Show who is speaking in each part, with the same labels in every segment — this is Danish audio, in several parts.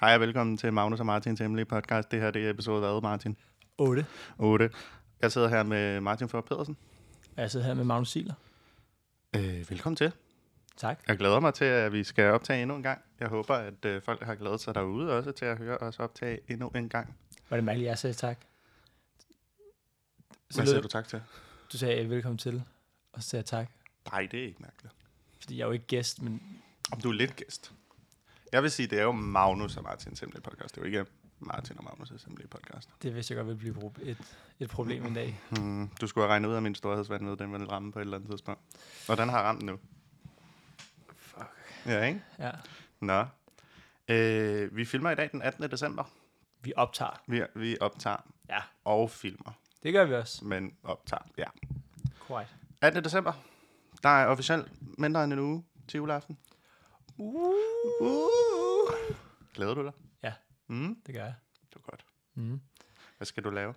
Speaker 1: Hej og velkommen til Magnus og Martins hemmelige podcast. Det her det er episode hvad, Martin?
Speaker 2: 8.
Speaker 1: 8. Jeg sidder her med Martin Før Pedersen.
Speaker 2: Jeg sidder her med Magnus Siler.
Speaker 1: Øh, velkommen til.
Speaker 2: Tak.
Speaker 1: Jeg glæder mig til, at vi skal optage endnu en gang. Jeg håber, at øh, folk har glædet sig derude også til at høre os optage endnu en gang.
Speaker 2: Var det mærkeligt, jeg sagde tak? Så
Speaker 1: Hvad
Speaker 2: lød,
Speaker 1: siger
Speaker 2: du?
Speaker 1: du tak til?
Speaker 2: du sagde øh, velkommen til, og så sagde jeg tak.
Speaker 1: Nej, det er ikke mærkeligt.
Speaker 2: Fordi jeg er jo ikke gæst, men
Speaker 1: Om du er lidt gæst. Jeg vil sige, det er jo Magnus og Martins hemmelige podcast. Det er jo ikke Martin og Magnus' hemmelige podcast.
Speaker 2: det vidste jeg godt ville blive pro- et, et problem en dag.
Speaker 1: Hmm, du skulle have regnet ud af min storhedsvandved, den ville ramme på et eller andet tidspunkt. Og den har ramt nu.
Speaker 2: Fuck.
Speaker 1: Ja, ikke?
Speaker 2: Ja.
Speaker 1: Nå. Øh, vi filmer i dag den 18. december.
Speaker 2: Vi optager.
Speaker 1: Vi, vi optager
Speaker 2: Ja,
Speaker 1: og filmer,
Speaker 2: det gør vi også.
Speaker 1: men optager, ja.
Speaker 2: Korrekt.
Speaker 1: 18. december, der er officielt mindre end en uge til juleaften.
Speaker 2: Uh.
Speaker 1: Uh! Glæder du dig?
Speaker 2: Ja.
Speaker 1: Mm,
Speaker 2: Det gør jeg.
Speaker 1: det var godt.
Speaker 2: Mm.
Speaker 1: Hvad skal du lave?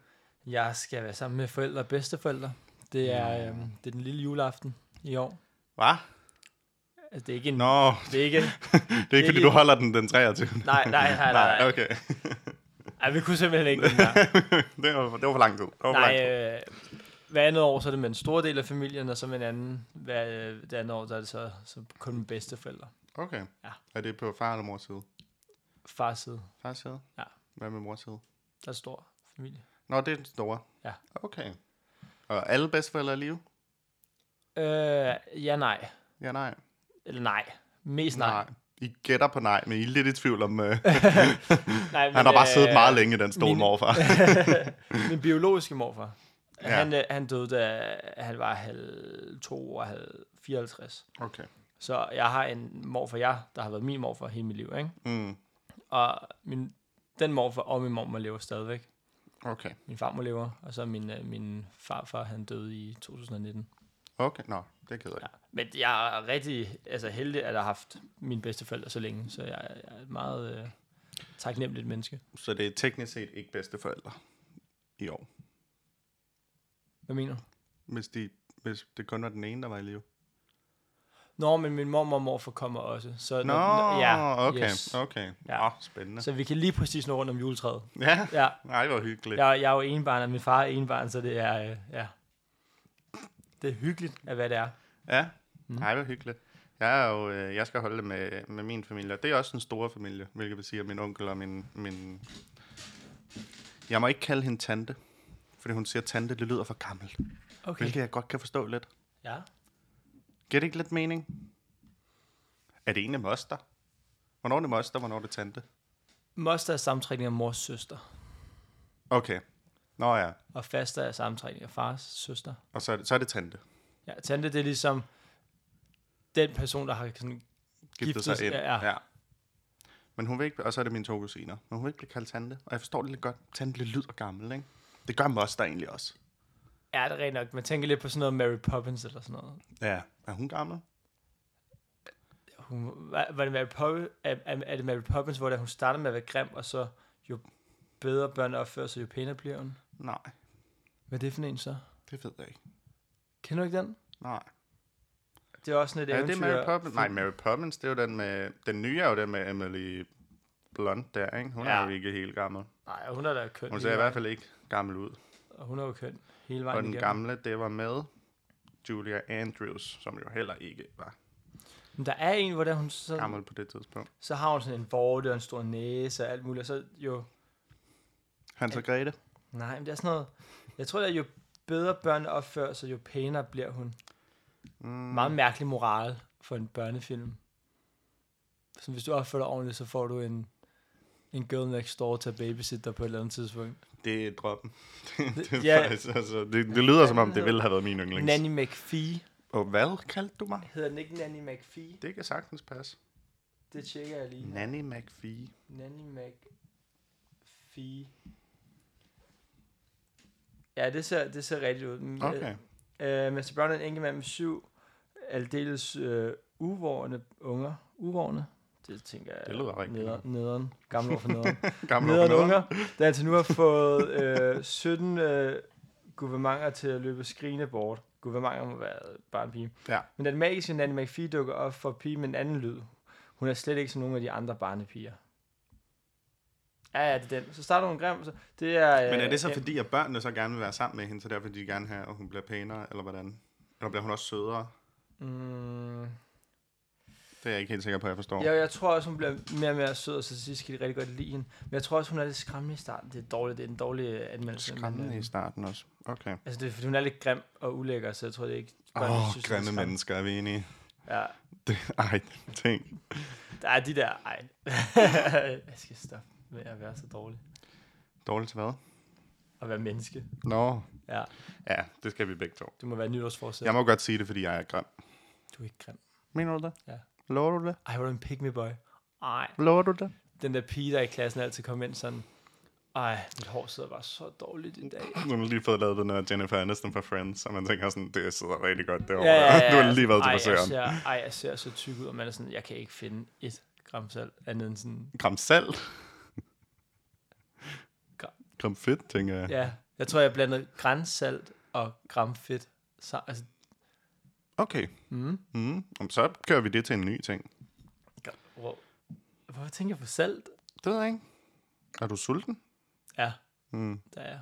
Speaker 2: Jeg skal være sammen med forældre og bedsteforældre. Det er, øhm, det er den lille juleaften i år.
Speaker 1: Hvad?
Speaker 2: Altså, det er ikke en...
Speaker 1: Nå,
Speaker 2: Det er ikke...
Speaker 1: det er ikke, fordi
Speaker 2: Ikke-
Speaker 1: du holder den den 23.
Speaker 2: Nej, nej, nej, nej. nej.
Speaker 1: okay.
Speaker 2: Ej, vi kunne simpelthen ikke den der.
Speaker 1: det, var, det var for lang tid. Det var for lang
Speaker 2: Nej,
Speaker 1: tid.
Speaker 2: øh, hver andet år, så er det med en stor del af familien, og så med en anden. Hver øh, det andet år, så er det så, så kun med bedsteforældre.
Speaker 1: Okay.
Speaker 2: ja.
Speaker 1: Er det på far eller mors side?
Speaker 2: Fars side,
Speaker 1: Fars side?
Speaker 2: Ja.
Speaker 1: Hvad med mors side?
Speaker 2: der er stor familie.
Speaker 1: Nå, det er den store.
Speaker 2: Ja.
Speaker 1: Okay. Og alle bedsteforældre i live?
Speaker 2: Øh, ja, nej.
Speaker 1: Ja, nej.
Speaker 2: Eller nej. Mest nej. Nej,
Speaker 1: I gætter på nej, men I er lidt i tvivl om... Øh,
Speaker 2: nej
Speaker 1: han har bare siddet meget længe i den
Speaker 2: min-
Speaker 1: stol, morfar.
Speaker 2: Min biologiske morfar,
Speaker 1: Ja.
Speaker 2: ja. han, øh, han døde, da han var halv to og halv 54.
Speaker 1: Okay.
Speaker 2: Så jeg har en morfar, jeg, der har været min morfar hele mit liv, ikke?
Speaker 1: Mm,
Speaker 2: Og min, den morfar og min mormor lever stadigvæk.
Speaker 1: okay.
Speaker 2: min farmor lever, og så min, øh, min farfar, han døde i 2019.
Speaker 1: Okay, nå, det er ked af.
Speaker 2: Ja. Men jeg er rigtig altså, heldig, at jeg har haft mine bedsteforældre så længe, så jeg, er- jeg er et meget øh, taknemmeligt menneske.
Speaker 1: Så det er teknisk set ikke bedsteforældre i år,
Speaker 2: Hvad mener du?
Speaker 1: hvis, de, hvis det kun var den ene, der var i live.
Speaker 2: Nå, men min mor og morfar kommer også. Så,
Speaker 1: Nå,
Speaker 2: ja,
Speaker 1: okay,
Speaker 2: yes.
Speaker 1: okay.
Speaker 2: Ja.
Speaker 1: Ja. Nå, spændende.
Speaker 2: så vi kan lige præcis nå rundt om juletræet.
Speaker 1: Ja,
Speaker 2: Ja,
Speaker 1: nej, hvor hyggeligt. Ja.
Speaker 2: jeg, jeg er jo enebarn, og min far er enebarn, så det er, øh, ja. det er hyggeligt, at hvad det er.
Speaker 1: ja.
Speaker 2: Mm.
Speaker 1: Nej, hvor hyggeligt. Jeg, er jo, øh, jeg skal holde det med, med min familie, og det er også en stor familie, hvilket vil sige, at min onkel og min, min... Jeg må ikke kalde hende tante, fordi hun siger, tante, det lyder for gammelt.
Speaker 2: Okay.
Speaker 1: Hvilket jeg godt kan forstå lidt.
Speaker 2: Ja.
Speaker 1: Giver det ikke lidt mening? Er det egentlig moster? Hvornår er det moster, hvornår er det tante?
Speaker 2: Moster er samtrækning af mors søster,
Speaker 1: Okay. Nå ja,
Speaker 2: og faster er samtrækning af fars søster.
Speaker 1: og så er det, så er det tante.
Speaker 2: Ja, tante, det er ligesom den person, der har sådan...
Speaker 1: Giftet
Speaker 2: Giftet
Speaker 1: sig
Speaker 2: sig-
Speaker 1: ind.
Speaker 2: ja, ja.
Speaker 1: Men hun vil ikke, og så er det mine to kusiner. Men hun vil ikke blive kaldt tante, og jeg forstår det lidt godt. Tante lidt lyder gammel, ikke? Det gør moster egentlig også.
Speaker 2: Ja, det er rent nok. Man tænker lidt på sådan noget Mary Poppins eller sådan noget.
Speaker 1: Ja. Er hun gammel?
Speaker 2: Hun, var, var det Mary Poppins, er, er, er det Mary Poppins, hvor det, er, hun starter med at være grim, og så jo bedre børn opfører sig, jo pænere bliver hun?
Speaker 1: Nej,
Speaker 2: Hvad er det for en så?
Speaker 1: det ved jeg ikke.
Speaker 2: Kender du ikke den?
Speaker 1: Nej.
Speaker 2: Det er også sådan et
Speaker 1: Det er, er det
Speaker 2: eventyr.
Speaker 1: Mary Poppins? Nej, Mary Poppins, det er jo den med... Den nye er jo den med Emily Blunt der, ikke? Hun ja. er
Speaker 2: Ja.
Speaker 1: jo ikke helt gammel.
Speaker 2: Nej, hun er da køn.
Speaker 1: Hun ser i hvert fald ikke gammel ud.
Speaker 2: Og hun er jo køn hele
Speaker 1: Og
Speaker 2: vejen
Speaker 1: den
Speaker 2: igennem.
Speaker 1: gamle, det var med Julia Andrews, som jo heller ikke var
Speaker 2: Men der er en, hvor der hun så...
Speaker 1: gammel på det tidspunkt.
Speaker 2: Så har hun sådan en vorte og en stor næse og alt muligt, og så jo...
Speaker 1: Hans og Grete.
Speaker 2: Nej, men det er sådan noget... Jeg tror, at jo bedre børn opfører sig, jo pænere bliver hun.
Speaker 1: Mm,
Speaker 2: Mm. Meget mærkelig moral for en børnefilm. Så hvis du opfører dig ordentligt, så får du en, en girl next door til at babysitte dig på et eller andet tidspunkt.
Speaker 1: Det er droppen. det, det, er
Speaker 2: Ja.
Speaker 1: faktisk, altså, det, det lyder som om, det ville have været min yndlings.
Speaker 2: Nanny McPhee.
Speaker 1: Og hvad kaldte du mig?
Speaker 2: Hedder den ikke Nanny McPhee?
Speaker 1: Det kan sagtens passe.
Speaker 2: Det tjekker jeg lige. her.
Speaker 1: Nanny McPhee.
Speaker 2: Nanny McPhee. Ja, det ser, det ser rigtigt ud. Men,
Speaker 1: Okay.
Speaker 2: Øh, Mr. Brown er en enkelt mand med syv aldeles øh, uvårende unger. Uvårende? Det tænker jeg.
Speaker 1: Det lyder rigtigt.
Speaker 2: Nederen. nederen. Gammel ord for nederen.
Speaker 1: Gammel
Speaker 2: Nederen
Speaker 1: overfor
Speaker 2: unger, der indtil nu har fået øh, 17 øh, gouvernementer til at løbe skrigende bort. Gouvernementer må være bare en pige.
Speaker 1: Ja.
Speaker 2: Men den magiske Nanny McPhee dukker op for pige med en anden lyd. Hun er slet ikke som nogen af de andre barnepiger.
Speaker 3: Ja, ja, det er den. Så starter hun grim. Så det er,
Speaker 1: Men er det så
Speaker 2: øh,
Speaker 3: ja,
Speaker 1: fordi, at børnene så gerne vil være sammen med hende, så derfor de gerne have, at hun bliver pænere, eller hvordan? Eller bliver hun også sødere?
Speaker 3: Mm,
Speaker 1: Det er jeg ikke helt sikker på, at jeg forstår.
Speaker 3: ja, jeg tror også, hun bliver mere og mere sød, og så til sidst kan de rigtig godt lide hende. Men jeg tror også, hun er lidt skræmmende i starten. Det er dårligt, det er en dårlig øh, anmeldelse. men,
Speaker 1: Skræmmende i
Speaker 3: øh,
Speaker 1: starten også. Okay.
Speaker 3: Altså, det er, fordi hun er lidt grim og ulækker, så jeg tror, det er ikke... børnene
Speaker 1: Åh, oh,
Speaker 3: synes, det er
Speaker 1: grimme
Speaker 3: skræmmende.
Speaker 1: mennesker, er vi enige?
Speaker 3: Ja,
Speaker 1: Det, ej, ting.
Speaker 3: der er de der... Ej, jeg skal stoppe med at være så dårlig.
Speaker 1: Dårligt til hvad?
Speaker 3: Og være menneske.
Speaker 1: Nå.
Speaker 3: Ja.
Speaker 1: Ja, det skal vi begge to.
Speaker 2: Du må være nytårsforsæt.
Speaker 1: Jeg må godt sige det, fordi jeg er grim.
Speaker 2: Du er ikke grim.
Speaker 1: Mener du det?
Speaker 2: Ja.
Speaker 1: Lover du det?
Speaker 2: Ej, hvor er du en pick me boy. Ej.
Speaker 1: Lover du det?
Speaker 2: Den der pige, der i klassen altid kom ind sådan, ej, mit hår sidder bare så dårligt i dag.
Speaker 1: Nu har du lige fået lavet den her Jennifer Aniston fra Friends, og man tænker sådan, det sidder rigtig godt derovre.
Speaker 2: Ja, ja, ja.
Speaker 1: du har lige været til
Speaker 2: ej, jeg
Speaker 1: frisøren.
Speaker 2: ser, ej, jeg ser så tyk ud, og man er sådan, jeg kan ikke finde et gram salt, andet end sådan,
Speaker 1: Kram salt.
Speaker 2: Gram.
Speaker 1: Kram fedt, tænker jeg.
Speaker 2: ja. Jeg tror, jeg blandede grænsalt og gram fedt. Så, altså,
Speaker 1: Okay.
Speaker 2: mm.
Speaker 1: Mm. Jamen, Så kører vi det til en ny ting.
Speaker 2: Wow. Hvorfor tænker jeg på salt?
Speaker 1: Det ved jeg ikke. Er du sulten?
Speaker 2: Ja,
Speaker 1: Mm.
Speaker 2: der er jeg.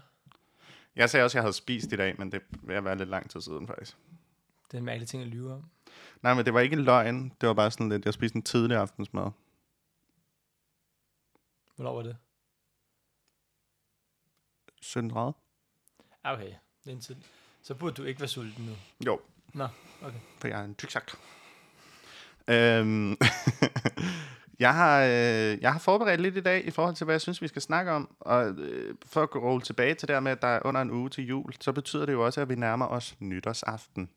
Speaker 1: Jeg sagde også, at jeg havde spist i dag, men det vil jeg være lidt lang tid siden faktisk.
Speaker 2: Det er en mærkelig ting at lyve om.
Speaker 1: Nej, men det var ikke løgn. Det var bare sådan lidt, jeg spiste en tidlig aftensmad.
Speaker 2: Hvornår var det?
Speaker 1: 17.30?
Speaker 2: Ah, okay. Det er en tid. Så burde du ikke være sulten nu.
Speaker 1: Jo.
Speaker 2: Nå, okay.
Speaker 1: For jeg er en tyksak. Øhm, jeg, har, øh, jeg har forberedt lidt i dag i forhold til, hvad jeg synes, vi skal snakke om. Og øh, for at gå rulle tilbage til det her med, at der er under en uge til jul, så betyder det jo også, at vi nærmer os nytårsaften.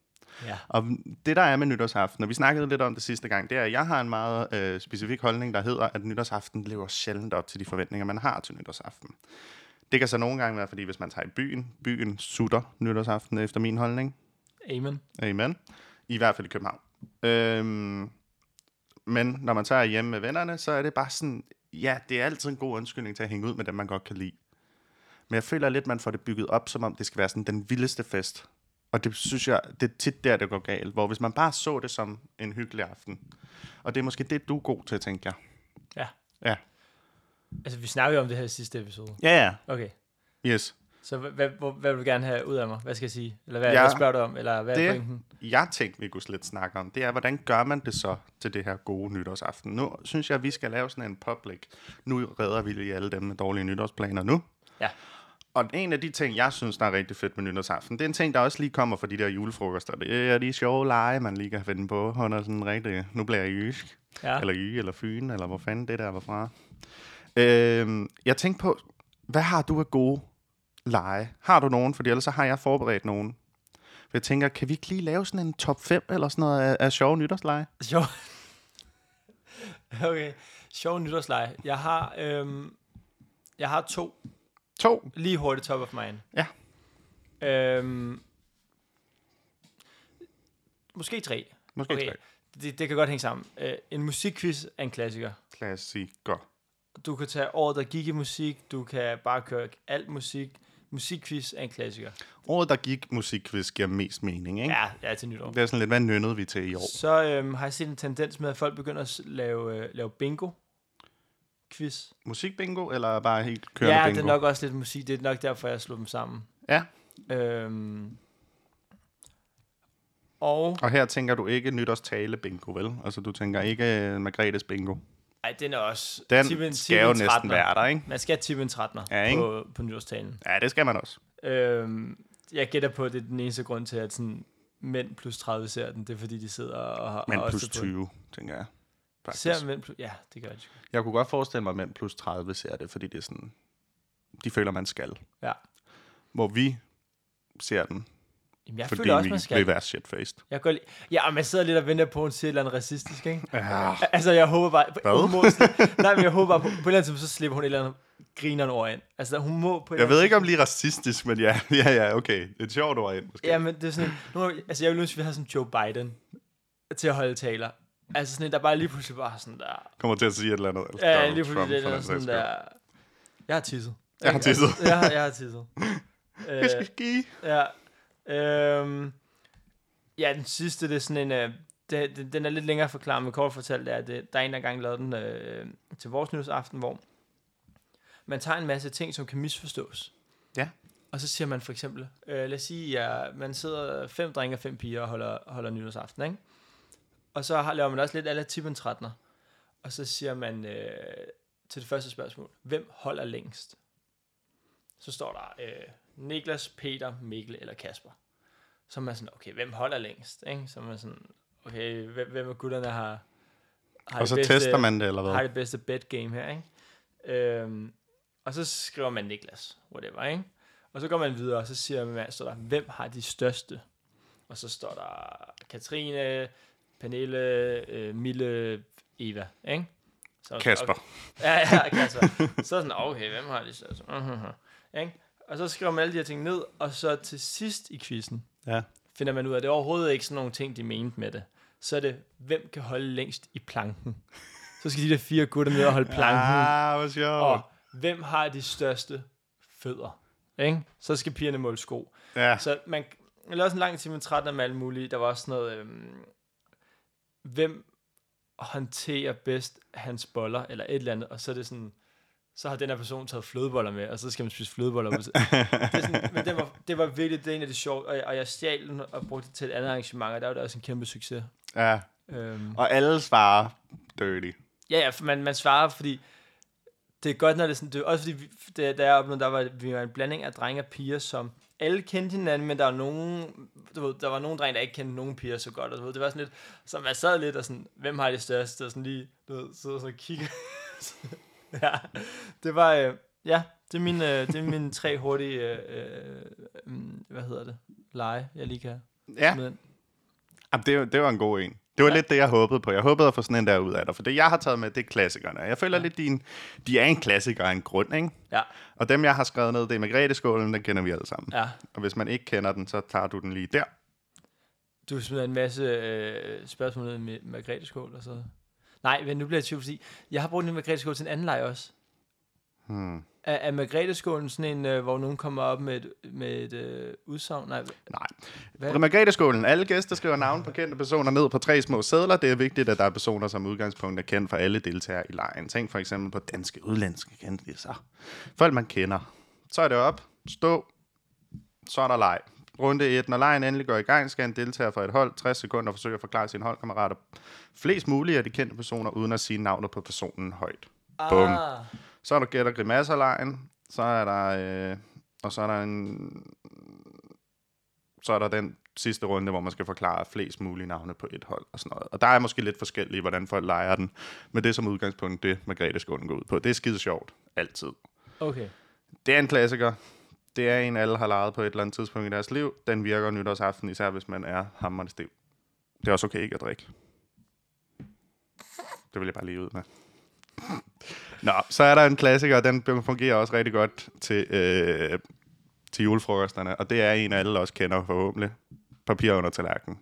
Speaker 2: Ja.
Speaker 1: Og det, der er med nytårsaften, og vi snakkede lidt om det sidste gang, det er, at jeg har en meget øh, specifik holdning, der hedder, at nytårsaften lever sjældent op til de forventninger, man har til nytårsaften. Det kan så nogle gange være, fordi hvis man tager i byen, byen sutter nytårsaften efter min holdning.
Speaker 2: Amen.
Speaker 1: Amen. I hvert fald i København. Øhm, men når man tager hjem med vennerne, så er det bare sådan, ja, det er altid en god undskyldning til at hænge ud med dem, man godt kan lide. Men jeg føler lidt, man får det bygget op, som om det skal være sådan den vildeste fest. Og det synes jeg, det er tit der, det går galt. Hvor hvis man bare så det som en hyggelig aften. Og det er måske det, du er god til, tænker jeg.
Speaker 2: Ja.
Speaker 1: Ja.
Speaker 2: Altså, vi snakkede jo om det her i sidste episode.
Speaker 1: Ja, ja.
Speaker 2: Okay.
Speaker 1: Yes.
Speaker 2: Så hvad, hvad, hvor- hvad vil du gerne have ud af mig? Hvad skal jeg sige? Eller hvad,
Speaker 1: Ja.
Speaker 2: ja. hvad spørger du om? Eller hvad det.
Speaker 1: Det-
Speaker 2: er pointen?
Speaker 1: jeg tænkte, vi kunne slet snakke om, det er, hvordan gør man det så til det her gode nytårsaften? Nu synes jeg, vi skal lave sådan en public. Nu redder vi lige alle dem med dårlige nytårsplaner nu.
Speaker 2: Ja.
Speaker 1: Og en af de ting, jeg synes, der er rigtig fedt med nytårsaften, det er en ting, der også lige kommer fra de der julefrokoster. Det er de sjove lege, man lige kan finde på under sådan en rigtig, nu bliver jeg jysk,
Speaker 2: Ja.
Speaker 1: ja. eller jyge, eller fyn, eller hvor fanden det der var fra. Øhm, jeg tænkte på, hvad har du af gode lege? Har du nogen? Fordi ellers så har jeg forberedt nogen. For jeg tænker, kan vi ikke lige lave sådan en top 5 eller sådan noget af, af sjove nytårsleje?
Speaker 2: Sjov. okay. Sjov nytårsleje. Jeg har, øhm, jeg har to
Speaker 1: To.
Speaker 2: lige hurtigt top of mind.
Speaker 1: Ja.
Speaker 2: Øhm, måske tre.
Speaker 1: Måske okay.
Speaker 2: Okay.
Speaker 1: tre.
Speaker 2: Det, det kan godt hænge sammen. Øh, en musikquiz er en klassiker.
Speaker 1: Klassiker.
Speaker 2: Du kan tage året, der gik i musik. Du kan bare køre alt musik. Musikquiz er en klassiker.
Speaker 1: Året, der gik musikquiz, giver mest mening, ikke?
Speaker 2: Ja, ja til nytår.
Speaker 1: Det er sådan lidt, hvad nynnede vi til i år?
Speaker 2: Så øhm, har jeg set en tendens med, at folk begynder at s- lave, øh, lave bingo. Quiz.
Speaker 1: Musikbingo, eller bare helt kørende
Speaker 2: Ja,
Speaker 1: bingo?
Speaker 2: det er nok også lidt musik. Det er nok derfor, jeg slog dem sammen.
Speaker 1: Ja.
Speaker 2: Øhm, og...
Speaker 1: Og her tænker du ikke nytårstale bingo, vel? Altså, du tænker ikke øh, Margrethes bingo.
Speaker 2: Ej, den er også...
Speaker 1: Den
Speaker 2: tip en-
Speaker 1: skal
Speaker 2: tip en
Speaker 1: jo næsten
Speaker 2: 13'er.
Speaker 1: være der, ikke?
Speaker 2: Man skal tippe en 13'er
Speaker 1: Ja,
Speaker 2: ja,
Speaker 1: ikke?
Speaker 2: på, på nytårstalen.
Speaker 1: Ja, det skal man også.
Speaker 2: Øhm, jeg gætter på, at det er den eneste grund til, at sådan, mænd plus 30 ser den. Det er, fordi de sidder og har...
Speaker 1: Men
Speaker 2: og
Speaker 1: plus
Speaker 2: også på den.
Speaker 1: 20, tænker jeg. Faktisk.
Speaker 2: Ser mænd plus... Ja, det gør de.
Speaker 1: Jeg kunne godt forestille mig, at mænd plus 30 ser det, fordi det er sådan, de føler, man skal.
Speaker 2: Ja.
Speaker 1: Hvor vi ser den,
Speaker 2: Jamen, jeg
Speaker 1: fordi
Speaker 2: føler også,
Speaker 1: vi
Speaker 2: man
Speaker 1: vil
Speaker 2: skal.
Speaker 1: være shitfaced.
Speaker 2: Jeg går lige... Ja, og man sidder lidt og venter på, at hun siger et eller andet racistisk, ikke?
Speaker 1: Ja.
Speaker 2: Altså, jeg håber bare...
Speaker 1: Hvad?
Speaker 2: Hun må sli- Nej, men jeg håber bare, på, på et eller andet tidspunkt, så slipper hun et eller andet grineren over ind. Altså, hun må på et
Speaker 1: Jeg
Speaker 2: eller
Speaker 1: ved ikke om lige racistisk, men ja, ja, ja, okay. Et sjovt ord ind, måske.
Speaker 2: andet... Ja, men det er sådan... Nu, har vi- altså, jeg ville ønske, at vi havde sådan Joe Biden til at holde taler. Altså sådan en, der bare lige pludselig bare sådan der...
Speaker 1: Kommer til at sige et eller andet. Eller
Speaker 2: Ja,
Speaker 1: Donald
Speaker 2: lige pludselig
Speaker 1: Trump,
Speaker 2: det
Speaker 1: for
Speaker 2: der
Speaker 1: den sags
Speaker 2: sådan
Speaker 1: skyld.
Speaker 2: der... Jeg har tisset.
Speaker 1: Jeg har
Speaker 2: Ikke? Altså,
Speaker 1: tisset.
Speaker 2: Jeg har, jeg har tisset.
Speaker 1: Jeg
Speaker 2: øh,
Speaker 1: skal ski.
Speaker 2: ja. Øhm, ja, den sidste, det er sådan en... Øh, det, det, den er lidt længere forklaret, men kort fortalt er, at øh, der er en, der engang lavede den øh, til vores nyhedsaften, hvor man tager en masse ting, som kan misforstås.
Speaker 1: Ja.
Speaker 2: Og så siger man for eksempel, øh, lad os sige, at ja, man sidder fem drenge og fem piger og holder, holder nytårsaften, ikke? Og så har, laver man også lidt alle tippen 13'er. Og så siger man øh, til det første spørgsmål, hvem holder længst? Så står der øh, Niklas, Peter, Mikkel eller Kasper. Så er man sådan, okay, hvem holder længst? Ikke? Så er man sådan, okay, hvem, hvem af gutterne har,
Speaker 1: Og
Speaker 2: har det
Speaker 1: så
Speaker 2: bedste-
Speaker 1: tester man det, eller hvad?
Speaker 2: har det bedste bet game her, ikke? Øhm, og så skriver man Niklas, whatever, ikke? Og så går man videre, og så siger man, står der, hvem har de største? Og så står der Katrine, Pernille, øh, Mille, Eva, ikke? Så, er det sådan,
Speaker 1: Kasper.
Speaker 2: Okay, ja, ja, Kasper. så er det sådan, okay, hvem har de største? Mhm, ikke? Og så skriver man alle de her ting ned, og så til sidst i quizzen,
Speaker 1: Ja.
Speaker 2: finder man ud af, at det er overhovedet ikke sådan nogle ting, de mente med det. Så er det, hvem kan holde længst i planken? Så skal de der fire gutter ned og holde planken.
Speaker 1: Ah, hvor
Speaker 2: Og
Speaker 1: sjovt.
Speaker 2: hvem har de største fødder? Ikke? Så skal pigerne måle sko.
Speaker 1: Ja.
Speaker 2: Så man jeg lavede også en lang time med 13 om alt muligt. Der var også sådan noget, øhm, hvem håndterer bedst hans boller, eller et eller andet, og så er det sådan, så har den her person taget flødeboller med, og så skal man spise flødeboller. med. det er sådan, men det var, det var virkelig det er en af de sjove, og, jeg- og jeg stjal den og brugte det til et andet arrangement, og der var det også en kæmpe succes.
Speaker 1: ja.
Speaker 2: Øhm,
Speaker 1: Og alle svarer dirty.
Speaker 2: ja, ja, for man, man svarer, fordi det er godt, når det er sådan, det er også fordi, vi, det, da jeg opnåede, der var, vi var en blanding af drenge og piger, som alle kendte hinanden, men der var nogen, du ved, der var nogle drenge, der ikke kendte nogen piger så godt, og du ved, det var sådan lidt, så man sad lidt og sådan, hvem har det største, og sådan lige, du ved, sidder sådan og kigger. ja, det var, øh, ja, det er mine, øh, det er mine tre hurtige, øh, øh, mm, hvad hedder det, lege, jeg lige kan
Speaker 1: Ja,
Speaker 2: smide ind.
Speaker 1: Jamen, det, var- det var en god en. Det var
Speaker 2: Ja.
Speaker 1: ja. lidt det, jeg håbede på. Jeg håbede at få sådan en der ud af dig, for det, jeg har taget med, det er klassikerne. Jeg føler
Speaker 2: Ja.
Speaker 1: ja. lidt, din, de er en klassiker af en grund, ikke?
Speaker 2: Ja,
Speaker 1: Og dem, jeg har skrevet ned, det er Margrethe-skålen, den kender vi alle sammen. Ja.
Speaker 2: ja.
Speaker 1: Og hvis man ikke kender den, så tager du den lige der.
Speaker 2: Du smider en masse øh, spørgsmål ned med Margrethe Skål og så... Nej, men nu bliver jeg i tvivl, fordi jeg har brugt en Margrethe Skål til en anden leg også.
Speaker 1: Hmm.
Speaker 2: Er, er Margrethe Skålen sådan en, øh, hvor nogen kommer op med et, med et øh, udsagn? Nej,
Speaker 1: Nej.
Speaker 2: hvad?
Speaker 1: Margrethe-skålen. Alle gæster skriver navn på kendte personer ned på tre små sædler. Det er vigtigt, at der er personer, som udgangspunkt er kendt for alle deltagere i lejen. Tænk for eksempel på danske udlandske kendte så. Folk, man kender. Så er det op. Stå. Så er der leg. Runde 1. Når lejen endelig går i gang, skal en deltager fra et hold 60 sekunder forsøge at forklare sine holdkammerater flest mulige af de kendte personer, uden at sige navnet på personen højt. Bum.
Speaker 2: Ah,
Speaker 1: Så er der gætter grimasserlejen. Så er der... Øh, og så er der en... Så er der den sidste runde, hvor man skal forklare flest mulige navne på et hold og sådan noget. Og der er måske lidt forskellige, hvordan folk leger den. Men det er som udgangspunkt det, Margrethe Skålen går ud på. Det er skide sjovt. Altid.
Speaker 2: okay.
Speaker 1: Det er en klassiker. Det er en, alle har leget på et eller andet tidspunkt i deres liv. Den virker nytårsaften, især hvis man er hammerende stiv. Det er også okay ikke at drikke. Det vil jeg bare lige ud med. Nå, så er der en klassiker, og den fungerer også rigtig godt til, øh, til julefrokosterne. Og det er en, alle også kender forhåbentlig. Papir under tallerkenen.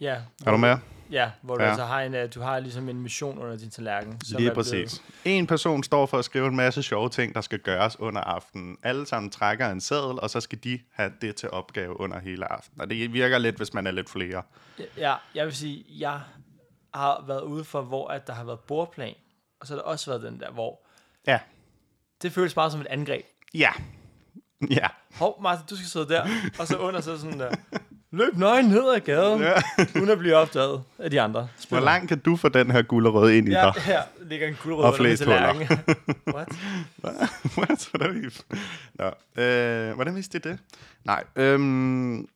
Speaker 2: Ja,
Speaker 1: Er du med?
Speaker 2: ja hvor du ja.
Speaker 1: Ja.
Speaker 2: altså har en, øh, du har ligesom en mission under din tallerken. som
Speaker 1: Lige
Speaker 2: er blevet-
Speaker 1: præcis. En person står for at skrive en masse sjove ting, der skal gøres under aftenen. Alle sammen trækker en seddel, og så skal de have det til opgave under hele aftenen. Og det virker lidt, hvis man er lidt flere.
Speaker 2: Ja, jeg vil sige, jeg har været ude for, hvor at der har været bordplan, og så har der også været den der, hvor
Speaker 1: Ja.
Speaker 2: det føles meget som et angreb.
Speaker 1: Ja. Ja.
Speaker 2: hov Martin, du skal sidde der, og så under så sådan der, løb nøgen ned ad gaden, ja. uden at blive opdaget af de andre.
Speaker 1: Hvor
Speaker 2: Spiller.
Speaker 1: langt kan du få den her gulderød ind i
Speaker 2: Ja,
Speaker 1: dig?
Speaker 2: her ligger en guldrød
Speaker 1: Og
Speaker 2: under min
Speaker 1: flest
Speaker 2: tallerken. What?
Speaker 1: What? Hvordan, vi- Nå. Øh, hvordan vidste de det? Nej. Øhm,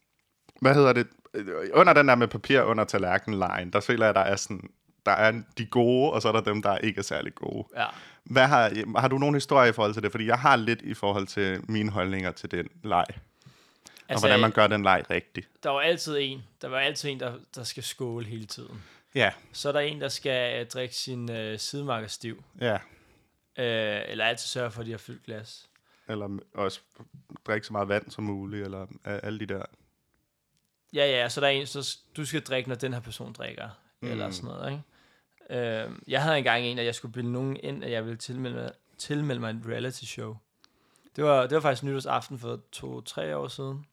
Speaker 1: hvad hedder det? Øh, Under den der med papir under tallerkenen-lejen, der føler jeg, der er sådan... Der er de gode, og så er der dem, der ikke er særlig gode.
Speaker 2: Ja.
Speaker 1: Hvad har, har du nogen historie i forhold til det? Fordi jeg har lidt i forhold til mine holdninger til den leg. Altså, og
Speaker 2: Altså,
Speaker 1: hvordan man gør den leg rigtigt.
Speaker 2: der var altid en, der var altid en, der, der skal skåle hele tiden.
Speaker 1: Ja,
Speaker 2: Så er der en, der skal øh, drikke sin øh, sidemarker stiv,
Speaker 1: ja.
Speaker 2: øh, eller altid sørge for, at de har fyldt glas.
Speaker 1: Eller også drikke så meget vand som muligt, eller øh, alle de der.
Speaker 2: Ja, ja, så der er en, så s- du skal drikke, når den her person drikker, mm. eller
Speaker 1: Mm.
Speaker 2: sådan noget, ikke? Øh, jeg havde engang en, at jeg skulle bilde nogen ind, at jeg ville tilmelde mig, tilmelde mig et reality show. Det var, det var faktisk nytårsaften for to-tre år siden.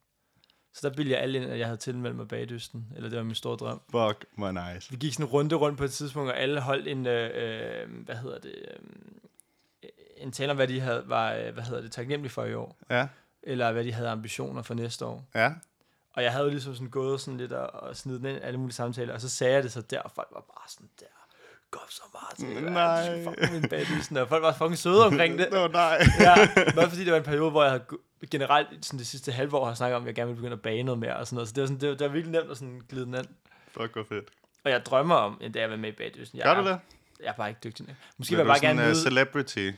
Speaker 2: Så der bildte jeg alle ind, at jeg havde tilmeldt mig bagdysten, eller det var min store drøm.
Speaker 1: Fuck, hvor nice.
Speaker 2: Vi gik sådan en runde rundt på et tidspunkt, og alle holdt en, øh, øh, hvad hedder det, øh, en tale om, hvad de havde, var, øh, hvad hedder det, taknemmelige for i år,
Speaker 1: Ja,
Speaker 2: eller hvad de havde ambitioner for næste år.
Speaker 1: ja.
Speaker 2: Og jeg havde jo ligesom sådan gået sådan lidt og, og snidet den ind i alle mulige samtaler, og så sagde jeg det så der, og folk var bare sådan der, kom så meget til, det,
Speaker 1: Nej.
Speaker 2: hvad er det, fuck min baby, sådan, og folk var fucking søde omkring det.
Speaker 1: Nå, nej.
Speaker 2: ja, bare fordi det var en periode, hvor jeg havde gu- generelt sådan det sidste halve år har snakket om, at jeg gerne ville begynde at bage noget mere og sådan noget. Så det var, sådan, det var, det var virkelig nemt at sådan glide den ind.
Speaker 1: Fuck, hvor fedt.
Speaker 2: Og jeg drømmer om en dag at være med i bagdysten. Jeg
Speaker 1: Gør
Speaker 2: er,
Speaker 1: du det?
Speaker 2: Jeg er bare ikke dygtig nok. Måske
Speaker 1: Skal
Speaker 2: vil jeg bare gerne
Speaker 1: sådan, øh,
Speaker 2: vide...
Speaker 1: celebrity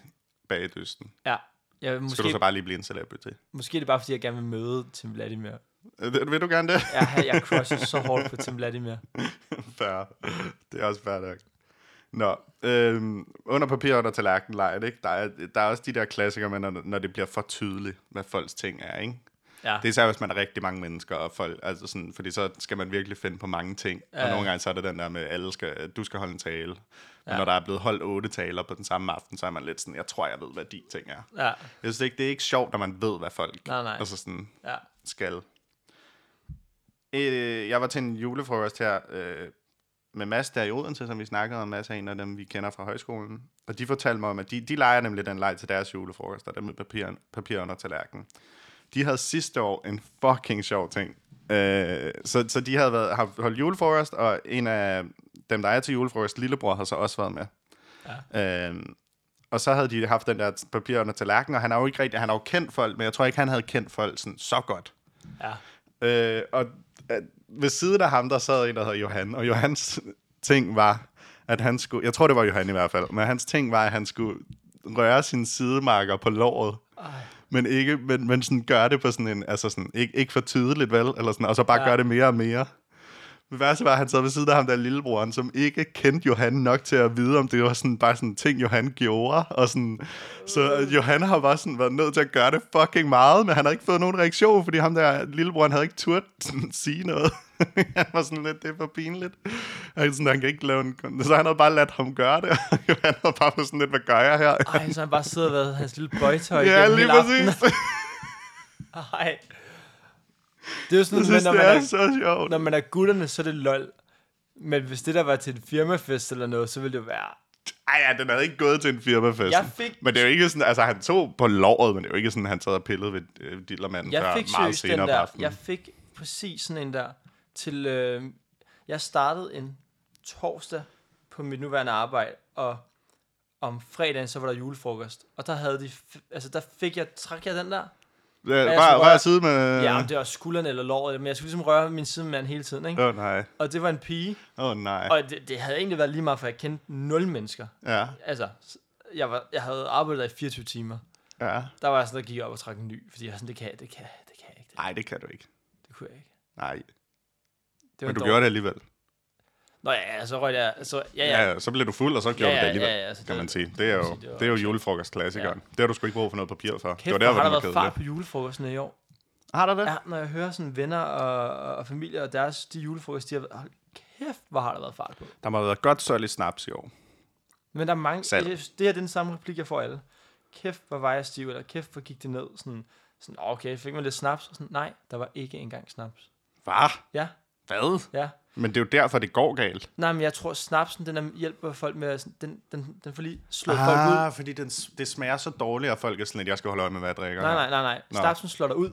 Speaker 1: bagdysten.
Speaker 2: Ja, jeg,
Speaker 1: Skal du
Speaker 2: måske,
Speaker 1: så bare lige blive en celebrity?
Speaker 2: måske er det bare, fordi jeg gerne vil møde Tim Vladimir.
Speaker 1: Øh, det- Vil du gerne det?
Speaker 2: Jeg, jeg crusher så hårdt på Tim Vladimir.
Speaker 1: Fair. Det er også fair nok. Nå, øhm, under papir under tallerken lejet, ikke? Der er, der er også de der klassikere med, når, når det bliver for tydeligt, hvad folks ting er, ikke?
Speaker 2: Ja.
Speaker 1: Det er især, hvis man er rigtig mange mennesker, og folk, altså sådan, fordi så skal man virkelig finde på mange ting. Ja. Og
Speaker 2: Ja.
Speaker 1: nogle gange så er det den der med, alle skal, du skal holde en tale. Men ja. når der er blevet holdt otte taler på den samme aften, så er man lidt sådan, jeg tror, jeg ved, hvad de ting er.
Speaker 2: Ja,
Speaker 1: Jeg synes ikke, det er ikke sjovt, når man ved, hvad folk
Speaker 2: Nej, nej.
Speaker 1: Altså sådan,
Speaker 2: ja.
Speaker 1: skal. Øh, jeg var til en julefrokost her øh, med Mads der i Odense, som vi snakkede om. Mads er en af dem, vi kender fra højskolen. Og de fortalte mig om, at de, de leger nemlig den leg til deres julefrokost, der med papir, papir under tallerkenen. De havde sidste år en fucking sjov ting. Øh, så, så de havde været, har holdt julefrokost, og en af dem, der er til julefrokost, lillebror, har så også været med. Ja. Øh, og så havde de haft den der papir under tallerkenen, og han har jo ikke rigtig, han har jo kendt folk, men jeg tror ikke, han havde kendt folk sådan, så godt.
Speaker 2: ja.
Speaker 1: Øh, og øh, ved siden af ham, der sad en, der hed Johan. Og Johans ting var, at han skulle... Jeg tror, det var Johan i hvert fald. Men hans ting var, at han skulle røre sine sidemarker på låret. Men, ikke, men, men sådan gøre det på sådan en... Altså sådan, ikke, ikke for tydeligt, vel? Eller sådan, og så bare ja.
Speaker 2: Ja.
Speaker 1: gøre det mere og mere. Det værste var, at han sad ved siden af ham der lillebroren, som ikke kendte Johan nok til at vide, om det var sådan, bare sådan ting, Johan gjorde. Og sådan, så øh, Johan har bare sådan været nødt til at gøre det fucking meget, men han har ikke fået nogen reaktion, fordi ham der lillebroren havde ikke turt sådan, sige noget. han var sådan lidt, det er for pinligt. Han, sådan, han kan ikke lave en... kon- Så han havde bare ladt ham gøre det, og Johan var bare på sådan lidt, hvad gør jeg her?
Speaker 2: Ej, så har han bare sidder og været hans lille bøjtøj
Speaker 1: ja,
Speaker 2: igennem
Speaker 1: lige
Speaker 2: hele aftenen.
Speaker 1: præcis.
Speaker 2: Ej. Det er jo sådan,
Speaker 1: Jeg synes,
Speaker 2: men når,
Speaker 1: det
Speaker 2: man
Speaker 1: er
Speaker 2: er,
Speaker 1: så sjovt.
Speaker 2: når man er gutterne, så er det lol. Men hvis det der var til en firmafest eller noget, så ville det jo være...
Speaker 1: Ej, ja, den havde ikke gået til en firmafest.
Speaker 2: Jeg fik-
Speaker 1: Men det er jo ikke sådan, altså han tog på låret, men det er jo ikke sådan, han sad og pillede ved øh, dillermanden før
Speaker 2: Jeg fik
Speaker 1: meget
Speaker 2: seriøst
Speaker 1: senere
Speaker 2: den
Speaker 1: på
Speaker 2: der.
Speaker 1: aftenen.
Speaker 2: Jeg fik præcis sådan en der til... Øh, jeg startede en torsdag på mit nuværende arbejde, og om fredagen, så var der julefrokost. Og der havde de... f- Altså, der fik jeg... Trak jeg den der?
Speaker 1: Øh, Rør,
Speaker 2: skulle
Speaker 1: rør,
Speaker 2: røre-
Speaker 1: side med...
Speaker 2: Øh. Ja, om det var skulderen eller låret, men jeg skulle ligesom røre min sidemand hele tiden, ikke?
Speaker 1: Åh oh, nej,
Speaker 2: Og det var en pige,
Speaker 1: åh oh, nej.
Speaker 2: og det, det havde egentlig været lige meget, for jeg kendte nul mennesker.
Speaker 1: Ja,
Speaker 2: Altså, s- jeg, var, jeg havde arbejdet der i 24 timer.
Speaker 1: ja.
Speaker 2: Der var jeg sådan, der gik jeg op og trak en ny, fordi jeg var sådan, det kan jeg, det kan jeg, det kan jeg ikke. Det,
Speaker 1: Nej, det kan du ikke.
Speaker 2: det kunne jeg ikke.
Speaker 1: Nej,
Speaker 2: Det
Speaker 1: men
Speaker 2: en
Speaker 1: du
Speaker 2: dårlig-
Speaker 1: gjorde det alligevel.
Speaker 2: Nå ja, ja, så røg jeg, så, ja, ja.
Speaker 1: Ja, ja. så blev du fuld, og så gjorde
Speaker 2: ja,
Speaker 1: du det
Speaker 2: ja,
Speaker 1: alligevel,
Speaker 2: ja, ja, så
Speaker 1: kan
Speaker 2: det-
Speaker 1: man sige. Det er jo,
Speaker 2: det var-
Speaker 1: det er jo julefrokostklassikeren. Det har du sgu ikke brug for noget papir for. det var
Speaker 2: Kæft,
Speaker 1: der,
Speaker 2: der,
Speaker 1: hvor den
Speaker 2: har der
Speaker 1: var
Speaker 2: været
Speaker 1: kedelig.
Speaker 2: fart på julefrokosten i år.
Speaker 1: Har der det?
Speaker 2: Ja, når jeg hører sådan venner og, og, og familie og deres, de julefrokost, de har været, hold kæft, hvor har der været fart på.
Speaker 1: Der må have været godt sørgelig snaps i år.
Speaker 2: Men der er mange,
Speaker 1: Salg.
Speaker 2: det, det her det er den samme replik, jeg får alle. Kæft, hvor var jeg stiv, eller kæft, hvor gik det ned. Sådan, sådan okay, fik man lidt snaps? Og sådan, nej, der var ikke engang snaps.
Speaker 1: Hvad?
Speaker 2: Ja,
Speaker 1: Hvad?
Speaker 2: ja.
Speaker 1: Men det er jo derfor, det går galt.
Speaker 2: Nej, men jeg tror, snapsen, den er, hjælper folk med, at sådan- den, den, den får lige slået ah. folk ud.
Speaker 1: fordi den, det smager så dårligt, at folk er sådan, at jeg skal holde øje med, hvad jeg drikker.
Speaker 2: Nej, nej, nej, nej.
Speaker 1: Nå.
Speaker 2: Snapsen slår dig ud.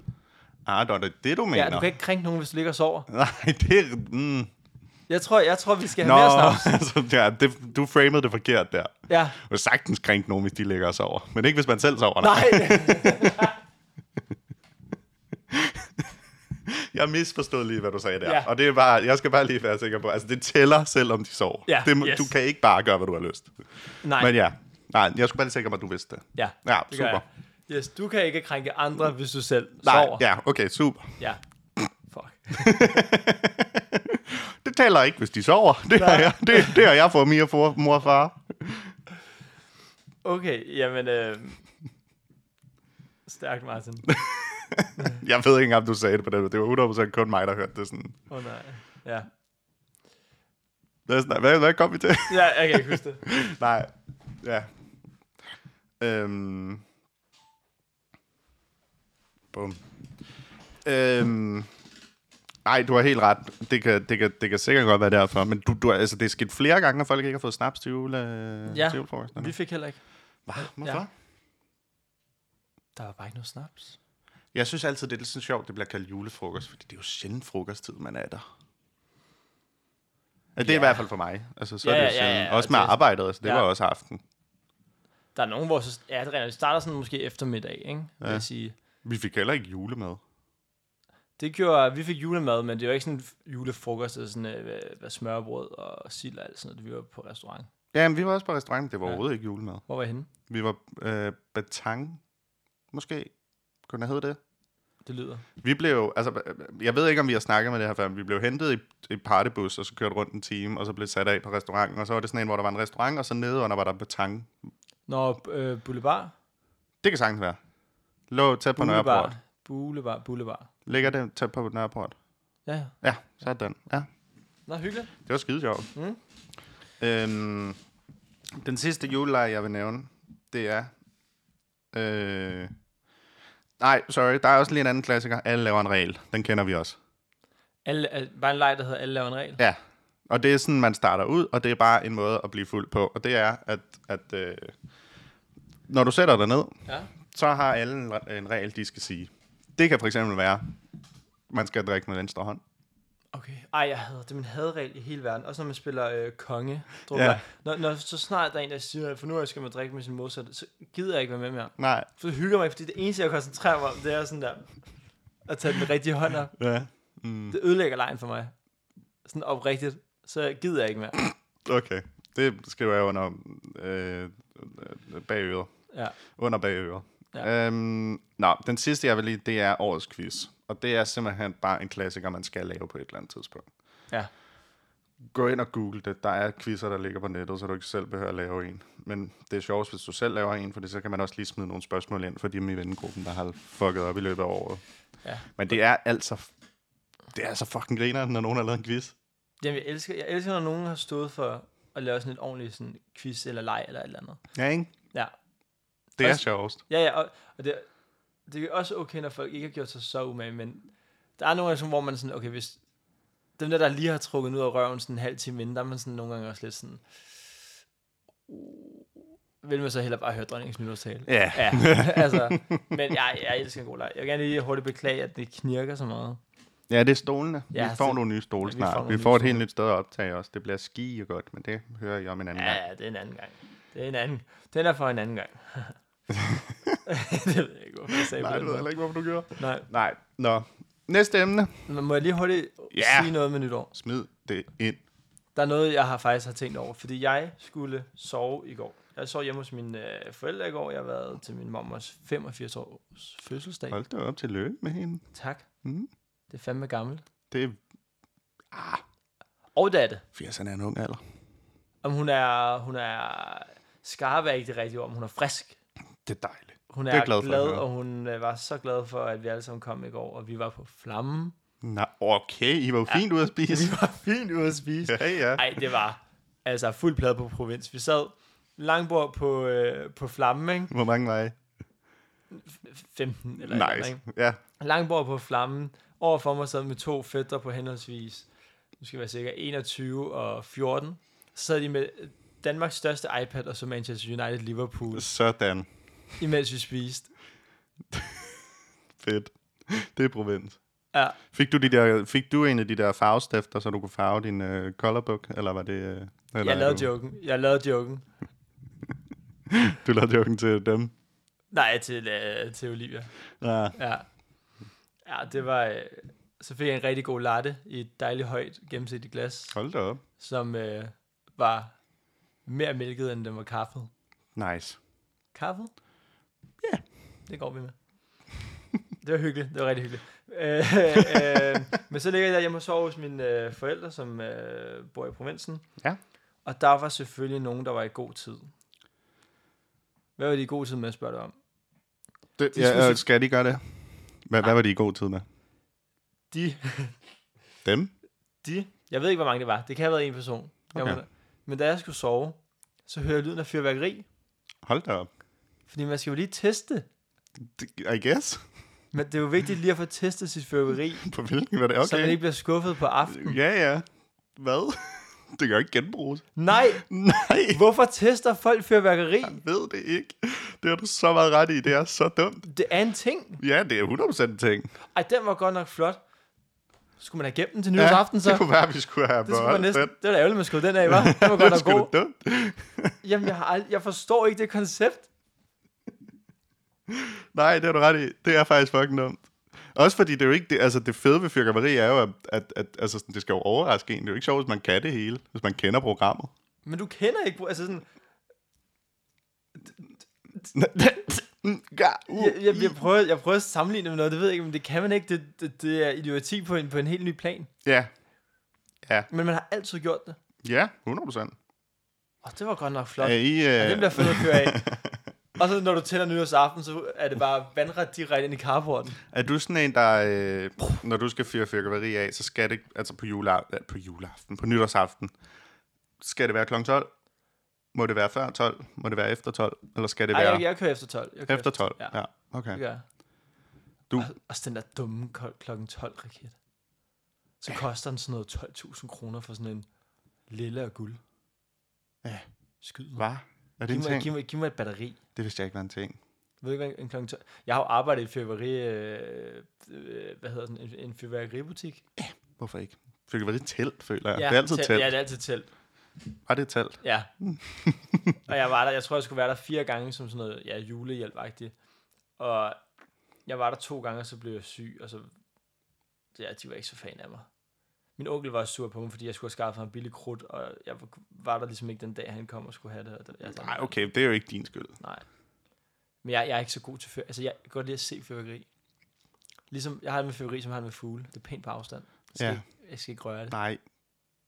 Speaker 1: Ah, det er det, du mener.
Speaker 2: Ja, du kan ikke krænke nogen, hvis du ligger og sover.
Speaker 1: Nej, det er... Mm.
Speaker 2: Jeg tror, jeg tror vi skal
Speaker 1: Nå,
Speaker 2: have mere snaps.
Speaker 1: altså, ja, det, du framede det forkert der.
Speaker 2: Ja.
Speaker 1: Du kan sagtens krænke nogen, hvis de lægger os over. Men ikke hvis man selv sover.
Speaker 2: Nej.
Speaker 1: Jeg misforstod lige, hvad du sagde der. Ja.
Speaker 2: Ja.
Speaker 1: Og det er bare, jeg skal bare lige være sikker på, altså det tæller, selvom de sover.
Speaker 2: Ja,
Speaker 1: det, må-
Speaker 2: yes.
Speaker 1: Du kan ikke bare gøre, hvad du har lyst.
Speaker 2: Nej.
Speaker 1: Men ja, nej, jeg skulle bare lige sikre mig, at du vidste det.
Speaker 2: Ja,
Speaker 1: Ja,
Speaker 2: det gør
Speaker 1: super.
Speaker 2: jeg. Yes, du kan ikke krænke andre, hvis du selv
Speaker 1: Nej,
Speaker 2: sover.
Speaker 1: ja, okay, super.
Speaker 2: ja. Fuck.
Speaker 1: Det tæller ikke, hvis de sover. Det, har jeg, det, det har jeg fået mere for, mor og far.
Speaker 2: Okay, jamen... Øh... Stærkt, Martin.
Speaker 1: Jeg ved ikke engang, om du sagde det på den måde. Det var 100% kun mig, der hørte det sådan.
Speaker 2: Åh oh, nej. Ja.
Speaker 1: Hvad, snak- hvad, hvad kom vi til?
Speaker 2: ja, jeg kan ikke huske det.
Speaker 1: Nej. Ja. Øhm. Bum. Øhm. Nej, du har helt ret. Det kan, det, kan, det kan sikkert godt være derfor. Men du, du, har- altså, det er sket flere gange, at folk ikke har fået snaps til jule,
Speaker 2: Ja,
Speaker 1: til julefrokosten.
Speaker 2: Vi fik heller ikke.
Speaker 1: Hva? Hvorfor?
Speaker 2: ja. Der var bare ikke noget snaps.
Speaker 1: Jeg synes altid, det er lidt sådan sjovt, det bliver kaldt julefrokost, fordi det er jo sjældent frokosttid, man er der. Ja, det er i
Speaker 2: Ja.
Speaker 1: hvert fald for mig. Altså, så
Speaker 2: Ja,
Speaker 1: er det
Speaker 2: ja, ja,
Speaker 1: sjældent.
Speaker 2: ja,
Speaker 1: Også
Speaker 2: og
Speaker 1: med
Speaker 2: det-
Speaker 1: arbejdet, altså, det
Speaker 2: ja.
Speaker 1: var også aften.
Speaker 2: Der er nogen, hvor så, ja, det, regner- det starter sådan måske eftermiddag, ikke? Ja. Vil
Speaker 1: Ja.
Speaker 2: jeg sige.
Speaker 1: Vi fik heller ikke julemad.
Speaker 2: Det gjorde, vi fik julemad, men det var ikke sådan julefrokost, eller sådan øh, hvad smørbrød og sild og alt sådan noget. Vi var på restaurant.
Speaker 1: Ja, men vi var også på restaurant, men det var
Speaker 2: Ja.
Speaker 1: overhovedet ikke julemad.
Speaker 2: Hvor var jeg henne?
Speaker 1: Vi var øh, Batang, måske. Kunne det hedde det?
Speaker 2: Det lyder.
Speaker 1: Vi blev, altså, jeg ved ikke, om vi har snakket med det her før, men vi blev hentet i, i partybus, og så kørt rundt en time, og så blev sat af på restauranten, og så var det sådan en, hvor der var en restaurant, og så nede under var der Batang.
Speaker 2: Nå, øh, Boulevard.
Speaker 1: Det kan sagtens være. Lå tæt på Nørreport.
Speaker 2: Boulevard. Boulevard. Boulevard.
Speaker 1: Ligger det tæt på Nørreport?
Speaker 2: Ja,
Speaker 1: Ja, sådan. Ja,
Speaker 2: Nå, hyggeligt.
Speaker 1: det var skide sjovt.
Speaker 2: Mm.
Speaker 1: Øhm, den sidste julelej, jeg vil nævne, det er... Øh, nej, sorry, der er også lige en anden klassiker. Alle laver en regel. Den kender vi også.
Speaker 2: Alle, al, bare en leg, der hedder Alle laver en regel.
Speaker 1: Ja, og det er sådan, man starter ud, og det er bare en måde at blive fuld på. Og det er, at, at øh, når du sætter dig ned,
Speaker 2: Ja.
Speaker 1: så har alle en, re- en regel, de skal sige. Det kan for eksempel være, man skal drikke med venstre hånd.
Speaker 2: Okay. Ej, jeg hader, det er min hadregel i hele verden. Også når man spiller øh, konge. tror
Speaker 1: Ja.
Speaker 2: jeg. Når, når, så snart der er en, der siger, for nu af skal man drikke med sin modsatte, så gider jeg ikke være med mere.
Speaker 1: Nej.
Speaker 2: For det hygger mig, fordi det eneste, jeg koncentrerer mig om, det er sådan der, at tage den rigtige hånd op.
Speaker 1: Ja. Mm,
Speaker 2: Det ødelægger lejen for mig. Sådan oprigtigt. Så gider jeg ikke mere.
Speaker 1: okay. Det skriver jeg under øh, bagøret.
Speaker 2: Ja.
Speaker 1: Under bagøret.
Speaker 2: Ja.
Speaker 1: Ja. Øhm, nå, den sidste, jeg vil lige, det er årets quiz. Og det er simpelthen bare en klassiker, man skal lave på et eller andet tidspunkt.
Speaker 2: Ja.
Speaker 1: Gå ind og google det. Der er quizzer, der ligger på nettet, så du ikke selv behøver at lave en. Men det er sjovt, hvis du selv laver en, for så kan man også lige smide nogle spørgsmål ind for dem i vennegruppen, der har fucket op i løbet af året.
Speaker 2: Ja.
Speaker 1: Men det er altså... Det er altså fucking griner, når nogen har lavet en quiz.
Speaker 2: Jamen, jeg elsker, jeg elsker, når nogen har stået for at lave sådan et ordentligt sådan, quiz eller leg eller et eller andet.
Speaker 1: Ja, ikke?
Speaker 2: Ja.
Speaker 1: Det er
Speaker 2: Også-
Speaker 1: sjovest.
Speaker 2: Ja, ja, og, og det, det er også okay, når folk ikke har gjort sig så umage, men der er nogle gange, sådan, hvor man sådan, okay, hvis dem der, der lige har trukket den ud af røven sådan en halv time inden, der er man sådan nogle gange også lidt sådan, uh, vil man så heller bare høre dronningens nytårstale?
Speaker 1: Ja.
Speaker 2: Ja, altså, men jeg, jeg elsker en god leg. Jeg vil gerne lige hurtigt beklage, at det knirker så meget.
Speaker 1: Ja, det er stolene. Ja,
Speaker 2: Ja,
Speaker 1: vi får
Speaker 2: så-
Speaker 1: nogle nye stole
Speaker 2: ja, vi får
Speaker 1: snart.
Speaker 2: nogle
Speaker 1: Vi
Speaker 2: nye
Speaker 1: får et
Speaker 2: stole.
Speaker 1: helt nyt sted at optage også. Det bliver skige godt, men det hører jeg om en anden ja. gang.
Speaker 2: Ja, det er en anden gang. Det er en anden. Den er for en anden gang. det ved jeg ikke, hvorfor jeg sagde
Speaker 1: Nej,
Speaker 2: på
Speaker 1: det
Speaker 2: den
Speaker 1: ved jeg heller
Speaker 2: måde.
Speaker 1: ikke, hvorfor du gjorde.
Speaker 2: Nej,
Speaker 1: Nej, nå. Næste emne.
Speaker 2: men må jeg lige hurtigt
Speaker 1: Ja.
Speaker 2: sige noget med nytår?
Speaker 1: Smid det ind.
Speaker 2: Der er noget, jeg har faktisk har tænkt over, fordi jeg skulle sove i går. Jeg sov hjemme hos mine øh, forældre i går. Jeg har været til min mormors 85-års fødselsdag.
Speaker 1: Hold da op til løn med hende.
Speaker 2: Tak.
Speaker 1: Mm.
Speaker 2: Det er fandme gammelt.
Speaker 1: Det er
Speaker 2: Og det er det.
Speaker 1: 80'erne er en ung alder.
Speaker 2: Om hun er, hun er skarp er ikke det rigtige ord, men hun er frisk.
Speaker 1: Det er dejligt.
Speaker 2: Hun
Speaker 1: Det
Speaker 2: er,
Speaker 1: er jeg glad
Speaker 2: glad,
Speaker 1: for at
Speaker 2: glad
Speaker 1: høre.
Speaker 2: og hun øh, var så glad for, at vi alle sammen kom i går, og vi var på flammen.
Speaker 1: Nå, okay. I var jo fint ude at spise.
Speaker 2: Vi var fint ude at spise.
Speaker 1: ja, ja.
Speaker 2: Nej, det var altså fuld plade på provins. Vi sad langbord på, øh, på flammen, ikke?
Speaker 1: Hvor mange var I?
Speaker 2: 15 eller et eller andet,
Speaker 1: Nice.
Speaker 2: ikke?
Speaker 1: Ja.
Speaker 2: Langborg på flammen. Overfor mig sad med to fætter på henholdsvis, nu skal jeg være sikker, 21 og 14. Så sad de med Danmarks største iPad og så Manchester United Liverpool,
Speaker 1: Sådan.
Speaker 2: imens vi spiste.
Speaker 1: Fedt. Det er provins.
Speaker 2: Ja,
Speaker 1: Fik du, de der, fik du en af de der farvestifter, så du kunne farve din uh, colorbook? Eller var det... øh, eller
Speaker 2: jeg
Speaker 1: er
Speaker 2: lavede
Speaker 1: du,
Speaker 2: joken. Jeg lavede joken.
Speaker 1: Du lavede joken til dem?
Speaker 2: Nej, til, øh, til Olivia.
Speaker 1: Ja.
Speaker 2: Ja. ja, det var... Øh, så fik jeg en rigtig god latte i et dejligt højt gennemsigtigt glas,
Speaker 1: Hold da op.
Speaker 2: som øh, var mere mælket, end den var kaffet.
Speaker 1: Nice.
Speaker 2: Kaffe?
Speaker 1: Ja.
Speaker 2: Det går vi med. Det var hyggeligt. Det var rigtig hyggeligt. Øh, øh, men så ligger jeg hjemme og sover hos mine øh, forældre, som øh, bor i provinsen.
Speaker 1: Ja.
Speaker 2: Og der var selvfølgelig nogen, der var i god tid. Hvad var de i god tid med, spørger du om?
Speaker 1: Det,
Speaker 2: De skulle
Speaker 1: ja, øh,
Speaker 2: se-
Speaker 1: skal de gøre det? Hvad, hvad var de i god tid med?
Speaker 2: De,
Speaker 1: Dem?
Speaker 2: de, jeg ved ikke, hvor mange det var. Det kan have været en person. Jeg
Speaker 1: Okay.
Speaker 2: må- Men da jeg skulle sove, så hører jeg lyden af fyrværkeri.
Speaker 1: Hold da op.
Speaker 2: Fordi man skal jo lige teste.
Speaker 1: Det- I guess.
Speaker 2: Men det er jo vigtigt lige at få testet sit fyrværkeri,
Speaker 1: På hvilken var det?
Speaker 2: okay. så man
Speaker 1: Okay.
Speaker 2: ikke bliver skuffet på aftenen.
Speaker 1: Ja, ja. Hvad? Det kan jo ikke genbruges.
Speaker 2: Nej,
Speaker 1: Nej,
Speaker 2: hvorfor tester folk fyrværkeri?
Speaker 1: jeg ved det ikke. Det har du så meget ret i. Det er så dumt.
Speaker 2: Det er en ting.
Speaker 1: Ja, det er 100% en ting.
Speaker 2: Ej, den var godt nok flot. Skulle man have gemt den til
Speaker 1: Ja,
Speaker 2: nytårsaften, så?
Speaker 1: det kunne være, at vi skulle have
Speaker 2: Det, skulle man
Speaker 1: beholdt
Speaker 2: næsten,
Speaker 1: den.
Speaker 2: det var da ærgerligt, man skulle den af, var. Det var
Speaker 1: Det
Speaker 2: godt
Speaker 1: er
Speaker 2: nok
Speaker 1: sgu
Speaker 2: god.
Speaker 1: da dumt.
Speaker 2: Jamen, jeg, har ald- jeg forstår ikke det koncept.
Speaker 1: Nej, det har du ret i. Det er faktisk fucking dumt. Også fordi det er jo ikke det, altså det fede ved fyrkeri er jo, at, at, at altså sådan, det skal jo overraske en. Det er jo ikke sjovt, hvis man kan det hele, hvis man kender programmet.
Speaker 2: Men du kender ikke, altså sådan,
Speaker 1: Ja, uh,
Speaker 2: jeg, jeg, jeg, prøver, jeg prøver at sammenligne det med noget, det ved jeg ikke, men det kan man ikke. Det, det, det er idioti på en, på en helt ny plan.
Speaker 1: Ja,
Speaker 2: Men man har altid gjort det.
Speaker 1: ja, 100%.
Speaker 2: Og det var godt nok flot.
Speaker 1: Er
Speaker 2: Hey.
Speaker 1: I,
Speaker 2: Og den bliver
Speaker 1: øh,
Speaker 2: fedt at køre af. Og så når du tænder nyårsaften, så er det bare vandret direkte ind i carporten.
Speaker 1: er du sådan en, der, øh, når du skal fyre fyrkeri af, så skal det, altså på, juleaften, på juleaften, på nytårsaften, skal det være kl. 12? Må det være før 12? Må det være efter 12? Eller skal det
Speaker 2: Ej,
Speaker 1: være
Speaker 2: jeg, jeg kører efter 12. Jeg kører
Speaker 1: efter 12?
Speaker 2: Ja,
Speaker 1: Ja, okay.
Speaker 2: det gør jeg.
Speaker 1: Du-
Speaker 2: Og, også den der dumme kol- klokken 12 raket. Så koster den sådan noget 12.000 kroner for sådan en lille og guld.
Speaker 1: Ja.
Speaker 2: Skyd. mig.
Speaker 1: Hvad? Er det
Speaker 2: Giv
Speaker 1: en
Speaker 2: mig, giv,
Speaker 1: ting?
Speaker 2: mig, giv mig et batteri.
Speaker 1: Det vidste jeg ikke var en ting.
Speaker 2: Jeg ved ikke, hvad en klokken 12... Jeg har jo arbejdet i en fyrværkeri... Øh, øh, hvad hedder sådan? En, en fyrværkeributik.
Speaker 1: Hvorfor ikke? Fyrkeri det er telt, føler jeg. Ja, det er altid telt.
Speaker 2: Ja,
Speaker 1: telt.
Speaker 2: det er altid telt.
Speaker 1: Var det et telt?
Speaker 2: Ja. og jeg var der... Jeg tror, jeg skulle være der fire gange som sådan noget ja, julehjælp-agtigt. Og jeg var der to gange, og så blev jeg syg, og så... Ja, de var ikke så fan af mig. Min onkel var sur på mig, fordi jeg skulle have skaffet ham billig krudt, og jeg var der ligesom ikke den dag, han kom og skulle have det. og det- Jeg,
Speaker 1: Nej, okay, det er jo ikke din skyld.
Speaker 2: Nej. Men jeg, jeg er ikke så god til fyr. Altså, jeg kan godt lide at se fyrværkeri. Ligesom, jeg har det med fyrværkeri, som jeg har det med fugle. Det er pænt på afstand. Jeg skal,
Speaker 1: Ja.
Speaker 2: ikke, jeg skal ikke røre det.
Speaker 1: Nej.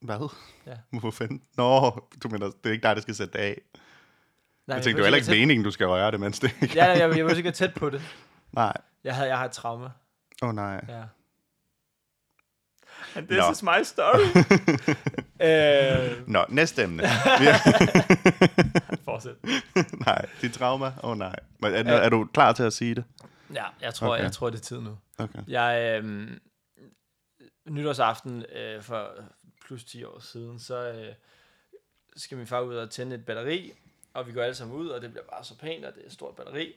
Speaker 1: Hvad?
Speaker 2: Ja.
Speaker 1: Hvor fanden? Nå, du mener, det er ikke dig, der skal sætte det af. Nej, jeg tænkte,
Speaker 2: Nej,
Speaker 1: det
Speaker 2: behøver
Speaker 1: var heller ikke
Speaker 2: være
Speaker 1: meningen, du skal røre det, mens det
Speaker 2: tæt-
Speaker 1: ikke
Speaker 2: Ja, ja, jeg, jeg, jeg ikke være tæt på det.
Speaker 1: Nej.
Speaker 2: Jeg, havde, jeg har et trauma.
Speaker 1: Åh, oh, nej.
Speaker 2: Ja. And this
Speaker 1: Nå.
Speaker 2: is my story. øh,
Speaker 1: Nå, næste emne.
Speaker 2: fortsæt.
Speaker 1: nej, dit trauma. Åh, oh, nej. Men er,
Speaker 2: Ja.
Speaker 1: er, du klar til at sige det?
Speaker 2: Ja, jeg tror,
Speaker 1: Okay.
Speaker 2: okay. jeg tror, det er tid nu.
Speaker 1: Okay.
Speaker 2: Jeg, øh, nytårsaften øh, for plus 10 år siden, så øh, skal min far ud og tænde et batteri, og vi går alle sammen ud, og det bliver bare så pænt, og det er et stort batteri.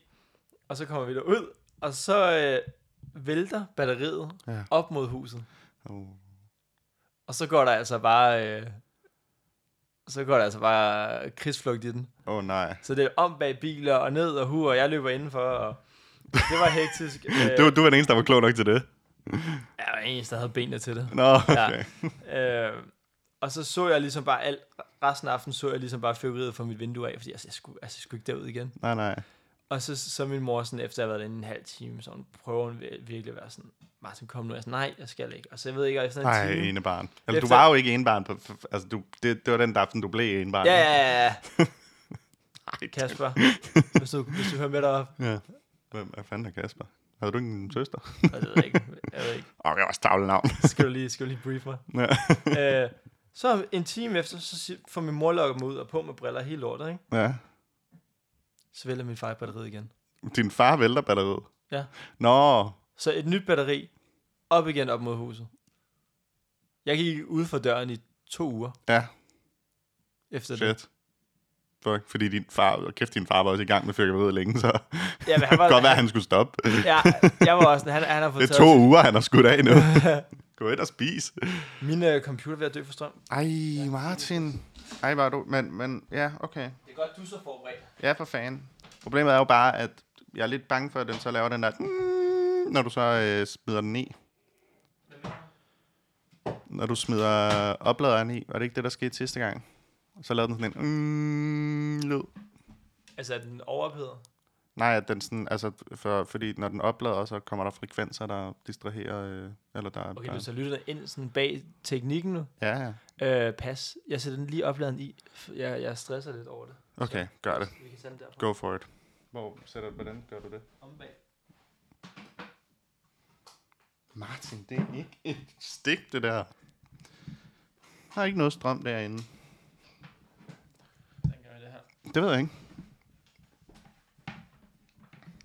Speaker 2: Og så kommer vi derud, og så øh, vælter batteriet
Speaker 1: Ja.
Speaker 2: ja. op mod huset.
Speaker 1: Oh.
Speaker 2: Og så går der altså bare... Øh, så går der altså bare krigsflugt i den.
Speaker 1: oh, nej.
Speaker 2: Så det er om bag biler og ned og hu, og jeg løber indenfor, og det var hektisk. Øh,
Speaker 1: Du, du var den eneste, der var klog nok til det.
Speaker 2: Jeg var den eneste, der havde benene til det.
Speaker 1: Nå, okay.
Speaker 2: Øh, og så så jeg ligesom bare alt, resten af aftenen så jeg ligesom bare fyrværkeriet fra mit vindue af, fordi altså, jeg, skulle, altså, jeg skulle ikke derud igen.
Speaker 1: Nej, nej.
Speaker 2: Og så, så min mor, sådan, efter at have været inde en halv time, så hun prøver hun vir- virkelig at være sådan, Martin, kom nu. Jeg er sådan, nej, jeg skal ikke. Og så jeg ved ikke, og efter en
Speaker 1: Nej,
Speaker 2: time...
Speaker 1: ene barn. Eller, Altså, du
Speaker 2: Efter-
Speaker 1: var jo ikke ene barn. På, altså, du, det, det var den aften, du blev ene barn.
Speaker 2: Ja, ja, ja, ja.
Speaker 1: Ej,
Speaker 2: Kasper, hvis du, hvis du hører med dig op.
Speaker 1: Ja. Hvem hvad fanden er Kasper? Havde du ikke en søster?
Speaker 2: Jeg ved ikke, jeg ved ikke.
Speaker 1: Åh, det var også tavle navn.
Speaker 2: Skal du lige, skal du lige brief mig?
Speaker 1: Ja.
Speaker 2: øh, så en time efter, så si- får min mor lukket mig ud og på med briller helt lortet, ikke?
Speaker 1: ja.
Speaker 2: Så vælger min far i batteriet igen.
Speaker 1: Din far vælter batteriet.
Speaker 2: Ja.
Speaker 1: Nå,
Speaker 2: Så et nyt batteri, op igen op mod huset. Jeg gik ud for døren i to uger
Speaker 1: ja,
Speaker 2: efter det.
Speaker 1: shit. Fuck, fordi din far, og kæft, din far var også i gang med fyrkeriet længe, så det
Speaker 2: Ja,
Speaker 1: kan
Speaker 2: men han var,
Speaker 1: godt være, at
Speaker 2: han,
Speaker 1: han skulle stoppe.
Speaker 2: ja, jeg var også sådan, han, han har fået
Speaker 1: Det er
Speaker 2: taget
Speaker 1: to uger, han har skudt af nu. Gå ind og spis.
Speaker 2: min øh, computer er ved at dø for strøm.
Speaker 1: Ej, Martin. Ej, var du... Men, men ja, okay.
Speaker 2: Det er godt, du er så forberedt.
Speaker 1: Ja, for fanden. Problemet er jo bare, at jeg er lidt bange for, at den så laver den der... "Mm", Når du så øh, smider den i. Når du smider opladeren i. Var det ikke det, der skete sidste gang? Så lavede den sådan en... Mm, lyd.
Speaker 2: Altså, er den overophedet?
Speaker 1: Nej, at den sådan, altså, for, fordi når den oplader, så kommer der frekvenser, der distraherer, øh, eller der...
Speaker 2: Okay,
Speaker 1: der
Speaker 2: du så lytter ind sådan bag teknikken nu.
Speaker 1: Ja, ja.
Speaker 2: Øh, pas. Jeg sætter den lige opladen i. F- Jeg, jeg stresser lidt over det.
Speaker 1: Okay, gør det.
Speaker 2: Vi kan sende den derfra.
Speaker 1: Go for it. Hvor sætter du, hvordan gør du det?
Speaker 2: Om bag.
Speaker 1: Martin, det er ikke et stik, det der. Der er ikke noget strøm derinde.
Speaker 2: Den gør vi det her.
Speaker 1: Det ved jeg ikke.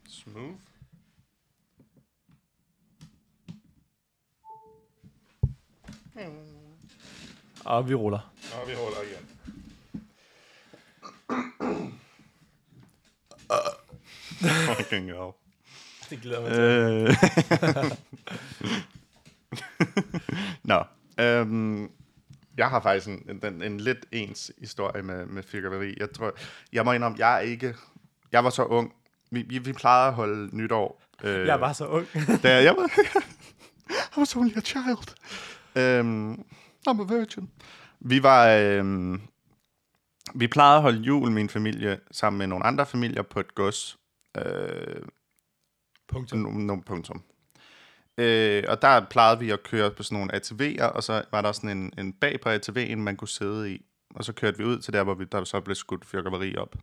Speaker 1: Smooth.
Speaker 2: Og vi ruller.
Speaker 1: Nå, vi Fucking hell.
Speaker 4: Det glæder mig til.
Speaker 1: Øh. Nå. Øhm, jeg har faktisk en, en, en lidt ens historie med, med fyrværkeri. Jeg tror, jeg må indrømme, jeg er ikke... Jeg var så ung. Vi, vi, vi plejede at holde nytår. Øh,
Speaker 2: Jeg var så ung.
Speaker 1: Da jeg, jeg var... I was only a child. Øhm, I'm a virgin. Vi var... Øhm, vi plejede at holde jul, min familie, sammen med nogle andre familier på et gods. Øh,
Speaker 4: Punktum.
Speaker 1: punktum. No, no, punktum. Øh, og der plejede vi at køre på sådan nogle ATV'er, og så var der sådan en, en bag på ATV'en, man kunne sidde i. Og så kørte vi ud til der, hvor vi, der så blev skudt fyrkeri op.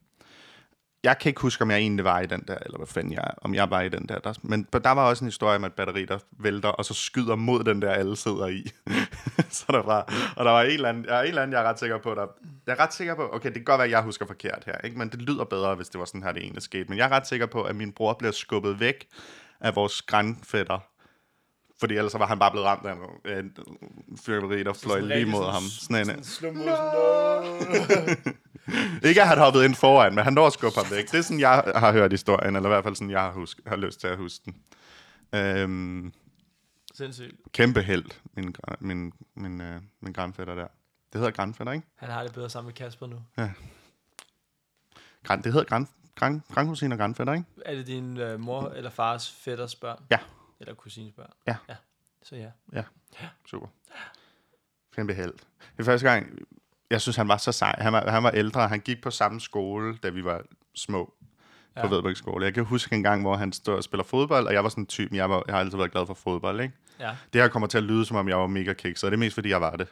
Speaker 1: Jeg kan ikke huske, om jeg egentlig var i den der, eller hvad fanden jeg om jeg var i den der. der men der var også en historie med et batteri, der vælter, og så skyder mod den der, alle sidder i. så der var, og der var en eller, anden, der er en eller anden, jeg er ret sikker på, der... Jeg er ret sikker på, okay, det kan godt være, at jeg husker forkert her, ikke? men det lyder bedre, hvis det var sådan her, det egentlig skete. Men jeg er ret sikker på, at min bror blev skubbet væk af vores grandfætter. Fordi ellers så var han bare blevet ramt af en- af en fyrværkeri, der fløj lige mod ham. Sådan en, ikke at han hoppede ind foran, men han når at skubbe ham væk. Det er sådan, jeg har hørt historien, eller i hvert fald sådan, jeg har, husk, har lyst til at huske den. Øhm,
Speaker 2: Sindssygt.
Speaker 1: kæmpe held, min, gra- min, min, øh, min grandfætter der. Det hedder grandfætter, ikke?
Speaker 2: Han har det bedre sammen med Kasper nu.
Speaker 1: Grand, det hedder grand, grand, grandkusin og grandfætter, ikke?
Speaker 2: Er det din øh, mor eller fars fætters børn?
Speaker 1: Ja.
Speaker 2: Eller kusines børn?
Speaker 1: Ja.
Speaker 2: ja. Så ja.
Speaker 1: Super. Kæmpe held. Det er første gang, jeg synes, han var så sej. Han var, han var ældre, og han gik på samme skole, da vi var små på
Speaker 2: Ja.
Speaker 1: ja. Vedbæk skole. Jeg kan huske en gang, hvor han stod og spiller fodbold, og jeg var sådan en type, jeg, var, jeg har altid været glad for fodbold, ikke?
Speaker 2: Ja.
Speaker 1: Det her kommer til at lyde, som om jeg var mega kikset, og det er mest, fordi jeg var det.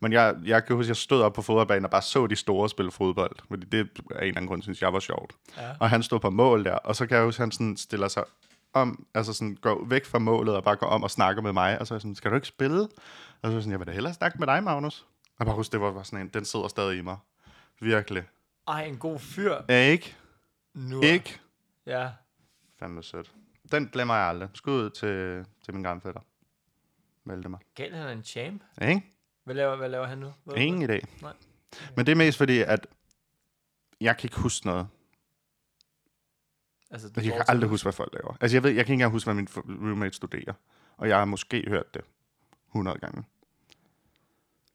Speaker 1: Men jeg, jeg kan huske, at jeg stod op på fodboldbanen og bare så de store spille fodbold, fordi det af en eller anden grund, synes jeg var sjovt.
Speaker 2: Ja.
Speaker 1: Og han stod på mål der, og så kan jeg huske, at han sådan stiller sig om, altså sådan går væk fra målet og bare går om og snakker med mig, og så er jeg sådan, skal du ikke spille? Og så er jeg sådan, jeg vil da hellere snakke med dig, Magnus. Og bare husk, det var bare sådan en, den sidder stadig i mig. Virkelig.
Speaker 2: Ej, en god fyr.
Speaker 1: Ja, ikke?
Speaker 2: Nu.
Speaker 1: Ikke?
Speaker 2: Ja.
Speaker 1: Fandme sødt. Den glemmer jeg aldrig. Skud ud til, til min grandfætter. Vælte mig.
Speaker 2: Galt han er en champ?
Speaker 1: Ikke?
Speaker 2: Hvad laver, hvad laver han nu? Ved du
Speaker 1: Ingen idé.
Speaker 2: Nej.
Speaker 1: Men det er mest fordi, at jeg kan ikke huske noget.
Speaker 2: det? Altså, det
Speaker 1: Jeg kan
Speaker 2: fortsætter.
Speaker 1: aldrig huske, hvad folk laver. Altså, jeg, ved, jeg kan ikke engang huske, hvad min f- roommate studerer. Og jeg har måske hørt det 100 gange.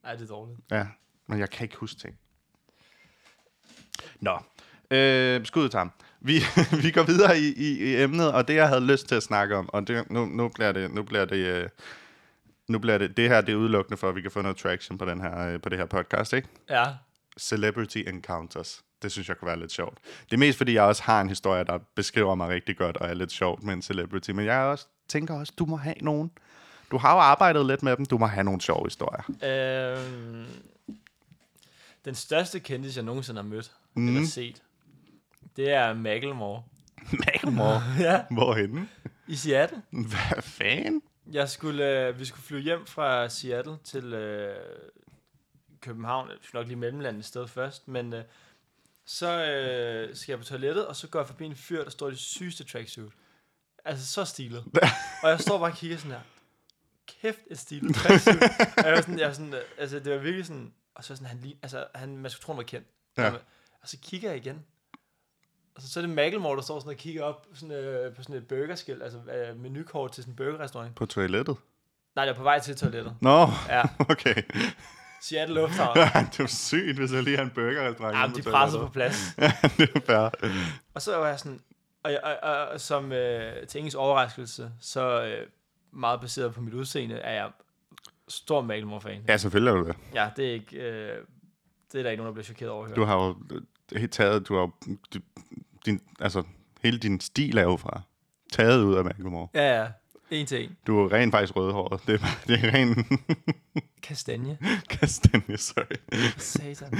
Speaker 2: Ej, det er dårligt.
Speaker 1: Ja, men jeg kan ikke huske ting. Nå, øh, skud til ham. Vi, vi går videre i, i, i emnet, og det, jeg havde lyst til at snakke om, og det, nu, nu bliver det... Nu bliver det øh, nu bliver det, det her det er udelukkende for, at vi kan få noget traction på, den her, øh, på det her podcast, ikke?
Speaker 2: Ja.
Speaker 1: celebrity encounters. Det synes jeg kunne være lidt sjovt. Det er mest, fordi jeg også har en historie, der beskriver mig rigtig godt og er lidt sjovt med en celebrity. Men jeg er også, tænker også, du må have nogen. Du har jo arbejdet lidt med dem. Du må have nogle sjove historier.
Speaker 2: Øhm, den største kendis, jeg nogensinde har mødt, mm. eller set, det er Macklemore.
Speaker 1: Macklemore.
Speaker 2: ja,
Speaker 1: Hvorhenne?
Speaker 2: i Seattle.
Speaker 1: Hvad fanden?
Speaker 2: Jeg skulle, øh, vi skulle flyve hjem fra Seattle til øh, København. Vi skulle nok lige mellemlandet et sted først, men øh, så øh, skal jeg på toilettet, og så går jeg forbi en fyr, der står i det sygeste tracksuit. Altså så stilet. og jeg står bare og kigger sådan her. Kæft et stilet tracksuit. og jeg var sådan, jeg var sådan, øh, altså det var virkelig sådan, og så sådan, han, lign- altså, han, man skulle tro, han var kendt.
Speaker 1: Ja.
Speaker 2: Jamen, Og så kigger jeg igen. Og så, så er det Macklemore, der står sådan og kigger op sådan, øh, på sådan et burgerskilt, altså øh, menukort til sådan en burgerrestaurant.
Speaker 1: På toilettet?
Speaker 2: Nej, det var på vej til toilettet.
Speaker 1: Nå,
Speaker 2: Ja,
Speaker 1: okay.
Speaker 2: Seattle Lufthavn.
Speaker 1: det var sygt, hvis jeg lige har en burgerrestaurant.
Speaker 2: Ja, men de pressede på plads.
Speaker 1: plads. det er fair.
Speaker 2: Og så var jeg sådan, og, jeg, og, og, og som øh, til engelsk overraskelse, så øh, meget baseret på mit udseende, er jeg stor Macklemore-fan.
Speaker 1: Ja, selvfølgelig er du det.
Speaker 2: Ja, det er ikke, øh, det er der ikke nogen, der bliver chokeret over at høre.
Speaker 1: Du har jo øh, taget, du har jo, du- din, altså, hele din stil er jo fra taget ud af Macklemore.
Speaker 2: Ja, ja. En til en.
Speaker 1: Du er rent faktisk rødhåret. Det er, bare- det er ren
Speaker 2: Kastanje.
Speaker 1: kastanje, sorry.
Speaker 2: Satan.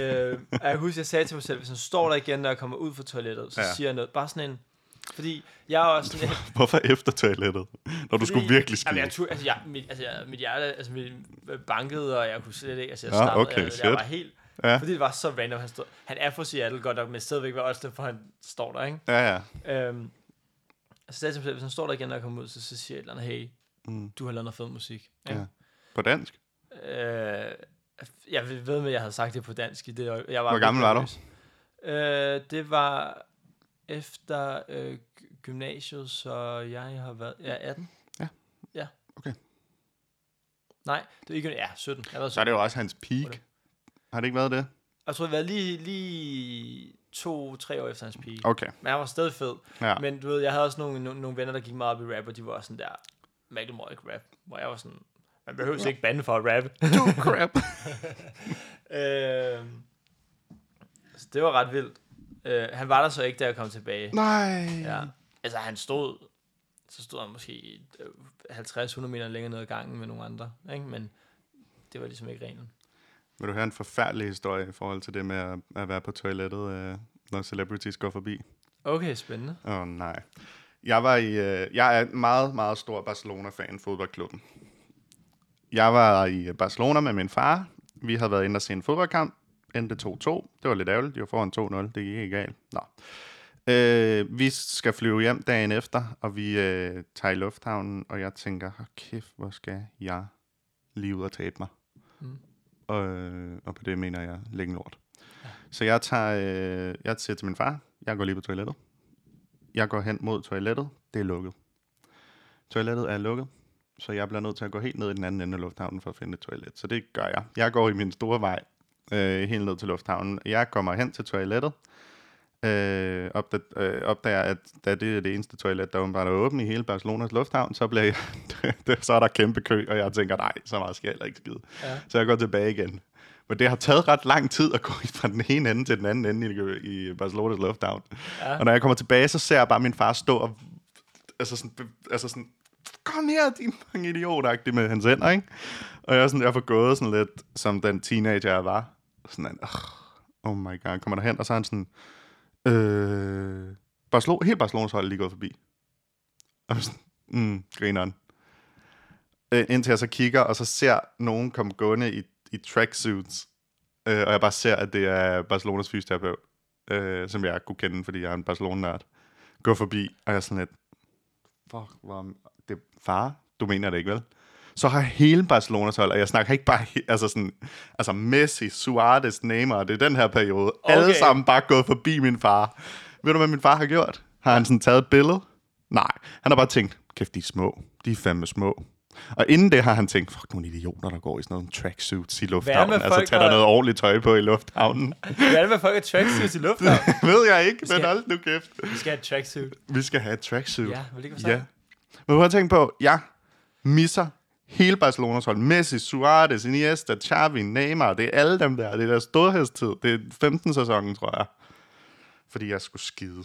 Speaker 2: øh, og jeg husker, jeg sagde til mig selv, hvis han står der igen, når jeg kommer ud fra toilettet, så
Speaker 1: Ja.
Speaker 2: ja. siger jeg noget. Bare sådan en... Fordi jeg er også sådan...
Speaker 1: Hvorfor efter toilettet? Når du skulle virkelig skide.
Speaker 2: Jamen, jeg tog, altså, jeg, mit, altså, jeg, mit hjerte altså, mit, bankede, og jeg kunne slet ikke... Altså, jeg
Speaker 1: Nå,
Speaker 2: ja, stammede,
Speaker 1: Ah, okay,
Speaker 2: jeg,
Speaker 1: shit.
Speaker 2: jeg var helt...
Speaker 1: Ja.
Speaker 2: Ja. Fordi det var så random, han stod... Han er fra Seattle godt nok, men stadigvæk var også derfor, han står der, ikke?
Speaker 1: Ja, ja.
Speaker 2: Øhm, altså, sagde jeg til mig selv, hvis han står der igen, når jeg kommer ud, så, så siger jeg et eller andet, hey,
Speaker 1: Mm.
Speaker 2: du har lavet noget fed musik.
Speaker 1: Ja.
Speaker 2: ikke?
Speaker 1: På dansk?
Speaker 2: Øh, jeg ved med, at jeg havde sagt det på dansk. I det, øje- jeg var
Speaker 1: Hvor gammel var du?
Speaker 2: nervøs. Øh, det var efter øh, gy- gymnasiet, så jeg har været... Ja, 18.
Speaker 1: Ja.
Speaker 2: Ja.
Speaker 1: Okay.
Speaker 2: Nej, det var ikke... Ja, 17. Jeg, var
Speaker 1: Så er
Speaker 2: 17.
Speaker 1: det jo også hans peak. Har det ikke været det?
Speaker 2: jeg tror, det var lige, lige to-tre år efter hans pige.
Speaker 1: Okay.
Speaker 2: Men han var stadig fed.
Speaker 1: Ja.
Speaker 2: Men du ved, jeg havde også nogle, nogle, nogle venner, der gik meget op i rap, og de var også sådan der, Macklemore ikke rap, hvor jeg var sådan, man behøver ja. ikke bande for at rappe.
Speaker 1: Du crap.
Speaker 2: øh, så det var ret vildt. Øh, han var der så ikke, da jeg kom tilbage.
Speaker 1: Nej.
Speaker 2: Ja. Altså han stod, så stod han måske øh, 50-100 meter længere ned ad gangen med nogle andre, ikke? men det var ligesom ikke reglen.
Speaker 1: Vil du høre en forfærdelig historie i forhold til det med at, at være på toilettet, øh, når celebrities går forbi?
Speaker 2: Okay, spændende.
Speaker 1: Åh oh, nej. Jeg, var i, øh, jeg er en meget, meget stor Barcelona-fan fodboldklubben. Jeg var i Barcelona med min far. Vi havde været inde og se en fodboldkamp. Endte 2-2. Det var lidt ærgerligt. De var foran 2-0. Det gik ikke galt. Nå. Øh, vi skal flyve hjem dagen efter, og vi øh, tager i lufthavnen, og jeg tænker, "Hold kæft, hvor skal jeg lige ud og tabe mig?
Speaker 2: Mm.
Speaker 1: Og, øh, og på det mener jeg, lægge lort. Så jeg tager, øh, jeg siger til min far, jeg går lige på toilettet. Jeg går hen mod toilettet. Det er lukket. Toilettet er lukket, så jeg bliver nødt til at gå helt ned i den anden ende af lufthavnen for at finde et toilet. Så det gør jeg. Jeg går i min store vej øh, helt ned til lufthavnen. Jeg kommer hen til toilettet. Øh, opda- øh, opdager, at da det er det eneste toilet, der åbenbart er åbent i hele Barcelonas lufthavn, så, bliver jeg, så er der kæmpe kø, og jeg tænker, nej, så meget skal jeg heller ikke skide.
Speaker 2: Ja.
Speaker 1: Så jeg går tilbage igen. Men det har taget ret lang tid at gå fra den ene ende til den anden ende i, i Barcelonas lufthavn.
Speaker 2: Ja.
Speaker 1: Og når jeg kommer tilbage, så ser jeg bare min far stå og... Altså sådan, be- altså sådan kom her, din mange idiot med hans hænder, ikke? Og jeg er sådan, jeg får gået sådan lidt, som den teenager, jeg var. Sådan, en, "Ugh, oh my god, kommer der hen, og så er han sådan, øh, Barcelona, hele Barcelonas hold er lige gået forbi. Og jeg er sådan, mm, grineren. Øh, indtil jeg så kigger, og så ser nogen komme gående i, i tracksuits, øh, og jeg bare ser, at det er Barcelonas fysioterapeut, øh, som jeg kunne kende, fordi jeg er en Barcelona-nørd, gå forbi, og jeg er sådan lidt, fuck, hvor, det far, du mener det ikke, vel? Så har hele Barcelonas hold, og jeg snakker ikke bare, he- altså sådan, altså Messi, Suarez, Neymar, det er den her periode, okay. alle
Speaker 2: Okay.
Speaker 1: sammen bare gået forbi min far. Ved du, hvad min far har gjort? Har han sådan taget et billede? Nej, han har bare tænkt, kæft, de er små, de er fandme små. Og inden det har han tænkt, fuck, nogle idioter, der går i sådan nogle tracksuits i lufthavnen. Altså,
Speaker 2: folk,
Speaker 1: tag dig
Speaker 2: der-
Speaker 1: noget ordentligt tøj på i lufthavnen.
Speaker 2: Det er det med folk er tracksuits i luften.
Speaker 1: ved jeg ikke, men
Speaker 2: skal-
Speaker 1: hold nu kæft.
Speaker 2: Vi skal have et tracksuit.
Speaker 1: Vi skal have et tracksuit.
Speaker 2: Ja, vil det ikke være
Speaker 1: Ja.
Speaker 2: sådan?
Speaker 1: Men prøv at tænke på, jeg misser hele Barcelonas hold. Messi, Suarez, Iniesta, Xavi, Neymar. Det er alle dem der. Det er deres stådhedstid. Det er 15. sæsonen, tror jeg. Fordi jeg skulle skide.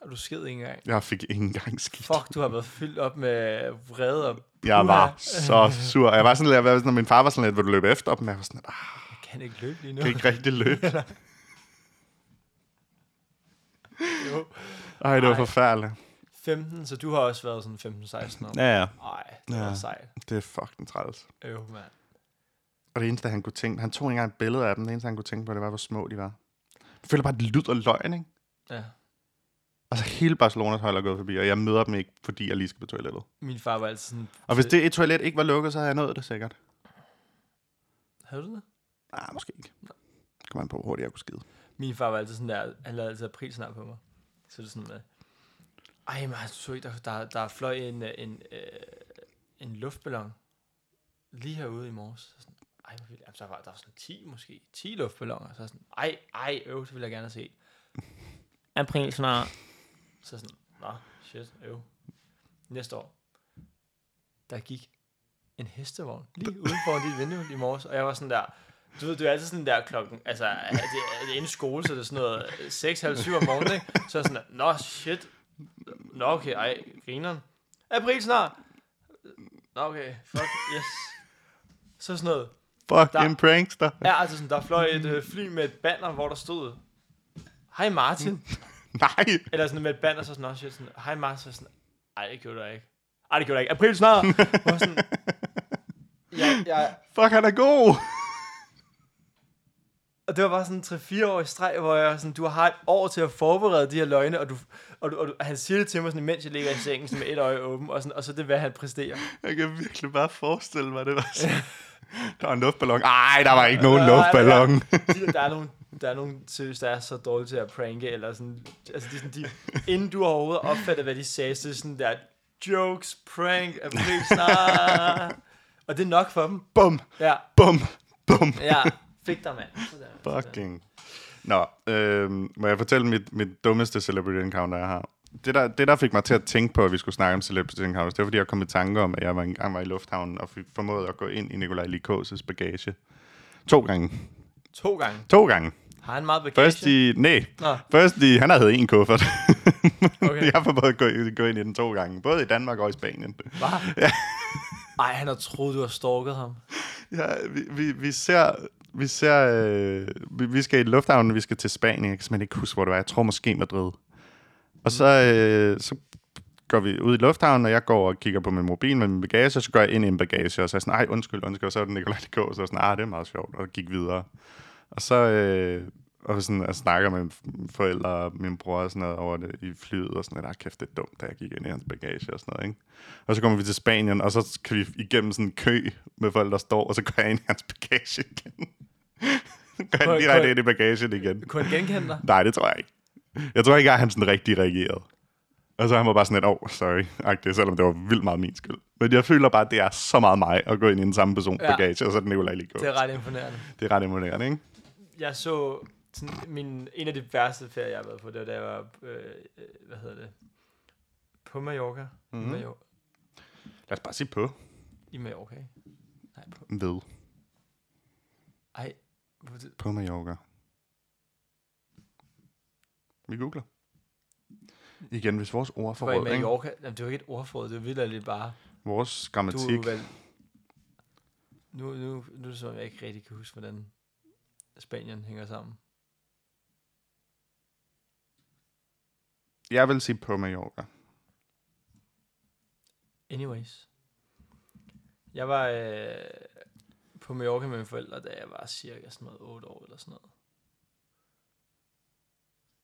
Speaker 2: Og du sked ikke engang.
Speaker 1: Jeg fik ikke engang skidt.
Speaker 2: Fuck, du har været fyldt op med vrede og...
Speaker 1: Jeg var
Speaker 2: Uha,
Speaker 1: så sur. Jeg var sådan lidt, jeg var sådan, når min far var sådan lidt, vil du løbe efter dem? Jeg var sådan, ah,
Speaker 2: Jeg kan ikke løbe lige nu.
Speaker 1: jeg kan ikke rigtig løbe.
Speaker 2: Jo.
Speaker 1: Ej, det var
Speaker 2: Ej.
Speaker 1: forfærdeligt.
Speaker 2: 15, så du har også været sådan 15-16 år.
Speaker 1: Ja, ja.
Speaker 2: Nej, det
Speaker 1: Ja.
Speaker 2: var sejt.
Speaker 1: Det er fucking træls.
Speaker 2: Øv, mand.
Speaker 1: Og det eneste, han kunne tænke... Han tog ikke engang et billede af dem. Det eneste, han kunne tænke på, det var, hvor små de var. Jeg føler bare, at det lyder løgn, ikke?
Speaker 2: Ja.
Speaker 1: Altså, hele Barcelonas hold er gået forbi, og jeg møder dem ikke, fordi jeg lige skal på toilettet.
Speaker 2: Min far var altid sådan...
Speaker 1: Og hvis det et toilet ikke var lukket, så havde jeg nået det sikkert.
Speaker 2: Havde du det?
Speaker 1: Nej, måske ikke. Kom an på, hvor hurtigt jeg kunne skide.
Speaker 2: Min far var altid sådan der... Han lavede altid aprilsnar på mig. Så det er sådan med... Ej, men altså, så ikke, der, der, der fløj en, øh, en, øh, en luftballon lige herude i morges. Så sådan, ej, hvor vildt. Jamen, så var der var sådan 10 måske. 10 luftballoner. Så sådan, ej, ej, øv, det vil jeg gerne se. Aprilsnar. Så sådan, nå, shit, øv. Næste år, der gik en hestevogn lige uden for dit vindue i morges, og jeg var sådan der, du ved, det er altid sådan der klokken, altså, er det, er det inden skole, så er det sådan noget 6.30 om morgenen, ikke? Så er jeg sådan der, nå, shit, nå, okay, ej, grineren. April snart. Nå, okay, fuck, yes. Så sådan noget,
Speaker 1: Fuck,
Speaker 2: Der-
Speaker 1: en prankster.
Speaker 2: ja, altså sådan, der fløj et øh, fly med et banner, hvor der stod, hej Martin.
Speaker 1: Nej,
Speaker 2: Eller sådan med et band, og så sådan også shit, sådan, hej Mars, og sådan, ej, det gjorde jeg ikke. Ej, det gjorde jeg ikke. April snart! Og sådan, jeg, jeg,
Speaker 1: fuck, han er god.
Speaker 2: og det var bare sådan 3-4 år i streg, hvor jeg var sådan, du har et år til at forberede de her løgne, og, du, og, du, og du, han siger det til mig, sådan, mens jeg ligger i sengen sådan, med et øje åben, og, sådan, og så er det, hvad han præsterer.
Speaker 1: Jeg kan virkelig bare forestille mig, det var sådan. Der var en luftballon. Ej, der var ikke nogen
Speaker 2: Nej, der-
Speaker 1: luftballon.
Speaker 2: De, der er nogle der er nogen, seriøst, der er så dårlige til at pranke, eller sådan, altså de, er sådan, de, inden du overhovedet opfatter, hvad de sagde, så er det sådan der, jokes, prank, er please, ah. og det er nok for dem.
Speaker 1: Bum,
Speaker 2: Ja,
Speaker 1: bum, bum.
Speaker 2: ja, fik dig, mand. Sådan, sådan.
Speaker 1: Fucking. Nå, øh, må jeg fortælle mit, mit dummeste celebrity encounter, jeg har? Det der, det, der fik mig til at tænke på, at vi skulle snakke om celebrity encounters, det var, fordi jeg kom i tanke om, at jeg var engang var i lufthavnen og fik formået at gå ind i Nikolaj Likås' bagage. To gange.
Speaker 2: To gange.
Speaker 1: To gange.
Speaker 2: Har han meget bagage?
Speaker 1: Først i... Nej.
Speaker 2: Nå,
Speaker 1: Først i... Han havde en kuffert.
Speaker 2: Okay.
Speaker 1: Okay. jeg har formået at gå, gå ind i den to gange. Både i Danmark og i Spanien.
Speaker 2: var Ej, han har troet, du har stalket ham.
Speaker 1: Ja, vi, vi, vi ser... Vi ser... Øh, vi, vi skal i lufthavnen, vi skal til Spanien. Jeg kan simpelthen ikke huske, hvor det var. Jeg tror måske Madrid. Og så, øh, så går vi ud i lufthavnen, og jeg går og kigger på min mobil med min bagage, og så går jeg ind i en bagage, og så er jeg sådan, nej, undskyld, undskyld, og så er det Nicolai K., og så er jeg sådan, ah, det er meget sjovt, og gik videre. Og så øh, og sådan, jeg snakker med mine forældre og min bror og sådan noget over det i flyet, og sådan, ah, kæft, det er dumt, da jeg gik ind i hans bagage og sådan noget, ikke? Og så kommer vi til Spanien, og så kan vi igennem sådan en kø med folk, der står, og så går jeg ind i hans bagage igen. går
Speaker 2: Prøv-
Speaker 1: han direkte
Speaker 2: prøv-
Speaker 1: ind i bagagen igen.
Speaker 2: Kunne han genkende dig?
Speaker 1: Nej, det tror jeg ikke. Jeg tror ikke, at han sådan rigtig reagerede. Og så han var bare sådan lidt, åh, oh, sorry, agtig, selvom det var vildt meget min skyld. Men jeg føler bare, at det er så meget mig at gå ind i den samme person
Speaker 2: Ja.
Speaker 1: ja. bagage, og så er det Nicolai lige
Speaker 2: Det er ret imponerende.
Speaker 1: det er ret imponerende, ikke?
Speaker 2: Jeg så sådan, min, en af de værste ferier, jeg har været på, det var da jeg var, øh, øh, hvad hedder det, på Mallorca. Mm-hmm.
Speaker 1: Mhm.
Speaker 2: Major-
Speaker 1: Lad os bare sige på.
Speaker 2: I Mallorca, ikke? Nej, på,
Speaker 1: Ved.
Speaker 2: ej, på det,
Speaker 1: På Mallorca. Vi googler. Igen, hvis vores
Speaker 2: det var i
Speaker 1: ordforråd, ikke?
Speaker 2: Mallorca. Jamen, det var ikke et ordforråd, det var vildt lidt bare,
Speaker 1: Vores
Speaker 2: du er
Speaker 1: grammatik.
Speaker 2: jo vel, nu, nu, nu er det som om, jeg ikke rigtig kan huske, hvordan Spanien hænger sammen.
Speaker 1: Jeg vil sige på Mallorca.
Speaker 2: Anyways. Jeg var øh, på Mallorca med mine forældre, da jeg var cirka sådan noget 8 år eller sådan noget.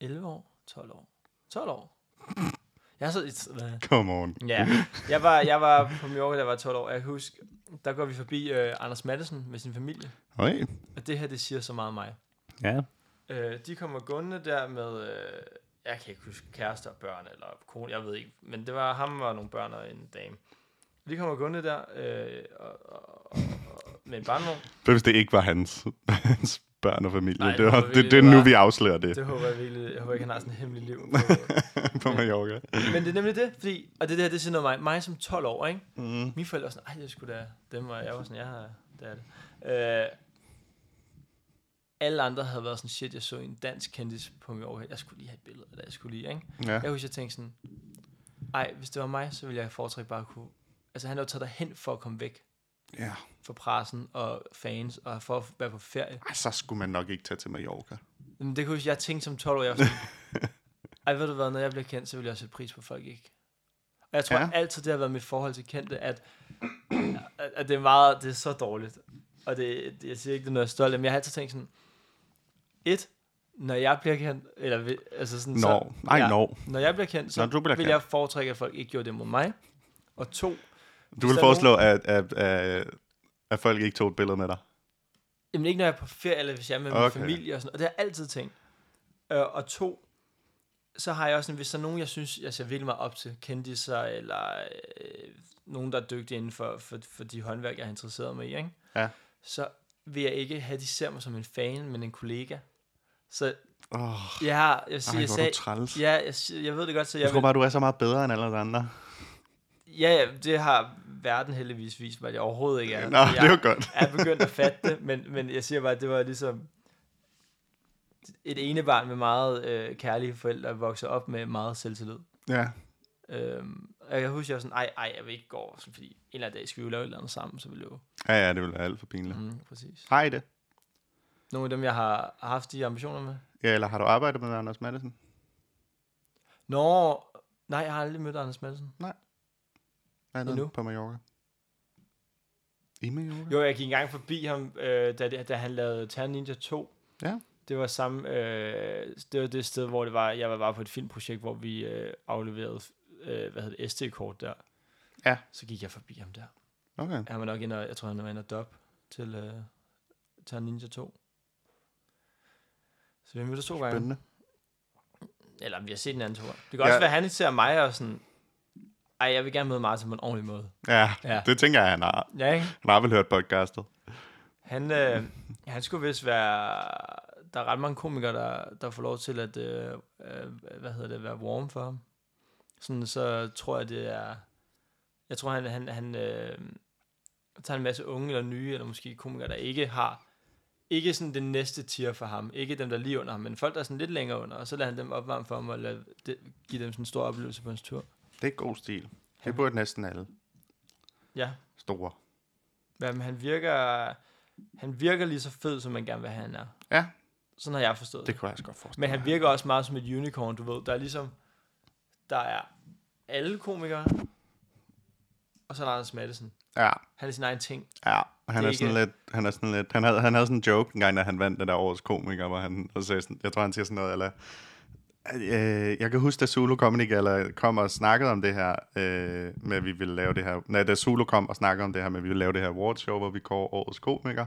Speaker 2: 11 år? 12 år? 12 år. Jeg har så et...
Speaker 1: Come on.
Speaker 2: Ja, jeg var, jeg var på Mallorca, da jeg var 12 år. Jeg kan huske, der går vi forbi øh, Anders Madsen med sin familie.
Speaker 1: Hey.
Speaker 2: Og det her, det siger så meget om mig.
Speaker 1: Ja.
Speaker 2: Øh, de kommer gående der med, øh, jeg kan ikke huske, kærester og børn eller kone, jeg ved ikke, men det var ham og nogle børn og en dame. De kommer gående der øh, og, og, og, og, med en barnevogn.
Speaker 1: Hvad hvis det ikke var hans, hans børn og familie?
Speaker 2: Nej,
Speaker 1: Nej, det,
Speaker 2: det
Speaker 1: var,
Speaker 2: var
Speaker 1: det,
Speaker 2: virkelig
Speaker 1: det, er nu,
Speaker 2: bare-
Speaker 1: vi afslører det,
Speaker 2: Det håber jeg virkelig, jeg håber ikke, han har sådan et hemmeligt liv.
Speaker 1: på Mallorca.
Speaker 2: men det er nemlig det, fordi, og det der, det siger noget om mig, mig som 12 år, ikke?
Speaker 1: Mm.
Speaker 2: Mine forældre var sådan, ej, det skulle da dem, og jeg var sådan, ja, det er det. Øh, alle andre havde været sådan, shit, jeg så en dansk kendis på Mallorca, jeg skulle lige have et billede, eller jeg skulle lige, ikke?
Speaker 1: Ja.
Speaker 2: Jeg husker, jeg tænkte sådan, ej, hvis det var mig, så ville jeg foretrække bare at kunne... Altså, han har jo taget derhen for at komme væk
Speaker 1: ja.
Speaker 2: fra pressen og fans, og for at være på ferie.
Speaker 1: Ej, så skulle man nok ikke tage til Mallorca.
Speaker 2: Men det kunne jeg huske, jeg tænkte som 12 år, jeg var sådan, ej, ved du hvad, når jeg bliver kendt, så vil jeg sætte pris på folk, ikke? Og jeg tror ja.
Speaker 1: Ja.
Speaker 2: altid, det har været mit forhold til kendte, at, at- at det er meget, det er så dårligt. Og det, det jeg siger ikke, det er noget jeg er stolt af, men jeg har altid tænkt sådan, et, når jeg bliver kendt, eller ved- altså sådan, så,
Speaker 1: Nå, nej,
Speaker 2: ja.
Speaker 1: ja. nå.
Speaker 2: når jeg bliver kendt, så
Speaker 1: Når du bliver
Speaker 2: vil
Speaker 1: kendt.
Speaker 2: jeg foretrække, at folk ikke gjorde det mod mig. Og to,
Speaker 1: Du vil
Speaker 2: der er
Speaker 1: foreslå, at, at, at, at folk ikke tog et billede med dig.
Speaker 2: jamen ikke når jeg er på ferie, eller hvis jeg er med
Speaker 1: Okay.
Speaker 2: min familie og sådan Og det har jeg altid tænkt. Øh, og to, så har jeg også sådan, hvis der er nogen, jeg synes, jeg ser virkelig meget op til, kendiser, eller øh, nogen, der er dygtige inden for, for, for de håndværk, jeg er interesseret mig i, ikke?
Speaker 1: Ja.
Speaker 2: så vil jeg ikke have, at de ser mig som en fan, men en kollega. Så
Speaker 1: Åh, oh,
Speaker 2: jeg har, jeg, vil sige,
Speaker 1: ej,
Speaker 2: jeg
Speaker 1: hvor er
Speaker 2: sagde,
Speaker 1: du træls. Jeg,
Speaker 2: ja, jeg, siger- jeg ved det godt, så jeg,
Speaker 1: jeg tror bare, du er så meget bedre end alle os andre.
Speaker 2: ja, ja, det har verden heldigvis vist mig, at jeg overhovedet ikke er.
Speaker 1: Nå,
Speaker 2: altså, jeg,
Speaker 1: det er jo godt.
Speaker 2: er begyndt at fatte det, men, men jeg siger bare, at det var ligesom et ene barn med meget øh, kærlige forældre vokser op med meget selvtillid.
Speaker 1: Ja.
Speaker 2: Øhm, og jeg kan huske, at jeg var sådan, ej, ej, jeg vil ikke gå over, sådan, fordi en eller anden dag skal vi jo lave et eller andet sammen, så vi løber.
Speaker 1: Ja, ja, det vil være alt for
Speaker 2: Ja.
Speaker 1: pinligt.
Speaker 2: Mm, præcis.
Speaker 1: Har I det?
Speaker 2: Nogle af dem, jeg har haft de ambitioner med.
Speaker 1: Ja, eller har du arbejdet med Anders Madsen?
Speaker 2: Nå, nej, jeg har aldrig mødt Anders Madsen.
Speaker 1: Nej,
Speaker 2: Endnu.
Speaker 1: på Mallorca. I Mallorca?
Speaker 2: Jo, jeg gik engang forbi ham, øh, da, det- da han lavede Terra Ninja 2.
Speaker 1: Ja.
Speaker 2: Det var samme, øh, det var det sted, hvor det var, jeg var bare på et filmprojekt, hvor vi øh, afleverede, øh, hvad hedder det, SD-kort der.
Speaker 1: Ja.
Speaker 2: Så gik jeg forbi ham der.
Speaker 1: Okay.
Speaker 2: Han var nok inde, og- jeg tror, han var inde og dub til øh, Terra Ninja 2. Så vi mødtes to gange.
Speaker 1: Spændende.
Speaker 2: Eller vi har set en anden to gange. Det kan også
Speaker 1: Ja.
Speaker 2: være, at han ser mig og sådan, ej, jeg vil gerne møde Martin på en ordentlig måde.
Speaker 1: Ja,
Speaker 4: Ja.
Speaker 1: ja, det tænker jeg, han har.
Speaker 2: Ja, ikke?
Speaker 1: Han har vel hørt podcastet.
Speaker 2: Han, øh, han skulle vist være... Der er ret mange komikere, der, der får lov til at øh, øh, hvad hedder det, være warm for ham. Sådan, så tror jeg, det er... Jeg tror, han, han, han øh, tager en masse unge eller nye, eller måske komikere, der ikke har... Ikke sådan den næste tier for ham. Ikke dem, der er lige under ham, men folk, der er sådan lidt længere under. Og så lader han dem opvarme for ham, og lader det, give dem sådan en stor oplevelse på hans tur.
Speaker 1: Det er god stil.
Speaker 2: Ja.
Speaker 1: Det burde næsten alle
Speaker 2: Ja,
Speaker 1: store.
Speaker 2: men han virker... Han virker lige så fed, som man gerne vil have, han er.
Speaker 1: Ja.
Speaker 2: Sådan har jeg forstået
Speaker 1: Det kunne jeg også godt forestille
Speaker 2: Men han virker også meget som et unicorn, du ved. Der er ligesom, der er alle komikere, og så er der Anders Madsen.
Speaker 1: Ja,
Speaker 2: Han er sin egen ting.
Speaker 1: ja. Han er,
Speaker 2: Det er
Speaker 1: sådan
Speaker 2: ikke-
Speaker 1: lidt, han er sådan lidt, han havde, han havde sådan en joke en gang, da han vandt det der årets komiker, hvor han, og sagde sådan, jeg tror, han siger sådan noget, eller, øh, jeg kan huske, da Zulu Comedy eller kom og snakkede om det her, øh, med at vi ville lave det her, nej, da Zulu kom og snakkede om det her, med at vi ville lave det her awards show, hvor vi går årets komiker,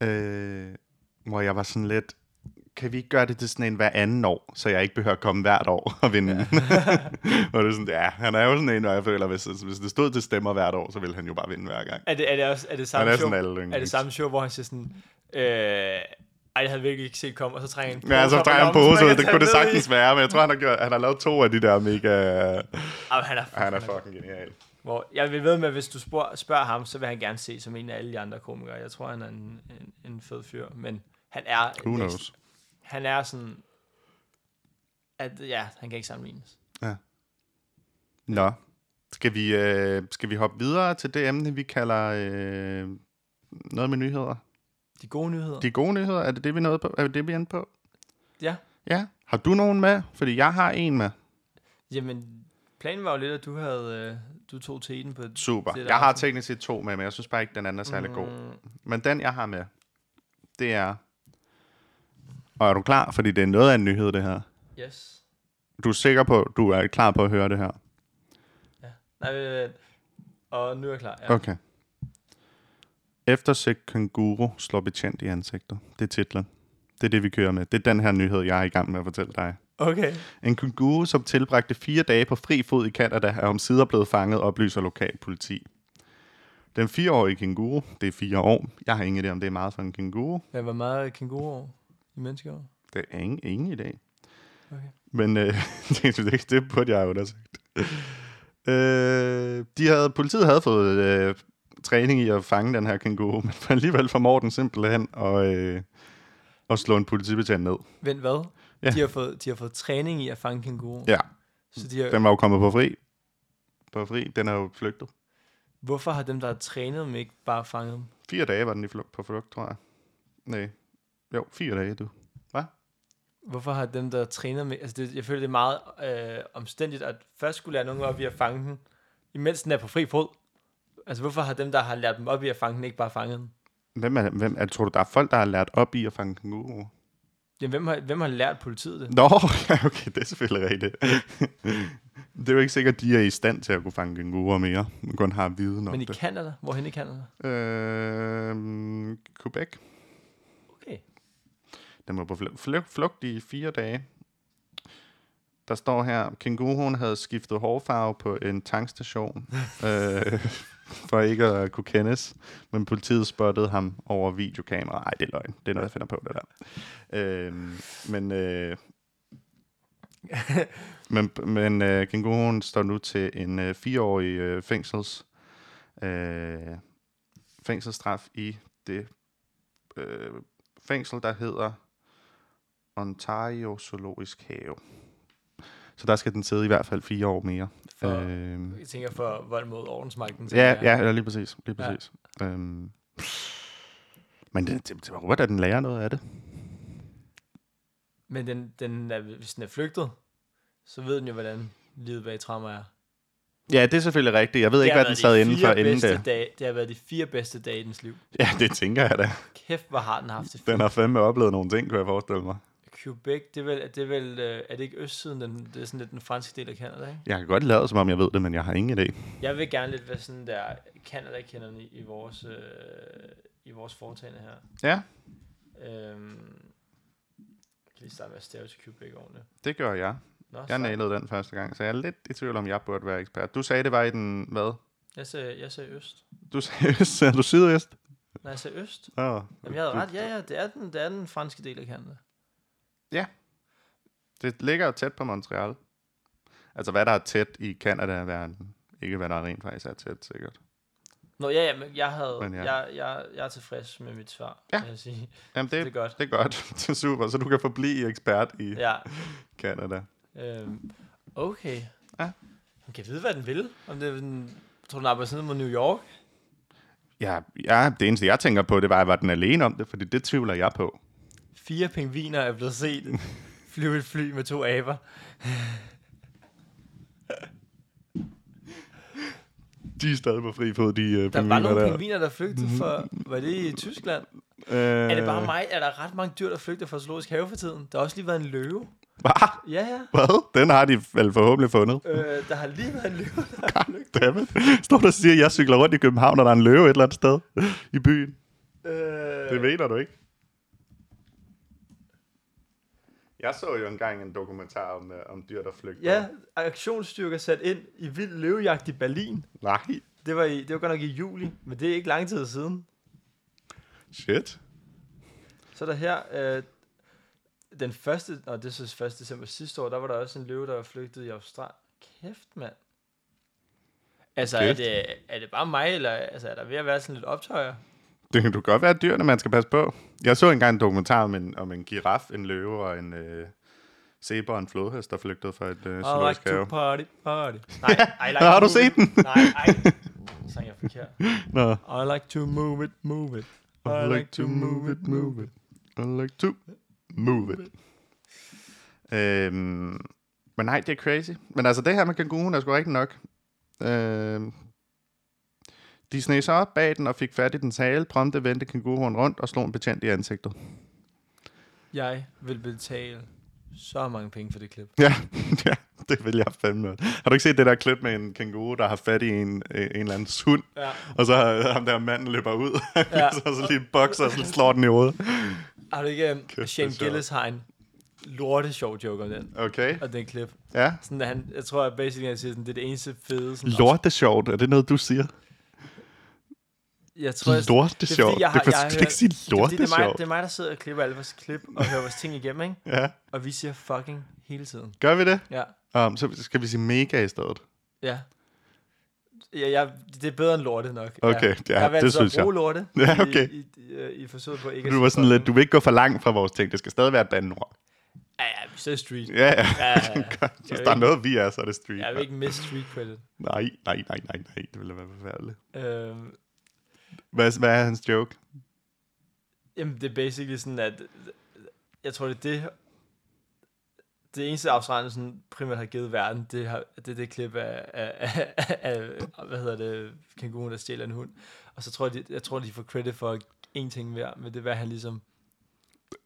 Speaker 1: øh, hvor jeg var sådan lidt, kan vi ikke gøre det til sådan en hver anden år, så jeg ikke behøver at komme hvert år og vinde? Ja. og det er sådan, ja, han er jo sådan en, og jeg føler, hvis, hvis det stod til stemmer hvert år, så ville han jo bare vinde hver gang.
Speaker 2: Er det, er det, også, er det
Speaker 1: Han
Speaker 2: samme
Speaker 1: er
Speaker 2: show?
Speaker 1: sådan alle
Speaker 2: Er det
Speaker 1: yndlings.
Speaker 2: samme show, hvor han siger sådan, øh, ej, det havde jeg virkelig ikke set komme, og så trænger han en
Speaker 1: Ja, altså,
Speaker 2: op
Speaker 1: trækker han
Speaker 2: i lommen,
Speaker 1: pose
Speaker 2: så man
Speaker 1: ud,
Speaker 2: kan
Speaker 1: det
Speaker 2: tage
Speaker 1: kunne det
Speaker 2: den ned i.
Speaker 1: sagtens være, men jeg tror, han har, gjort, han har lavet to af de der mega...
Speaker 2: Ej, men han er,
Speaker 1: Han er fucking genial.
Speaker 2: Hvor, jeg vil ved med, at hvis du spørger, spørger ham, så vil han gerne se som en af alle de andre komikere. Jeg tror, han er en, en, en fed fyr, men han er...
Speaker 1: Who
Speaker 2: en
Speaker 1: knows?
Speaker 2: han er sådan, at ja, han kan ikke sammenlignes.
Speaker 1: Nå, skal vi, øh, skal vi hoppe videre til det emne, vi kalder øh, noget med nyheder?
Speaker 2: De gode nyheder.
Speaker 1: De gode nyheder, er det det, vi nåede på? Er det det, vi endte på?
Speaker 2: Ja.
Speaker 1: Ja. Har du nogen med? Fordi jeg har en med.
Speaker 2: Jamen, planen var jo lidt, at du havde, øh, du tog teten på... Det
Speaker 1: Super.
Speaker 2: Det er Mm. der
Speaker 1: Jeg har
Speaker 2: også.
Speaker 1: teknisk set to med, men jeg synes bare ikke, den anden er særlig god. Men den, jeg har med, det er... Og er du klar? Fordi det er noget af en nyhed, det her.
Speaker 2: Yes.
Speaker 1: Du er sikker på, du er klar på at høre det her?
Speaker 2: Nej, øh, og nu er jeg klar. Ja.
Speaker 1: Okay. Eftersøgt kanguru slår betjent i ansigtet. Det er titlen. Det er det, vi kører med. Det er den her nyhed, jeg er i gang med at fortælle dig.
Speaker 2: okay.
Speaker 1: En kanguru, som tilbragte fire dage på fri fod i Kanada, er omsider blevet fanget, oplyser lokal politi. Den fireårige kanguru, det er fire år. Jeg har ingen idé, om det er meget for en kanguru.
Speaker 2: Ja, hvor meget kænguruer i menneskeår?
Speaker 1: Det er ingen, ingen idé.
Speaker 2: Okay.
Speaker 1: Men øh, det, det, det burde jeg have undersøgt. Øh, de havde, politiet havde fået øh, træning i at fange den her kænguru, men alligevel formår den simpelthen at, øh, at slå en politibetjent ned.
Speaker 2: Vent, hvad?
Speaker 1: Ja.
Speaker 2: De, har fået, de har fået træning i at fange kænguruer.
Speaker 1: Ja.
Speaker 2: Så de har,
Speaker 1: Den var jo kommet på fri. På fri. Den er jo flygtet.
Speaker 2: hvorfor har dem, der har trænet dem, ikke bare fanget dem?
Speaker 1: Fire dage var den i flugt, på flugt, tror jeg. Nej. Jo, fire dage, du.
Speaker 2: Hvorfor har dem, der træner med... Altså, det, jeg føler, det er meget øh, omstændigt, at først skulle lære nogen op i at fange den, imens den er på fri fod. Altså, hvorfor har dem, der har lært dem op i at fange den, ikke bare fanget den?
Speaker 1: Hvem er, hvem er, tror du, der er folk, der har lært op i at fange kænguruer?
Speaker 2: Jamen, hvem har, hvem har lært politiet det?
Speaker 1: Nå, ja, okay, det er selvfølgelig rigtigt. det er jo ikke sikkert, at de er i stand til at kunne fange kænguruer mere. Man kun har viden om
Speaker 2: Men i
Speaker 1: det.
Speaker 2: Canada? Hvorhen i Canada?
Speaker 1: Øh, Quebec.
Speaker 2: Okay.
Speaker 1: Den var på fl- fl- flugt i fire dage. Der står her, kænguruen havde skiftet hårfarve på en tankstation, øh, for ikke at kunne kendes, men politiet spottede ham over videokamera. Ej, det er løgn. Det er noget, jeg finder på, det der. Øh, men øh, men, men øh, kænguruen står nu til en øh, fireårig øh, fængsels, øh, fængselsstraf i det øh, fængsel, der hedder Ontario Zoologisk Have. Så der skal den sidde i hvert fald fire år mere.
Speaker 2: For, øh,
Speaker 1: Øhm,
Speaker 2: jeg tænker for vold mod ordensmagten. tænker
Speaker 1: ja,
Speaker 2: jeg.
Speaker 1: ja, ja, lige præcis. Lige
Speaker 2: Ja.
Speaker 1: præcis. Ja. Øhm, men det, det, det var godt, at den lærer noget af det.
Speaker 2: Men den, den er, hvis den er flygtet, så ved den jo, hvordan livet bag trammer er.
Speaker 1: Ja, det er selvfølgelig rigtigt. Jeg ved
Speaker 2: Det
Speaker 1: ikke, hvad
Speaker 2: har
Speaker 1: den
Speaker 2: været
Speaker 1: sad
Speaker 2: de
Speaker 1: inden for
Speaker 2: fire
Speaker 1: inden
Speaker 2: bedste
Speaker 1: det.
Speaker 2: Dage, det har været de fire bedste dage i dens liv.
Speaker 1: Ja, det tænker jeg da.
Speaker 2: Kæft, hvor har den haft det
Speaker 1: Den har fandme oplevet nogle ting, kunne jeg forestille mig.
Speaker 2: Quebec, det er vel, det er, vel, øh, er det ikke østsiden, den, det er sådan lidt den franske del af Canada, ikke?
Speaker 1: Jeg kan godt lade, som om jeg ved det, men jeg har ingen idé.
Speaker 2: Jeg vil gerne lidt være sådan der Canada-kenderne i, i vores, øh, i vores foretagende her.
Speaker 1: Ja.
Speaker 2: Øhm, kan lige starte med at stave til Cube begge årene.
Speaker 1: Det gør jeg.
Speaker 2: Nå,
Speaker 1: Jeg
Speaker 2: sejt.
Speaker 1: nailede den første gang, så jeg er lidt i tvivl om, jeg burde være ekspert. Du sagde, det var i den, hvad?
Speaker 2: Jeg sagde, jeg sagde øst.
Speaker 1: Du sagde, sagde du sydøst?
Speaker 2: Nej, jeg sagde øst.
Speaker 1: Oh,
Speaker 2: Jamen, jeg havde ret. Ja, ja, det er den, det er den franske del af Kanada.
Speaker 1: Det ligger jo tæt på Montreal. Altså, hvad der er tæt i Canada er verden. Ikke hvad der rent faktisk er tæt, sikkert.
Speaker 2: Nå, ja, ja, men jeg, havde,
Speaker 1: Men ja.
Speaker 2: Jeg, jeg, jeg er tilfreds med mit svar,
Speaker 1: Ja.
Speaker 2: kan jeg sige.
Speaker 1: Jamen,
Speaker 2: Det,
Speaker 1: det,
Speaker 2: det er godt.
Speaker 1: det er godt. det er super. Så du kan forblive ekspert i ja.
Speaker 2: Ja,
Speaker 1: Canada.
Speaker 2: øhm, okay.
Speaker 1: Ja.
Speaker 2: Man kan vide, hvad den vil. Om det er den, tror, den arbejder sådan mod New York.
Speaker 1: Ja, ja, det eneste, jeg tænker på, det var, var den alene om det, fordi det tvivler jeg på.
Speaker 2: Fire pingviner er blevet set flyve et fly med to aber.
Speaker 1: De er stadig på fri fod, de uh,
Speaker 2: Der var nogle pingviner, der flygtede fra... Var det i Tyskland?
Speaker 1: Øh,
Speaker 2: Er det bare mig? Er der ret mange dyr, der flygter fra zoologisk have for tiden? Der har også lige været en løve.
Speaker 1: Hvad?
Speaker 2: Ja, ja.
Speaker 1: Hvad? Den har de vel forhåbentlig fundet.
Speaker 2: Øh, der har lige været en løve.
Speaker 1: Dammit. Står der og siger, at jeg cykler rundt i København, og der er en løve et eller andet sted i byen.
Speaker 2: Øh,
Speaker 1: Det mener du ikke. Jeg så jo engang en dokumentar om, øh, om dyr, der flygter.
Speaker 2: ja, aktionsstyrker sat ind i vild løvejagt i Berlin.
Speaker 1: Nej.
Speaker 2: Det var, i, det var godt nok i juli, men det er ikke lang tid siden.
Speaker 1: Shit.
Speaker 2: Så er der her, øh, den første, og det er så 1. december sidste år, der var der også en løve, der var flygtet i Australien. Kæft, mand. Altså, er
Speaker 1: Kæft.
Speaker 2: det, er det bare mig, eller altså, er der ved at være sådan lidt optøjer?
Speaker 1: Det kan du godt være dyrene, man skal passe på. Jeg så engang en dokumentar om en, om en giraf, en løve og en øh, zebra og en flodhest, der flygtede fra et øh,
Speaker 2: I like
Speaker 1: zoologisk
Speaker 2: to
Speaker 1: have.
Speaker 2: party, party. Nej, I like
Speaker 1: Har
Speaker 2: to
Speaker 1: du
Speaker 2: move
Speaker 1: set
Speaker 2: it.
Speaker 1: den?
Speaker 2: Nej, ej. Så sang jeg forkert.
Speaker 1: Nå.
Speaker 2: I like to move it, move it.
Speaker 1: I like to move it, move it. I like to move it. Øhm, men nej, det er crazy. Men altså, det her med kanguruen er sgu rigtigt nok. Øhm, de sneg sig op bag den og fik fat i den hale, prompte vendte kanguruen rundt og slog en betjent i ansigtet.
Speaker 2: Jeg vil betale så mange penge for det klip.
Speaker 1: Ja, ja det vil jeg fandme. også. Har du ikke set det der klip med en kanguru, der har fat i en, øh, en eller anden hund,
Speaker 2: Ja.
Speaker 1: og så har ham der manden løber ud,
Speaker 2: Ja.
Speaker 1: ja. og så lige bokser og så slår den i hovedet.
Speaker 2: Har du ikke, um,
Speaker 1: det er
Speaker 2: Shane
Speaker 1: sjovt.
Speaker 2: Gillis har en lorte sjov joke om den,
Speaker 1: Okay,
Speaker 2: og den klip.
Speaker 1: ja.
Speaker 2: Sådan, at han, jeg tror, at basically han siger, sådan, det er det eneste fede. Sådan,
Speaker 1: Lortesjovt, er det noget, du siger?
Speaker 2: Jeg tror, jeg,
Speaker 1: Lorte
Speaker 2: det er
Speaker 1: sjov.
Speaker 2: fordi, jeg
Speaker 1: Du
Speaker 2: har-
Speaker 1: kan
Speaker 2: jeg har
Speaker 1: slet ikke sige
Speaker 2: det, er fordi,
Speaker 1: lorte
Speaker 2: det, er mig,
Speaker 1: sjov.
Speaker 2: det er mig, der sidder og klipper alle vores klip og hører vores ting igennem, ikke?
Speaker 1: Ja,
Speaker 2: Og vi siger fucking hele tiden.
Speaker 1: gør vi det?
Speaker 2: Ja.
Speaker 1: Um, så skal vi sige mega i stedet.
Speaker 2: Ja. Ja, jeg, det er bedre end lorte nok.
Speaker 1: Okay, ja,
Speaker 2: jeg altså valgte
Speaker 1: det
Speaker 2: så at
Speaker 1: synes jeg.
Speaker 2: bruge lorte
Speaker 1: Ja, okay.
Speaker 2: i, i, i, i forsøget på ikke
Speaker 1: Du var
Speaker 2: sige
Speaker 1: sådan lidt,
Speaker 2: fucking.
Speaker 1: du vil ikke gå for langt fra vores ting. Det skal stadig være et bandeord.
Speaker 2: Ja, ja, vi siger street.
Speaker 1: Ja, ja.
Speaker 2: Ja, ja, ja.
Speaker 1: Godt. Hvis der er noget, vi er, så er det street.
Speaker 2: Jeg vil ikke miste street credit.
Speaker 1: Nej, nej, nej, nej, nej. Det ville da være forfærdeligt.
Speaker 2: Øhm,
Speaker 1: Hvad, hvad er hans joke?
Speaker 2: jamen, det er basically sådan, at jeg tror, det er det, det eneste Australien sådan primært har givet verden, det, har, det er det klip af, af, af, af, hvad hedder det, kænguruen, der stjæler en hund. Og så tror jeg, de, jeg tror, de får credit for en ting mere, men det var han ligesom...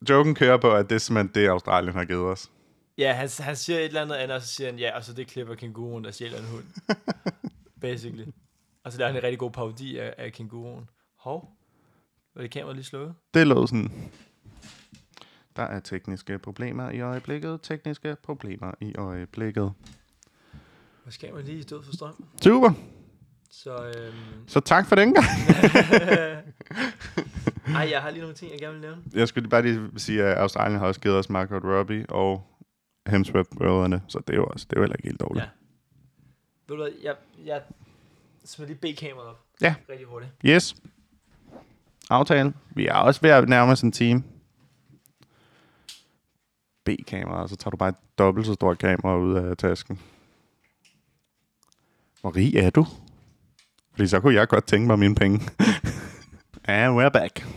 Speaker 1: Joken kører på, at det er simpelthen det, Australien har givet os.
Speaker 2: Ja, han, han siger et eller andet andet, og så siger han, ja, og så det klipper kænguruen, der stjæler en hund. Basically. Og så der er han en rigtig god parodi af, af kænguruen. Hov, var det kamera lige slukket?
Speaker 1: Det lød sådan. Der er tekniske problemer i øjeblikket. Tekniske problemer i øjeblikket.
Speaker 2: Vores kamera lige stod for strøm.
Speaker 1: Super.
Speaker 2: Så, øhm...
Speaker 1: Så tak for den gang.
Speaker 2: Ej, jeg har lige nogle ting, jeg gerne vil nævne.
Speaker 1: Jeg skulle bare lige sige, at Australien har også givet os Margaret Robbie og Hemsworth-brødrene, så det er jo også, det er jo heller ikke helt dårligt.
Speaker 2: Ja. Ved du hvad, jeg, jeg smed lige B-kameraet op.
Speaker 1: Ja.
Speaker 2: Rigtig hurtigt.
Speaker 1: Ja. Yes. Aftale. Vi er også ved at nærme os en time. B-kamera, og så tager du bare et dobbelt så stort kamera ud af tasken. Hvor rig er du? Fordi så kunne jeg godt tænke mig mine penge. And we're back.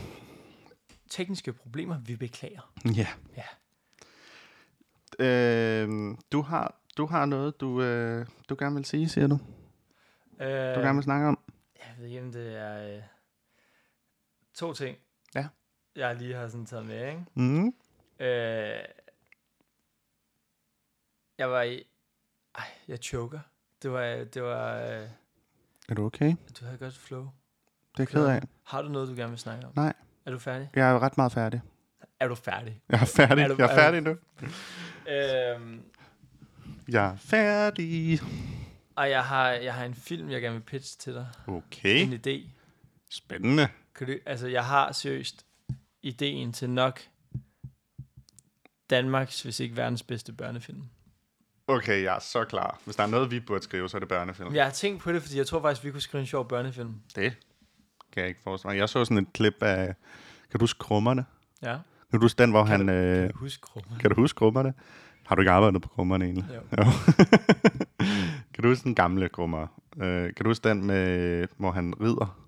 Speaker 2: Tekniske problemer, vi beklager.
Speaker 1: Ja.
Speaker 2: Ja.
Speaker 1: Øh, du, har, du har noget, du, øh, du gerne vil sige, siger du?
Speaker 2: Øh,
Speaker 1: du gerne vil snakke om?
Speaker 2: Jeg ved ikke, om det er... Øh, to ting.
Speaker 1: Ja.
Speaker 2: Jeg lige har sådan taget med, ikke?
Speaker 1: Mm.
Speaker 2: Øh, jeg var i... Ej, jeg choker. Det var... Det var øh,
Speaker 1: Er du okay?
Speaker 2: du havde godt flow.
Speaker 1: Det er jeg ked af.
Speaker 2: Har du noget, du gerne vil snakke om?
Speaker 1: Nej.
Speaker 2: Er du færdig?
Speaker 1: Jeg er jo ret meget færdig.
Speaker 2: Er er du færdig?
Speaker 1: Jeg er færdig.
Speaker 2: Er du-
Speaker 1: jeg er
Speaker 2: er du-
Speaker 1: færdig nu.
Speaker 2: Øhm,
Speaker 1: Jeg er færdig.
Speaker 2: og jeg har, jeg har en film, jeg gerne vil pitche til dig.
Speaker 1: Okay.
Speaker 2: En idé.
Speaker 1: Spændende.
Speaker 2: Kan du, altså, jeg har seriøst ideen til nok Danmarks, hvis ikke verdens bedste børnefilm.
Speaker 1: Okay, jeg er så klar. Hvis der er noget, vi burde skrive, så er det børnefilm.
Speaker 2: Jeg har tænkt på det, fordi jeg tror faktisk, vi kunne skrive en sjov børnefilm.
Speaker 1: Det kan jeg ikke forestille mig. Jeg så sådan et klip af... Kan du huske krummerne?
Speaker 2: Ja.
Speaker 1: Kan du huske den, hvor han...
Speaker 2: Kan
Speaker 1: Øh,
Speaker 2: Husk krummer.
Speaker 1: kan du huske krummerne? Har du ikke arbejdet på krummerne egentlig?
Speaker 2: Jo.
Speaker 1: Jo. kan du huske den gamle krummer? Øh, kan du huske den, med, hvor han rider?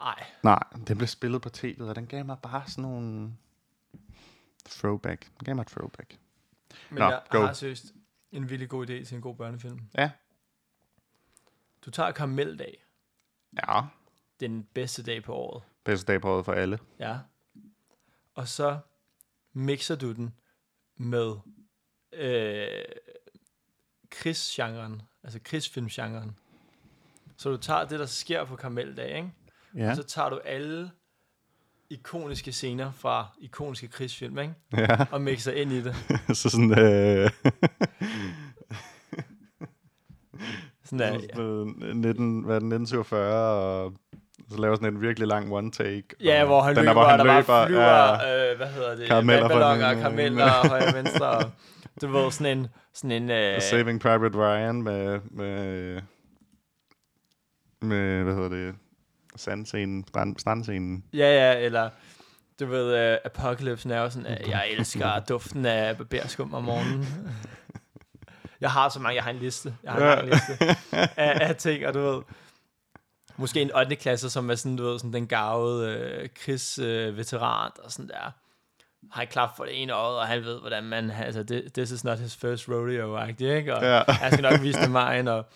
Speaker 2: Ej.
Speaker 1: Nej, den blev spillet på tv'et, og den gav mig bare sådan nogle... Throwback. Den gav mig et throwback.
Speaker 2: Men
Speaker 1: Nå,
Speaker 2: Nå, jeg
Speaker 1: go.
Speaker 2: har seriøst en vildt god idé til en god børnefilm.
Speaker 1: Ja.
Speaker 2: Du tager karameldag.
Speaker 1: Ja.
Speaker 2: Det er den bedste dag på året.
Speaker 1: Bedste dag på året for alle.
Speaker 2: Ja. Og så mixer du den med øh, krigsgenren, altså krigsfilmgenren. Så du tager det, der sker på Karameldag, ikke?
Speaker 1: Ja.
Speaker 2: Og så tager du alle ikoniske scener fra ikoniske krigsfilm, ikke?
Speaker 1: ja.
Speaker 2: Og mixer ind i det.
Speaker 1: så sådan... Øh,
Speaker 2: Sådan der,
Speaker 1: sådan, øh, 19, hvad er den, 1947, og så laver sådan en virkelig lang one take.
Speaker 2: Ja,
Speaker 1: og
Speaker 2: hvor han
Speaker 1: den der,
Speaker 2: løber,
Speaker 1: hvor han
Speaker 2: der bare
Speaker 1: løber,
Speaker 2: flyver,
Speaker 1: ja.
Speaker 2: ja. øh, hvad hedder det,
Speaker 1: Karameller fra
Speaker 2: karameller, ballonger,
Speaker 1: den-
Speaker 2: karameller, højre og venstre, og du ved, sådan en, sådan en, øh,
Speaker 1: Og Saving Private Ryan med, med, med hvad hedder det, sandscenen, strand, strandscenen.
Speaker 2: ja, ja, eller, du ved, øh, Apocalypse Now, sådan, øh, jeg elsker duften af barberskum om morgenen. Jeg har så mange, jeg har en liste, jeg har en
Speaker 1: Ja.
Speaker 2: lang liste af, af ting, og du ved, måske en 8. klasse, som er sådan, du ved, sådan den gavede øh, krigsveteran, øh, veteran, og sådan der. Han klap for det ene øje, og han ved, hvordan man... Altså, thi- this is not his first rodeo-agtig, ikke? Og,
Speaker 1: Ja.
Speaker 2: jeg skal nok vise dig vejen, og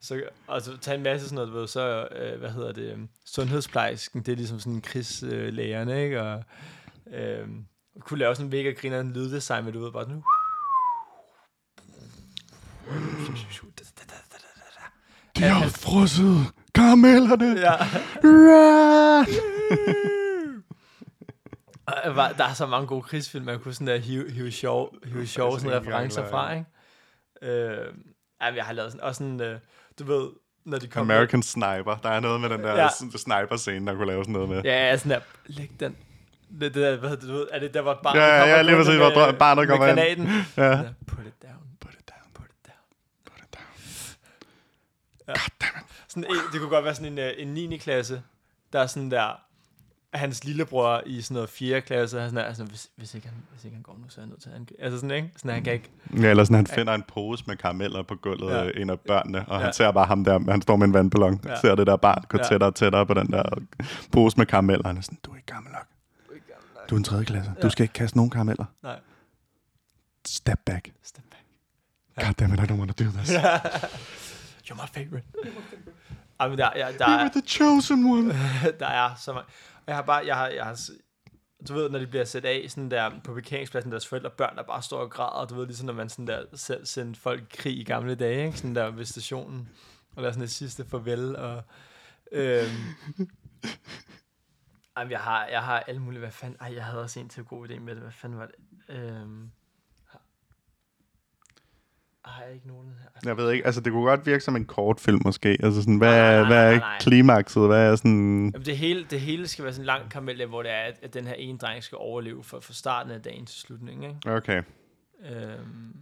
Speaker 2: så, og så tage en masse sådan noget, du ved, så, øh, hvad hedder det, øhm, sundhedsplejersken, det er ligesom sådan krigslægerne, øh, ikke, og øh, kunne lave sådan en mega griner en lyddesign, men du ved bare sådan,
Speaker 1: De har frosset karamellerne!
Speaker 2: ja,
Speaker 1: Run!
Speaker 2: Og jeg var- der er så mange gode krigsfilm, man kunne sådan der hive, hive sjov, hive sjov sådan
Speaker 1: sådan altså, en
Speaker 2: referencer
Speaker 1: gangler,
Speaker 2: fra, ikke? Øh, ej, jeg har lavet sådan, også sådan, øh, du ved, når de kommer...
Speaker 1: American Sniper. Der er noget med den der
Speaker 2: Ja.
Speaker 1: ja. sniper-scene, der kunne lave sådan noget med.
Speaker 2: Ja, ja, sådan der, læg den. Det, det der, hvad hedder det, du ved, er det der, hvor barnet
Speaker 1: Ja, ja,
Speaker 2: kommer
Speaker 1: ja, lige
Speaker 2: gående
Speaker 1: præcis, hvor dra- barnet
Speaker 2: med
Speaker 1: kommer ind.
Speaker 2: granaten.
Speaker 1: Ja.
Speaker 2: Sådan der, Put it down, put it down, put it down.
Speaker 1: Put it down.
Speaker 2: Sådan en, det kunne godt være sådan en, øh, en 9. klasse, der er sådan der, hans lillebror i sådan noget 4. klasse, han er sådan der, sådan, hvis, hvis, ikke han, hvis ikke han går nu, så er han nødt til at angribe. Altså sådan, ikke? Sådan,
Speaker 1: Mm.
Speaker 2: han kan ikke.
Speaker 1: Ja, eller sådan, han finder en pose med karameller på gulvet
Speaker 2: Ja.
Speaker 1: ja. en af børnene, og ja.
Speaker 2: Ja.
Speaker 1: han ser bare ham der, han står med en vandballon, ja.
Speaker 2: Ja.
Speaker 1: ser det der barn gå ja.
Speaker 2: Ja.
Speaker 1: tættere og tættere på den der pose med karameller, og han er sådan, du er ikke gammel nok. Du er en tredje klasse. Ja. Du
Speaker 2: Ja.
Speaker 1: skal ikke kaste nogen karameller.
Speaker 2: Nej,
Speaker 1: Step back.
Speaker 2: step back. Ja.
Speaker 1: God damn it, I don't want to do this. Yeah.
Speaker 2: You're my favorite. Ej, men der, ja, der,
Speaker 1: You
Speaker 2: er,
Speaker 1: were the chosen one.
Speaker 2: der er så mange. Og jeg har bare, jeg har, jeg har, s- du ved, når de bliver sat af sådan der på parkeringspladsen, deres forældre og børn, der bare står og græder, du ved, ligesom når man sådan der selv sendte folk i krig i gamle dage, ikke? sådan der ved stationen, og der er sådan et sidste farvel, og øhm, ej, men jeg har, jeg har alle mulige, hvad fanden, ej, jeg havde også en til god idé med det, hvad fanden var det, øhm, har- har jeg ikke nogen her?
Speaker 1: Jeg ved ikke, altså det kunne godt virke som en kortfilm måske. Altså sådan, hvad,
Speaker 2: Nej, nej,
Speaker 1: er,
Speaker 2: nej,
Speaker 1: hvad
Speaker 2: nej,
Speaker 1: er
Speaker 2: nej.
Speaker 1: klimakset? Hvad er sådan...
Speaker 2: Jamen, det, hele, det hele skal være sådan en lang karamel, hvor det er, at, at den her ene dreng skal overleve fra, fra starten af dagen til slutningen. Ikke?
Speaker 1: Okay,
Speaker 2: Øhm,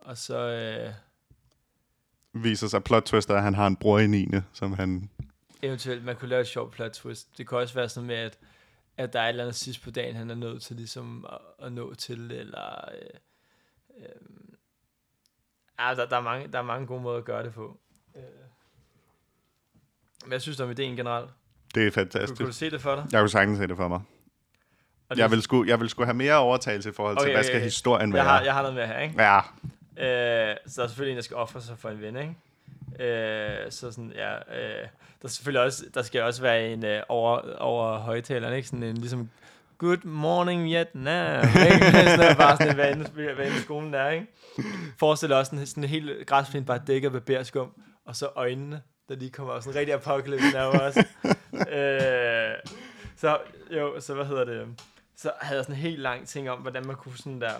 Speaker 2: og så... Øh,
Speaker 1: viser sig plot twist, er, at han har en bror i 9. som han...
Speaker 2: eventuelt, man kunne lave et sjovt plot twist. Det kan også være sådan med, at, at der er et eller andet sidst på dagen, han er nødt til ligesom at, at nå til, eller... Øh, øh, ja, der, der, er mange, der er mange gode måder at gøre det på. Øh, men jeg synes om ideen generelt.
Speaker 1: Det er
Speaker 2: Kunne, kunne du
Speaker 1: fantastisk.
Speaker 2: se det for dig?
Speaker 1: Jeg kunne sagtens se det for mig.
Speaker 2: Og det-
Speaker 1: Jeg vil, sgu, jeg vil sgu have mere overtagelse i forhold til, okay,
Speaker 2: Okay,
Speaker 1: hvad
Speaker 2: okay,
Speaker 1: skal
Speaker 2: okay.
Speaker 1: historien være?
Speaker 2: jeg, har, jeg har noget med her, ikke?
Speaker 1: Ja,
Speaker 2: Øh, så der er selvfølgelig en, der skal ofre sig for en ven, ikke? Øh, så sådan, ja, øh, der, er selvfølgelig også, der skal også være en øh, over, over højtaleren, ikke? Sådan en ligesom, good morning Vietnam, ikke? sådan er bare sådan, hvad end, hvad end skolen er, ikke? Forestil dig også sådan, sådan en hel græsplæne bare dækket af barberskum, og så øjnene, der lige kommer sådan rigtig apokalypse der også. øh, Så jo, så hvad hedder det? Så havde jeg sådan en helt lang ting om, hvordan man kunne sådan der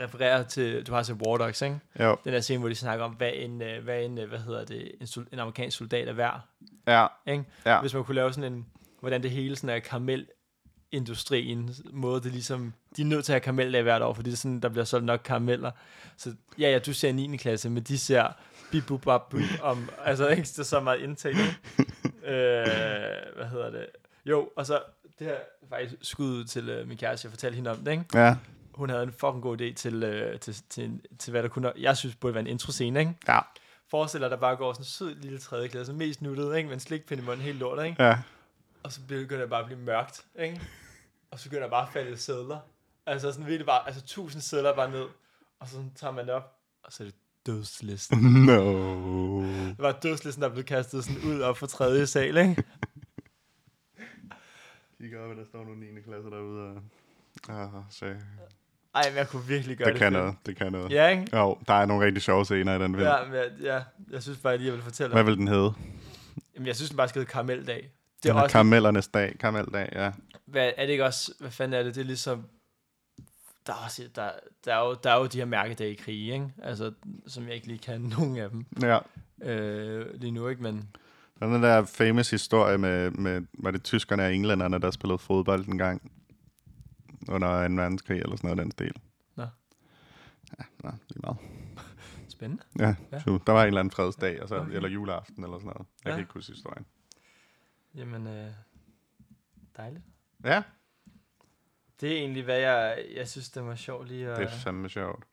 Speaker 2: referere til, du har set War Dogs, ikke?
Speaker 1: Jo.
Speaker 2: Den der scene, hvor de snakker om, hvad en, øh, hvad en, øh, hvad hedder det, en, sol, en amerikansk soldat er værd,
Speaker 1: Ja,
Speaker 2: ikke?
Speaker 1: ja.
Speaker 2: Ja. Hvis man kunne lave sådan en, hvordan det hele sådan er karamelindustrien, måde det ligesom, de er nødt til at have karameldag hvert år, fordi det er sådan, der bliver solgt nok karameller. Så ja, ja, du ser 9. klasse, men de ser bip bup bap bup om, altså ikke det er så meget indtægt, ikke? øh, hvad hedder det? Jo, og så det her faktisk skud til øh, min kæreste, jeg fortalte hende om det, ikke?
Speaker 1: Ja,
Speaker 2: Hun havde en fucking god idé til, øh, til, til, til, hvad der kunne, jeg synes burde være en introscene, ikke?
Speaker 1: ja,
Speaker 2: Forestil dig, der bare går sådan en sød lille tredje klasse, mest nuttet, ikke? Med en slikpind i munden, helt lort, ikke?
Speaker 1: ja.
Speaker 2: Og så begynder det bare at blive mørkt, ikke? Og så begynder der bare at falde sædler. Altså sådan virkelig bare, altså tusind sædler bare ned. Og så tager man det op, og så er det dødslisten.
Speaker 1: No.
Speaker 2: Det var dødslisten, der blev kastet sådan ud op fra tredje sal, ikke?
Speaker 1: Kig op, at der står nogle 9. klasser derude og... Ah, se.
Speaker 2: Ej, men jeg kunne virkelig gøre det.
Speaker 1: Det kan
Speaker 2: fedt.
Speaker 1: noget, det kan noget.
Speaker 2: Ja, ikke?
Speaker 1: Jo, der er nogle rigtig sjove scener i den film.
Speaker 2: Ja, men jeg, ja, jeg synes bare lige, jeg vil fortælle
Speaker 1: Hvad
Speaker 2: dig.
Speaker 1: vil den hedde?
Speaker 2: Jamen, jeg synes, den bare skal hedde karameldag. Det
Speaker 1: Det
Speaker 2: er,
Speaker 1: er
Speaker 2: også,
Speaker 1: Karamellernes dag, karameldag, ja.
Speaker 2: hvad, er det ikke også, hvad fanden er det? Det er ligesom, der er, også, der, der, er jo, der er jo de her mærkedage i krig, ikke? Altså, som jeg ikke lige kan nogen af dem
Speaker 1: Ja,
Speaker 2: øh, lige nu, ikke? Men
Speaker 1: der er den der famous historie med, med var det tyskerne og englænderne, der spillede fodbold en gang under 2. verdenskrig eller sådan noget af den stil.
Speaker 2: Nå.
Speaker 1: Ja, nå, lige meget.
Speaker 2: spændende.
Speaker 1: Ja,
Speaker 4: Ja.
Speaker 1: ja. der var en eller anden fredsdag, og så,
Speaker 2: Okay.
Speaker 1: eller juleaften eller sådan noget. Jeg
Speaker 2: Ja.
Speaker 1: kan ikke huske historien.
Speaker 2: Jamen, øh, dejligt.
Speaker 1: Ja,
Speaker 2: Det er egentlig, hvad jeg, jeg synes, det var sjovt lige at...
Speaker 1: det er fandme sjovt.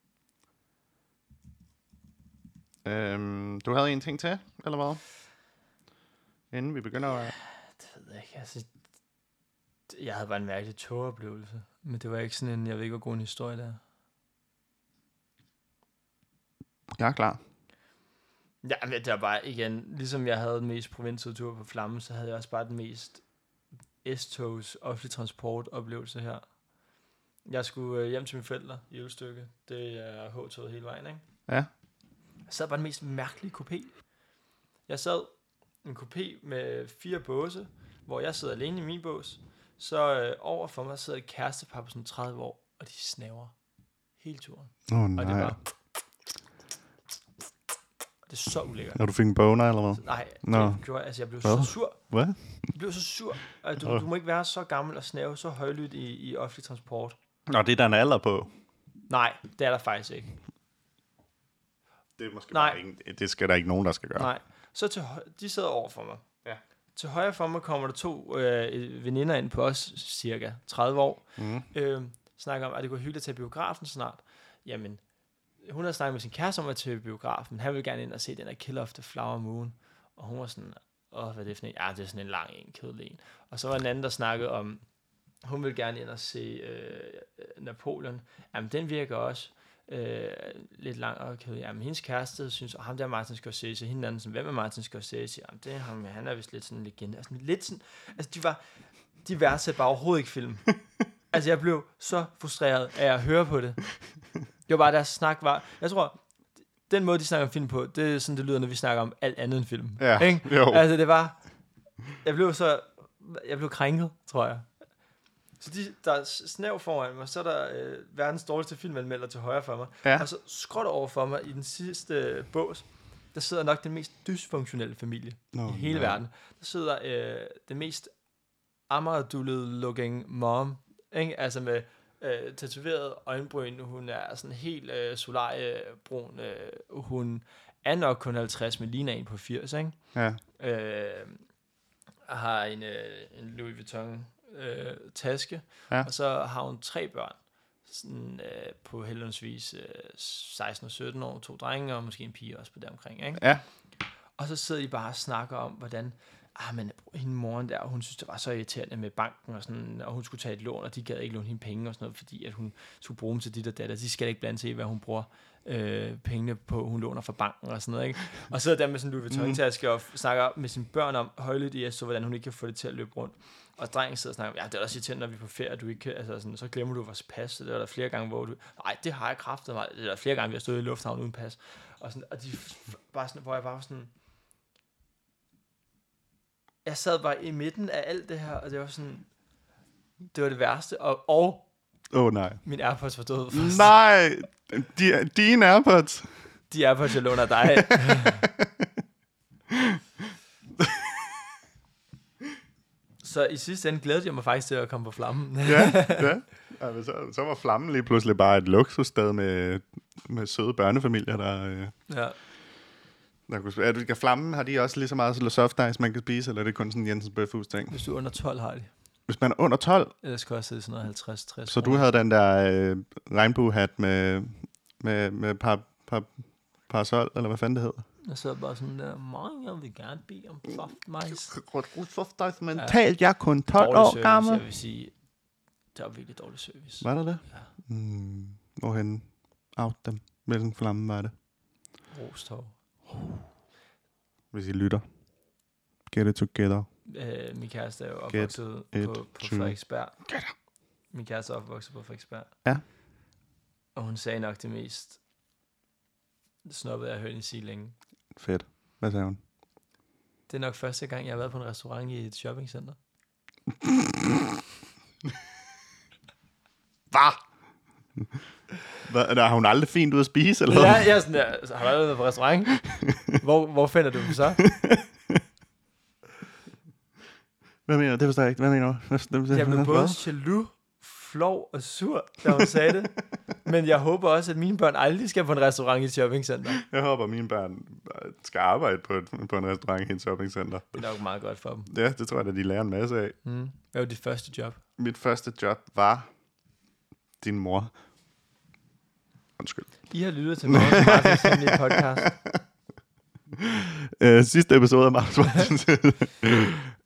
Speaker 1: Øhm, du havde en ting til, eller hvad? Inden vi begynder at...
Speaker 2: det ved jeg ikke, altså... Jeg havde bare en mærkelig togoplevelse. Men det var ikke sådan en, jeg ved ikke, hvor god en historie der.
Speaker 1: Jeg er klar.
Speaker 2: Ja, men det var bare, igen, ligesom jeg havde den mest provinsudtur på Flammen, så havde jeg også bare den mest S-togs offentlig transport oplevelse her. Jeg skulle øh, hjem til mine forældre i Ølstykke. Det er H-toget hele vejen, ikke?
Speaker 1: Ja.
Speaker 2: Jeg sad bare i den mest mærkelige kopé. Jeg sad i en kopé med fire båse, hvor jeg sidder alene i min bås. Så øh, over for mig sidder et kærestepar på sådan 30 år, og de snaver hele turen.
Speaker 1: Åh oh,
Speaker 2: Og det
Speaker 1: nej.
Speaker 2: var... Det er så ulækkert.
Speaker 1: Når du fik en boner, eller hvad?
Speaker 2: Nej,
Speaker 1: Nå.
Speaker 2: det gjorde jeg. Altså, jeg blev
Speaker 1: Hvad?
Speaker 2: så sur.
Speaker 1: Hvad?
Speaker 2: Jeg blev så sur. Og du,
Speaker 1: Nå.
Speaker 2: du må ikke være så gammel og snæve så højlydt i, i offentlig transport.
Speaker 1: Nå, det er der en alder på.
Speaker 2: Nej, det er der faktisk ikke.
Speaker 1: Det er måske
Speaker 2: Nej.
Speaker 1: bare ingen, det skal der ikke nogen, der skal gøre.
Speaker 2: Nej. Så til høj- de sidder over for mig.
Speaker 1: Ja.
Speaker 2: Til højre for mig kommer der to øh, veninder ind på os, cirka 30 år.
Speaker 1: Mm.
Speaker 2: Øh, snakker om, at det kunne være hyggeligt at tage biografen snart. Jamen, hun havde snakket med sin kæreste om at tage biografen. Han ville gerne ind og se den der Kill of the Flower Moon. Og hun var sådan, åh, hvad er det for en? Ja, det er sådan en lang en, kedelig en. Og så var en anden, der snakkede om, hun ville gerne ind og se øh, Napoleon. Jamen, den virker også øh, lidt lang og kedelig. Jamen, hendes kæreste synes, at ham der er Martin Scorsese, hende anden sådan, hvem er Martin Scorsese? Jamen, det er ham, han er vist lidt sådan en legende. Altså, lidt sådan, altså, de var, de værdsatte bare overhovedet ikke film. altså, jeg blev så frustreret af at høre på det. Det var bare, deres snak var, jeg tror, den måde, de snakker om film på, det er sådan, det lyder, når vi snakker om alt andet end film.
Speaker 1: Ja,
Speaker 2: Ikke?
Speaker 1: jo.
Speaker 2: Altså, det var... Jeg blev så... Jeg blev krænket, tror jeg. Så de, der er snæv foran mig, så er der øh, verdens dårligste filmanmelder til højre for mig.
Speaker 1: Ja.
Speaker 2: Og så skråt over for mig i den sidste øh, bås, der sidder nok den mest dysfunktionelle familie
Speaker 1: Nå,
Speaker 2: i hele
Speaker 1: nej.
Speaker 2: verden. Der sidder øh, den mest amagerdullede looking mom, ikke? altså med øh, tatoveret øjenbryn, hun er sådan helt øh, solariebrun, øh, hun er nok kun 50, men ligner en på 80, ikke?
Speaker 1: Ja.
Speaker 2: øh, har en, øh, en Louis Vuitton øh, taske,
Speaker 1: Ja.
Speaker 2: ja. og så har hun tre børn, sådan, øh, på heldigvis øh, 16 og 17 år, to drenge og måske en pige også på det omkring, ikke?
Speaker 1: Ja.
Speaker 2: Og så sidder de bare og snakker om, hvordan ah, men hende moren der, hun synes, det var så irriterende med banken, og, sådan, og hun skulle tage et lån, og de gad ikke låne hende penge og sådan noget, fordi at hun skulle bruge dem til dit og datter. De skal da ikke blande sig i, hvad hun bruger øh, pengene på, hun låner fra banken og sådan noget. Ikke? Og sidder der med sådan en Louis Vuitton-taske og f- snakker med sine børn om højlydt i, så hvordan hun ikke kan få det til at løbe rundt. Og drengen sidder og snakker, om, ja, det er også irriterende, når vi er på ferie, at du ikke kan, altså sådan, så glemmer du vores pas, så det var der flere gange, hvor du, nej, det har jeg kraftet mig, det er der flere gange, vi har stået i lufthavnen uden pas. Og, sådan, og de f- bare sådan, hvor jeg bare var sådan, jeg sad bare i midten af alt det her, og det var sådan, det var det værste. Og, og
Speaker 1: Åh, oh, nej.
Speaker 2: min Airpods var død.
Speaker 1: Nej! De, dine Airpods.
Speaker 2: De Airpods, jeg låner af dig. så i sidste ende glædede jeg mig faktisk til at komme på flammen.
Speaker 1: Ja, ja. Ej, men så, så var flammen lige pludselig bare et luksussted med, med søde børnefamilier, der, øh,
Speaker 2: ja.
Speaker 1: der kunne spise. Er du- Kan flammen, har de også lige så meget soft ice, man kan spise, eller er det kun sådan Jensens Bøfhus ting?
Speaker 2: Hvis du er under 12, har de.
Speaker 1: Hvis man er under 12,
Speaker 2: Ellers koster det sådan noget 50-60
Speaker 1: så du
Speaker 2: kroner.
Speaker 1: havde den der øh, regnbuehat med, med, med par, par, parasol, eller hvad fanden det hedder?
Speaker 2: Jeg sad bare sådan der, mange jeg vil gerne bede om soft mice.
Speaker 1: Soft ice mentalt, jeg er kun 12
Speaker 2: Dårlig service, Jeg vil sige, det var virkelig dårlig service.
Speaker 1: Var der det? Mm, hvorhen? Out dem. Hvilken flamme var det?
Speaker 2: Rostov.
Speaker 1: Hvis I lytter. Get it together.
Speaker 2: Øh, min kæreste er jo
Speaker 1: Get
Speaker 2: opvokset
Speaker 1: it
Speaker 2: på, på
Speaker 1: true.
Speaker 2: Frederiksberg. Min kæreste er opvokset på Frederiksberg.
Speaker 1: Ja.
Speaker 2: Og hun sagde nok det mest snobbede, jeg har hørt hende sige længe.
Speaker 1: Fedt. Hvad sagde hun?
Speaker 2: Det er nok første gang, jeg har været på en restaurant i et shoppingcenter.
Speaker 1: Hvad? Hvad? Der har hun aldrig fint ud at spise, eller
Speaker 2: Ja,
Speaker 1: hvad?
Speaker 2: jeg er sådan der, "Så har du aldrig været på restaurant? Hvor, hvor finder du dem så?
Speaker 1: Hvad mener du? Det forstår jeg ikke. Hvad mener du? Hvad, hvad, hvad,
Speaker 2: Jeg blev
Speaker 1: hvad-
Speaker 2: både
Speaker 1: hvad?
Speaker 2: jaloux, flov og sur, da hun sagde det. Men jeg håber også, at mine børn aldrig skal på en restaurant i et shoppingcenter.
Speaker 1: Jeg håber, mine børn øh, skal arbejde på, et, på en restaurant i et shoppingcenter.
Speaker 2: Det er nok meget godt for dem.
Speaker 1: Ja, det tror jeg, at de lærer en masse af.
Speaker 2: Mm. Hvad var dit første job?
Speaker 1: Mit første job var din mor. Undskyld.
Speaker 2: I har lyttet til Mogens Martins hemmelige podcast.
Speaker 1: Øh, sidste episode af Marks Martins.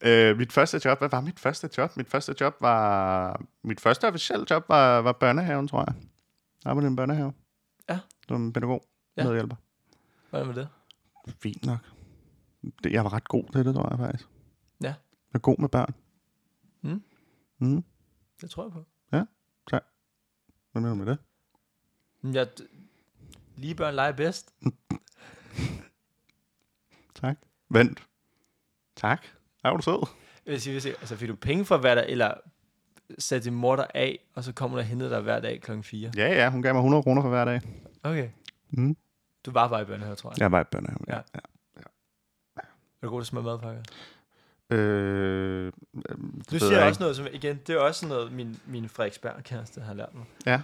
Speaker 1: øh, mit første job, hvad var mit første job? Mit første job var, mit første officielle job var, var børnehaven, tror jeg. Jeg arbejdede i en børnehave.
Speaker 2: Ja.
Speaker 1: Som pædagog,
Speaker 2: Ja.
Speaker 1: ja. medhjælper.
Speaker 2: Hvordan var det?
Speaker 1: Fint nok. Det, jeg var ret god til det, tror jeg faktisk.
Speaker 2: Ja.
Speaker 1: Jeg var god med børn.
Speaker 2: Mm.
Speaker 1: Mm.
Speaker 2: Det tror jeg på.
Speaker 1: Hvad mener du med det?
Speaker 2: Men Jeg, lige børn leger bedst.
Speaker 1: Tak. Vent. Tak. Er du sød?
Speaker 2: Hvis sige, hvis, altså fik du penge for hver dag, eller satte din mor dig af, og så kom hun og hentede dig hver dag klokken 4.
Speaker 1: Ja, ja. Hun gav mig 100 kroner for hver dag.
Speaker 2: Okay.
Speaker 1: Mm.
Speaker 2: Du var bare i børnehave, tror jeg.
Speaker 1: Jeg var i børnehave.
Speaker 2: Ja. Er du god til at smage madpakker?
Speaker 1: Øh, øh,
Speaker 2: Du
Speaker 1: ved jeg
Speaker 2: siger jeg
Speaker 1: ikke.
Speaker 2: også noget, som igen, det er også sådan noget, min, min Frederiksberg kæreste har lært mig.
Speaker 1: Ja.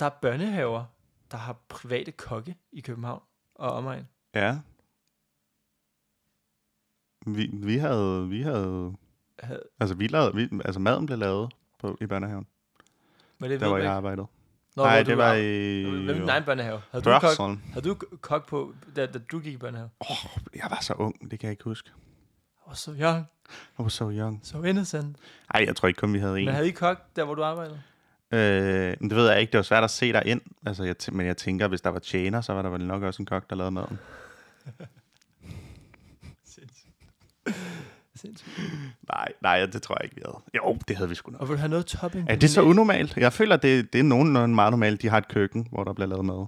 Speaker 2: Der er børnehaver, der har private kokke i København og omegn.
Speaker 1: Ja. Vi, vi havde, vi havde,
Speaker 2: Havde-
Speaker 1: altså vi lavede, vi, altså maden blev lavet på, i børnehaven,
Speaker 2: Men det
Speaker 1: der
Speaker 2: ved
Speaker 1: hvor
Speaker 2: du
Speaker 1: jeg
Speaker 2: ikke.
Speaker 1: arbejdede.
Speaker 2: Nå,
Speaker 1: Nej,
Speaker 2: hvor du
Speaker 1: det var
Speaker 2: var-
Speaker 1: i...
Speaker 2: Hvem er din egen børnehave? Havde du, kok,
Speaker 1: Børsholm.
Speaker 2: havde du k- kok på, da, da du gik i børnehave?
Speaker 1: Jeg var så ung, det kan jeg ikke huske.
Speaker 2: Og så young,
Speaker 1: I was so young.
Speaker 2: so innocent.
Speaker 1: Ej, jeg tror ikke kun, vi havde en.
Speaker 2: Men havde I kok, der hvor du arbejdede?
Speaker 1: Øh, men det ved jeg ikke, det var svært at se dig ind. Altså, jeg tæ- men jeg tænker, hvis der var tjener, så var der vel nok også en kok, der lavede maden.
Speaker 2: Sindssygt. Sindssygt.
Speaker 1: Nej, nej, det tror jeg ikke, vi havde. Jo, det havde vi sgu nok.
Speaker 2: Og vil du have noget topping? på
Speaker 1: Er
Speaker 2: din
Speaker 1: det så
Speaker 2: æg?
Speaker 1: unormalt? Jeg føler, det, det er nogenlunde meget normalt, de har et køkken, hvor der bliver lavet mad.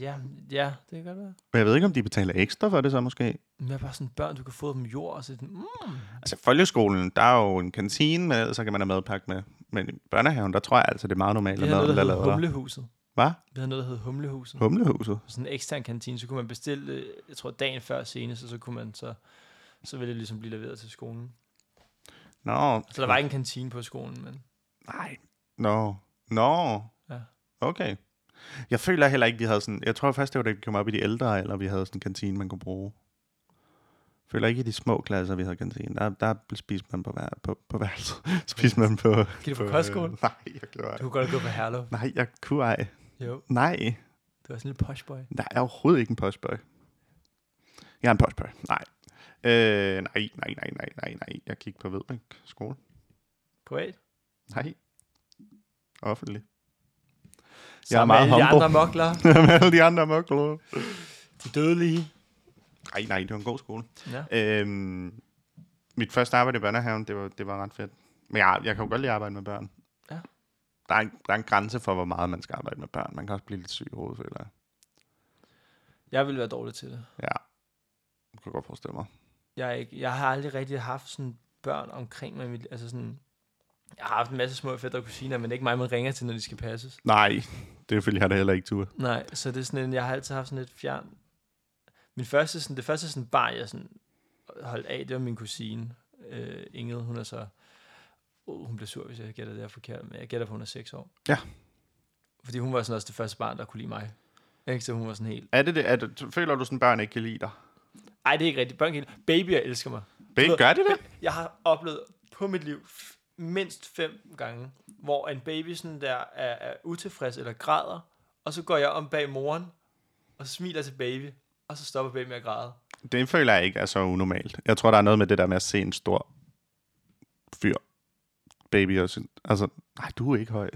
Speaker 2: Ja, ja, det kan godt være.
Speaker 1: Men jeg ved ikke, om de betaler ekstra for det så måske.
Speaker 2: Men jeg er bare sådan børn, du kan få dem jord, og så er det sådan, mm,
Speaker 1: Altså folkeskolen, der er jo en kantine, men ellers så kan man have madpakke med. Men i børnehaven, der tror jeg altså, det er meget normalt,
Speaker 2: vi
Speaker 1: at
Speaker 2: havde
Speaker 1: maden
Speaker 2: noget,
Speaker 1: bliver
Speaker 2: der hed
Speaker 1: lavet der.
Speaker 2: Humlehuset.
Speaker 1: Hvad?
Speaker 2: Vi havde noget, der hed Humlehuset.
Speaker 1: Humlehuset?
Speaker 2: Sådan en ekstern kantine, så kunne man bestille, øh, jeg tror dagen før senest, og så kunne man så, så ville det ligesom blive leveret til skolen.
Speaker 1: Nå.
Speaker 2: Så der var ikke en kantine på skolen, men
Speaker 1: Nej. Nå. Nå.
Speaker 2: Ja.
Speaker 1: Okay. Jeg føler heller ikke, vi havde sådan... Jeg tror først, det var, da vi kom op i de ældre, eller vi havde sådan en kantine, man kunne bruge. Jeg føler ikke, i de små klasser, vi havde kantine. Der, der spiste man på, hver, på, på værelset. spiste man på...
Speaker 2: gik du
Speaker 1: på,
Speaker 2: på kostskole?
Speaker 1: Øh, nej, jeg gjorde
Speaker 2: Du
Speaker 1: ej.
Speaker 2: kunne godt gå på Herlev.
Speaker 1: Nej, jeg kunne ej.
Speaker 2: Jo,
Speaker 1: Nej.
Speaker 2: du var sådan en lille poshboy.
Speaker 1: Nej, jeg er overhovedet ikke en postboy. Jeg er en postboy. Nej. Øh, nej, nej, nej, nej, nej, nej. Jeg gik på Vedbæk skole.
Speaker 2: Privat.
Speaker 1: Nej. Offentlig.
Speaker 2: Sammen med
Speaker 1: meget
Speaker 2: alle de
Speaker 1: humble.
Speaker 2: andre mokler.
Speaker 1: Med alle de andre mokler.
Speaker 2: De dødelige.
Speaker 1: Nej, nej, det var en god skole.
Speaker 2: Ja.
Speaker 1: Øhm, mit første arbejde i børnehaven, det var, det var ret fedt. Men jeg, jeg kan jo godt lide at arbejde med børn.
Speaker 2: Ja.
Speaker 1: Der er, en, der er en grænse for, hvor meget man skal arbejde med børn. Man kan også blive lidt syg i hovedet, føler jeg.
Speaker 2: Jeg ville være dårlig til det.
Speaker 1: Ja, det kan jeg godt forestille mig.
Speaker 2: Jeg, er ikke, jeg har aldrig rigtig haft sådan børn omkring mig. i mit- Altså sådan, jeg har haft en masse små fætter og kusiner, men ikke mig, man ringer til, når de skal passes.
Speaker 1: Nej, det ville jeg da heller ikke tur.
Speaker 2: Nej, så det er sådan en, jeg har altid haft sådan lidt fjern. Min første, sådan, det første sådan bar, jeg sådan holdt af, det var min kusine, øh, Inget, hun er så, oh, hun bliver sur, hvis jeg gætter det her forkert, men jeg gætter på, hun er 6 år.
Speaker 1: Ja.
Speaker 2: Fordi hun var sådan også det første barn, der kunne lide mig. Ikke? Så hun var sådan helt,
Speaker 1: Er det det? Er det føler du sådan, børn ikke kan lide dig?
Speaker 2: ej, det er ikke rigtigt, børn kan lide- babyer elsker mig.
Speaker 1: Babe, gør det det?
Speaker 2: Jeg har oplevet på mit liv f- mindst fem gange, hvor en baby sådan der er, er utilfreds eller græder, og så går jeg om bag moren og smiler til baby, og så stopper baby med at græde.
Speaker 1: Det føler jeg ikke er så unormalt. Jeg tror, der er noget med det der med at se en stor fyr. Baby og sådan. Altså, nej, du er ikke høj.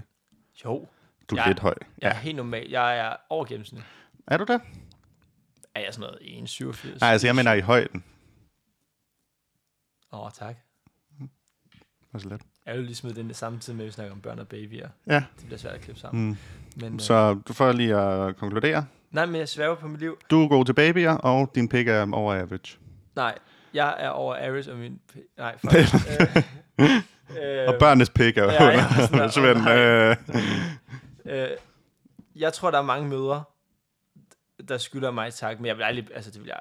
Speaker 2: Jo.
Speaker 1: Du er
Speaker 2: Jeg-
Speaker 1: lidt høj.
Speaker 2: Jeg er helt normal. Jeg er over gennemsnit.
Speaker 1: Er du det?
Speaker 2: Er jeg sådan noget 1,87?
Speaker 1: Nej, altså, jeg mener i højden.
Speaker 2: Åh, oh, tak.
Speaker 1: Altså lidt.
Speaker 2: Jeg vil lige smide den samtidig med, at vi snakker om børn og babyer.
Speaker 1: Ja.
Speaker 2: Det bliver svært at klippe sammen.
Speaker 1: Mm.
Speaker 2: Men, øh,
Speaker 1: Så du får lige at konkludere.
Speaker 2: Nej, men jeg sværger på mit liv.
Speaker 1: Du er god til babyer, og din pik er over average.
Speaker 2: Nej, jeg er over Aries og min... p- Nej, fuck. Øh, øh,
Speaker 1: Og børnenes pik er
Speaker 2: ja,
Speaker 1: under.
Speaker 2: ja, sådan der.
Speaker 1: Svend,
Speaker 2: Nej.
Speaker 1: øh,
Speaker 2: Øh, jeg tror, der er mange mødre, der skylder mig tak, men jeg vil aldrig... Altså, det vil jeg...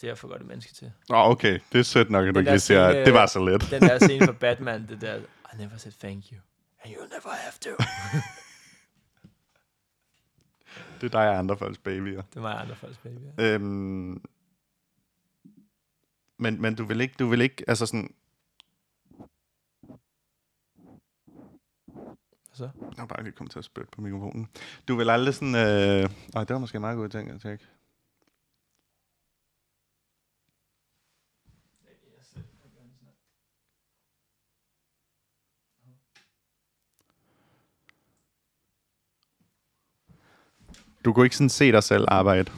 Speaker 2: Det er jeg for godt et menneske til.
Speaker 1: Nå, okay. Det er sødt nok, at du
Speaker 2: Den
Speaker 1: ikke
Speaker 2: der
Speaker 1: lige siger,
Speaker 2: scene,
Speaker 1: at det
Speaker 2: øh,
Speaker 1: var så let.
Speaker 2: Den der scene fra Batman, det der... I never said thank you. And you'll never have to.
Speaker 1: Det er dig og andre folks babyer.
Speaker 2: Det er mig og andre folks baby.
Speaker 1: Øhm, men, men du vil ikke, du vil ikke, altså sådan...
Speaker 2: Hvad så?
Speaker 1: Jeg har bare lige kommet til at spytte på mikrofonen. Du vil aldrig sådan... Øh... Ej, det var måske en meget god ting at tjekke. Du kunne ikke sådan se dig selv arbejde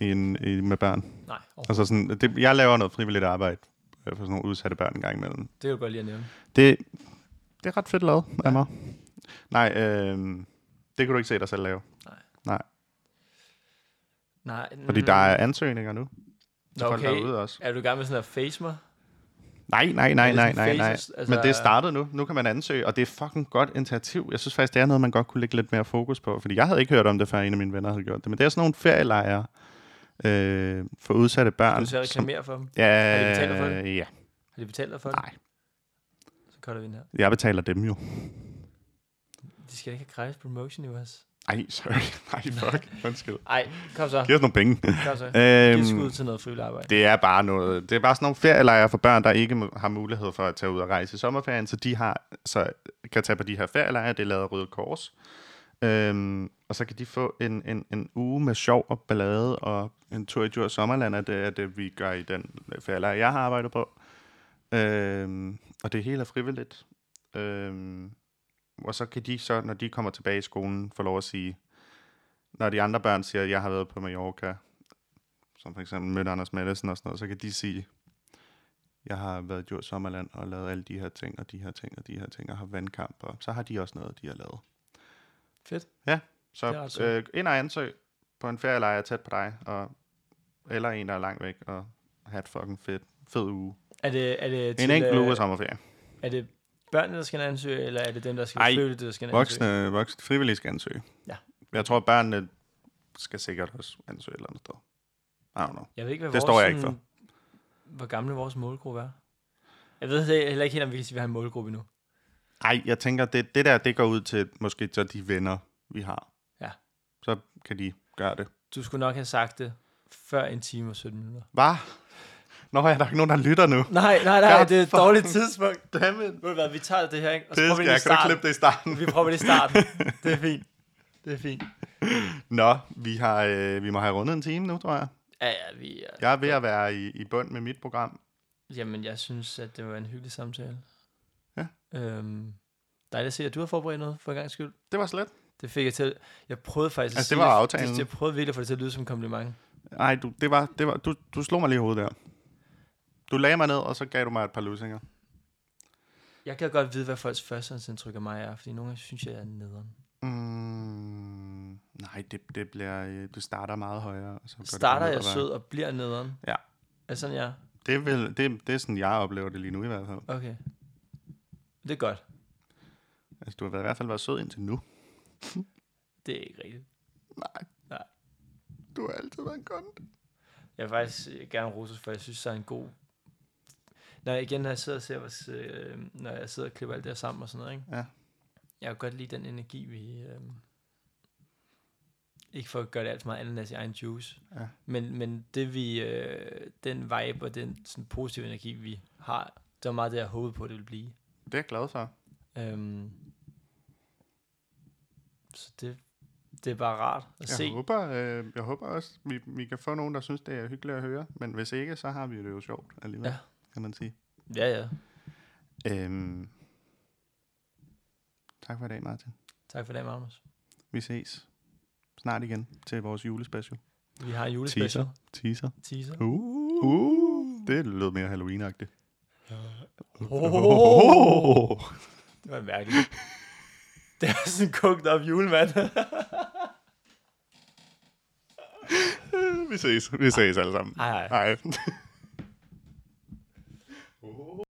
Speaker 1: i en, i, med børn?
Speaker 2: Nej, overhovedet.
Speaker 1: Altså sådan, det, jeg laver noget frivilligt arbejde øh, for sådan nogle udsatte børn en gang imellem.
Speaker 2: det kan du godt lige at nævne.
Speaker 1: Det, det er ret fedt lavet af mig. Nej, øh, det kan du ikke se dig selv lave,
Speaker 2: Nej.
Speaker 1: fordi
Speaker 2: mm,
Speaker 1: der er ansøgninger nu.
Speaker 2: Nå,
Speaker 1: Til folk
Speaker 2: okay.
Speaker 1: derude også.
Speaker 2: Er du i gang med sådan at face mig?
Speaker 1: Nej, nej, nej,
Speaker 2: Er det
Speaker 1: nej,
Speaker 2: sådan
Speaker 1: nej, nej.
Speaker 2: faces? Altså-
Speaker 1: Men det er startet nu. Nu kan man ansøge, og det er fucking godt initiativ. Jeg synes faktisk, det er noget, man godt kunne lægge lidt mere fokus på, fordi jeg havde ikke hørt om det, før en af mine venner havde gjort det. Men det er sådan nogle ferielejre øh, for udsatte børn.
Speaker 2: Kan du så reklamere for dem?
Speaker 1: Ja,
Speaker 2: Har de betalt dig for det?
Speaker 1: ja,
Speaker 2: Har de betalt dig for det?
Speaker 1: nej.
Speaker 2: Så cutter vi den her.
Speaker 1: Jeg betaler dem jo.
Speaker 2: De skal da ikke have gratis promotion i os.
Speaker 1: Ej, sorry. Nej, fuck. Undskyld.
Speaker 2: Ej, kom så.
Speaker 1: Giv os nogle penge.
Speaker 2: Kom så. Giv et skud
Speaker 1: Øhm,
Speaker 2: til noget frivilligt arbejde.
Speaker 1: det er bare noget. Det er bare sådan nogle ferielejre for børn, der ikke må- har mulighed for at tage ud og rejse i sommerferien, så de har, så kan tage på de her ferielejre. Det er lavet af Røde Kors. Øhm, og så kan de få en, en, en uge med sjov og ballade og en tur i Djurs Sommerland, er det, er det, vi gør i den ferielejr, jeg har arbejdet på. Øhm, og det hele er frivilligt. Øhm, og så kan de så, når de kommer tilbage i skolen, få lov at sige, når de andre børn siger, at jeg har været på Mallorca, som for eksempel mødte Anders Maddelsen og sådan noget, så kan de sige, jeg har været i Djurs Sommerland og lavet alle de her ting, og de her ting, og de her ting, og har vandkamp, og så har de også noget, de har lavet.
Speaker 2: Fedt. Det er ret
Speaker 1: Så
Speaker 2: sødt.
Speaker 1: øh, ind og ansøg på en ferielejr tæt på dig, og, eller en, der er langt væk, og have et fucking fedt, fed uge.
Speaker 2: Er det, er det
Speaker 1: En
Speaker 2: til,
Speaker 1: enkelt
Speaker 2: øh,
Speaker 1: uge af sommerferie.
Speaker 2: Er det børnene, der skal ansøge, eller er det dem, der skal
Speaker 1: Ej,
Speaker 2: frivilligt, der skal ansøge?
Speaker 1: Voksne, voksne frivillige skal ansøge.
Speaker 2: Ja.
Speaker 1: Jeg tror, børnene skal sikkert også ansøge et eller andet sted. I don't know.
Speaker 2: Jeg ved ikke, hvad
Speaker 1: Det
Speaker 2: vores,
Speaker 1: står jeg ikke
Speaker 2: sådan, Hvor gamle vores målgruppe er. Jeg ved he- heller ikke helt, om vi kan sige, at vi har en målgruppe endnu.
Speaker 1: Ej, jeg tænker, det, det der, det går ud til måske så de venner, vi har.
Speaker 2: Ja.
Speaker 1: Så kan de gøre det.
Speaker 2: Du skulle nok have sagt det før en time og 17 minutter.
Speaker 1: Hvad? Nå, er der ikke nogen, der lytter nu?
Speaker 2: Nej, nej, nej,
Speaker 1: God
Speaker 2: det er et
Speaker 1: fucking
Speaker 2: dårligt tidspunkt.
Speaker 1: Dammit.
Speaker 2: Ved du hvad, vi tager det her, ikke? Og så
Speaker 1: Det
Speaker 2: prøver vi
Speaker 1: skal
Speaker 2: lige
Speaker 1: jeg. Kan du klippe
Speaker 2: starten.
Speaker 1: det i starten?
Speaker 2: Vi prøver lige starten. Det er fint. Det er fint.
Speaker 1: Nå, vi, har, øh, vi må have rundet en time nu, tror jeg.
Speaker 2: Ja, ja, vi er...
Speaker 1: Jeg er ved at være i, i bund med mit program.
Speaker 2: Jamen, jeg synes, at det var en hyggelig samtale.
Speaker 1: Ja.
Speaker 2: Øhm, dejligt at se, at du har forberedt noget for en gang skyld.
Speaker 1: Det var slet.
Speaker 2: Det fik jeg til. Jeg prøvede faktisk
Speaker 1: Altså,
Speaker 2: at
Speaker 1: det var
Speaker 2: sige
Speaker 1: aftalen.
Speaker 2: Jeg, jeg prøvede virkelig at få det til at lyde som en kompliment.
Speaker 1: Nej, du, det var, det var, du, du slog mig lige i hovedet der. Du lagde mig ned, og så gav du mig et par lusinger.
Speaker 2: Jeg kan godt vide, hvad folks førstehåndsindtryk af mig er, fordi nogle gange synes jeg, jeg er nederen.
Speaker 1: Mm, nej, det, det, bliver, øh, det starter meget højere. Og så går det
Speaker 2: Starter
Speaker 1: ned ad
Speaker 2: jeg
Speaker 1: bakke.
Speaker 2: sød og bliver nederen?
Speaker 1: Ja.
Speaker 2: Er det sådan, jeg er?
Speaker 1: Det er, vel, det, det er sådan, jeg oplever det lige nu i hvert fald.
Speaker 2: Okay. Det er godt.
Speaker 1: Altså, du har været, i hvert fald været sød indtil nu.
Speaker 2: Det er ikke rigtigt.
Speaker 1: Nej.
Speaker 2: Nej.
Speaker 1: Du har altid været en kont.
Speaker 2: Jeg vil faktisk øh, gerne rose, for jeg synes, der er en god... Når jeg igen, når jeg sidder og ser vores, øh, når jeg sidder og klipper alt det her sammen og sådan noget, ikke?
Speaker 1: Ja.
Speaker 2: Jeg kan godt lide den energi, vi... Øh, ikke for at gøre det alt for meget ananas i egen juice,
Speaker 1: Ja.
Speaker 2: men, men det vi, øh, den vibe og den sådan, positive energi, vi har, det var meget det, jeg håbede på, det ville blive.
Speaker 1: Det er jeg glad for.
Speaker 2: Øhm, så det, det er bare rart at
Speaker 1: Jeg
Speaker 2: se.
Speaker 1: håber, øh, jeg håber også, vi, vi kan få nogen, der synes, det er hyggeligt at høre. Men hvis ikke, så har vi det jo sjovt alligevel,
Speaker 2: Ja.
Speaker 1: ja. kan man sige.
Speaker 2: Ja, ja.
Speaker 1: Øhm, tak for i dag, Martin.
Speaker 2: Tak for det, Magnus.
Speaker 1: Vi ses snart igen til vores julespecial.
Speaker 2: Vi har en julespecial.
Speaker 1: Teaser.
Speaker 2: Teaser.
Speaker 1: Uh, uh, det lød mere Halloween-agtigt.
Speaker 2: Oh. Det var mærkeligt. Det er sådan en cooked up julemand.
Speaker 1: vi ses. Vi ses alle sammen.
Speaker 2: Ej, ej.
Speaker 1: Hej.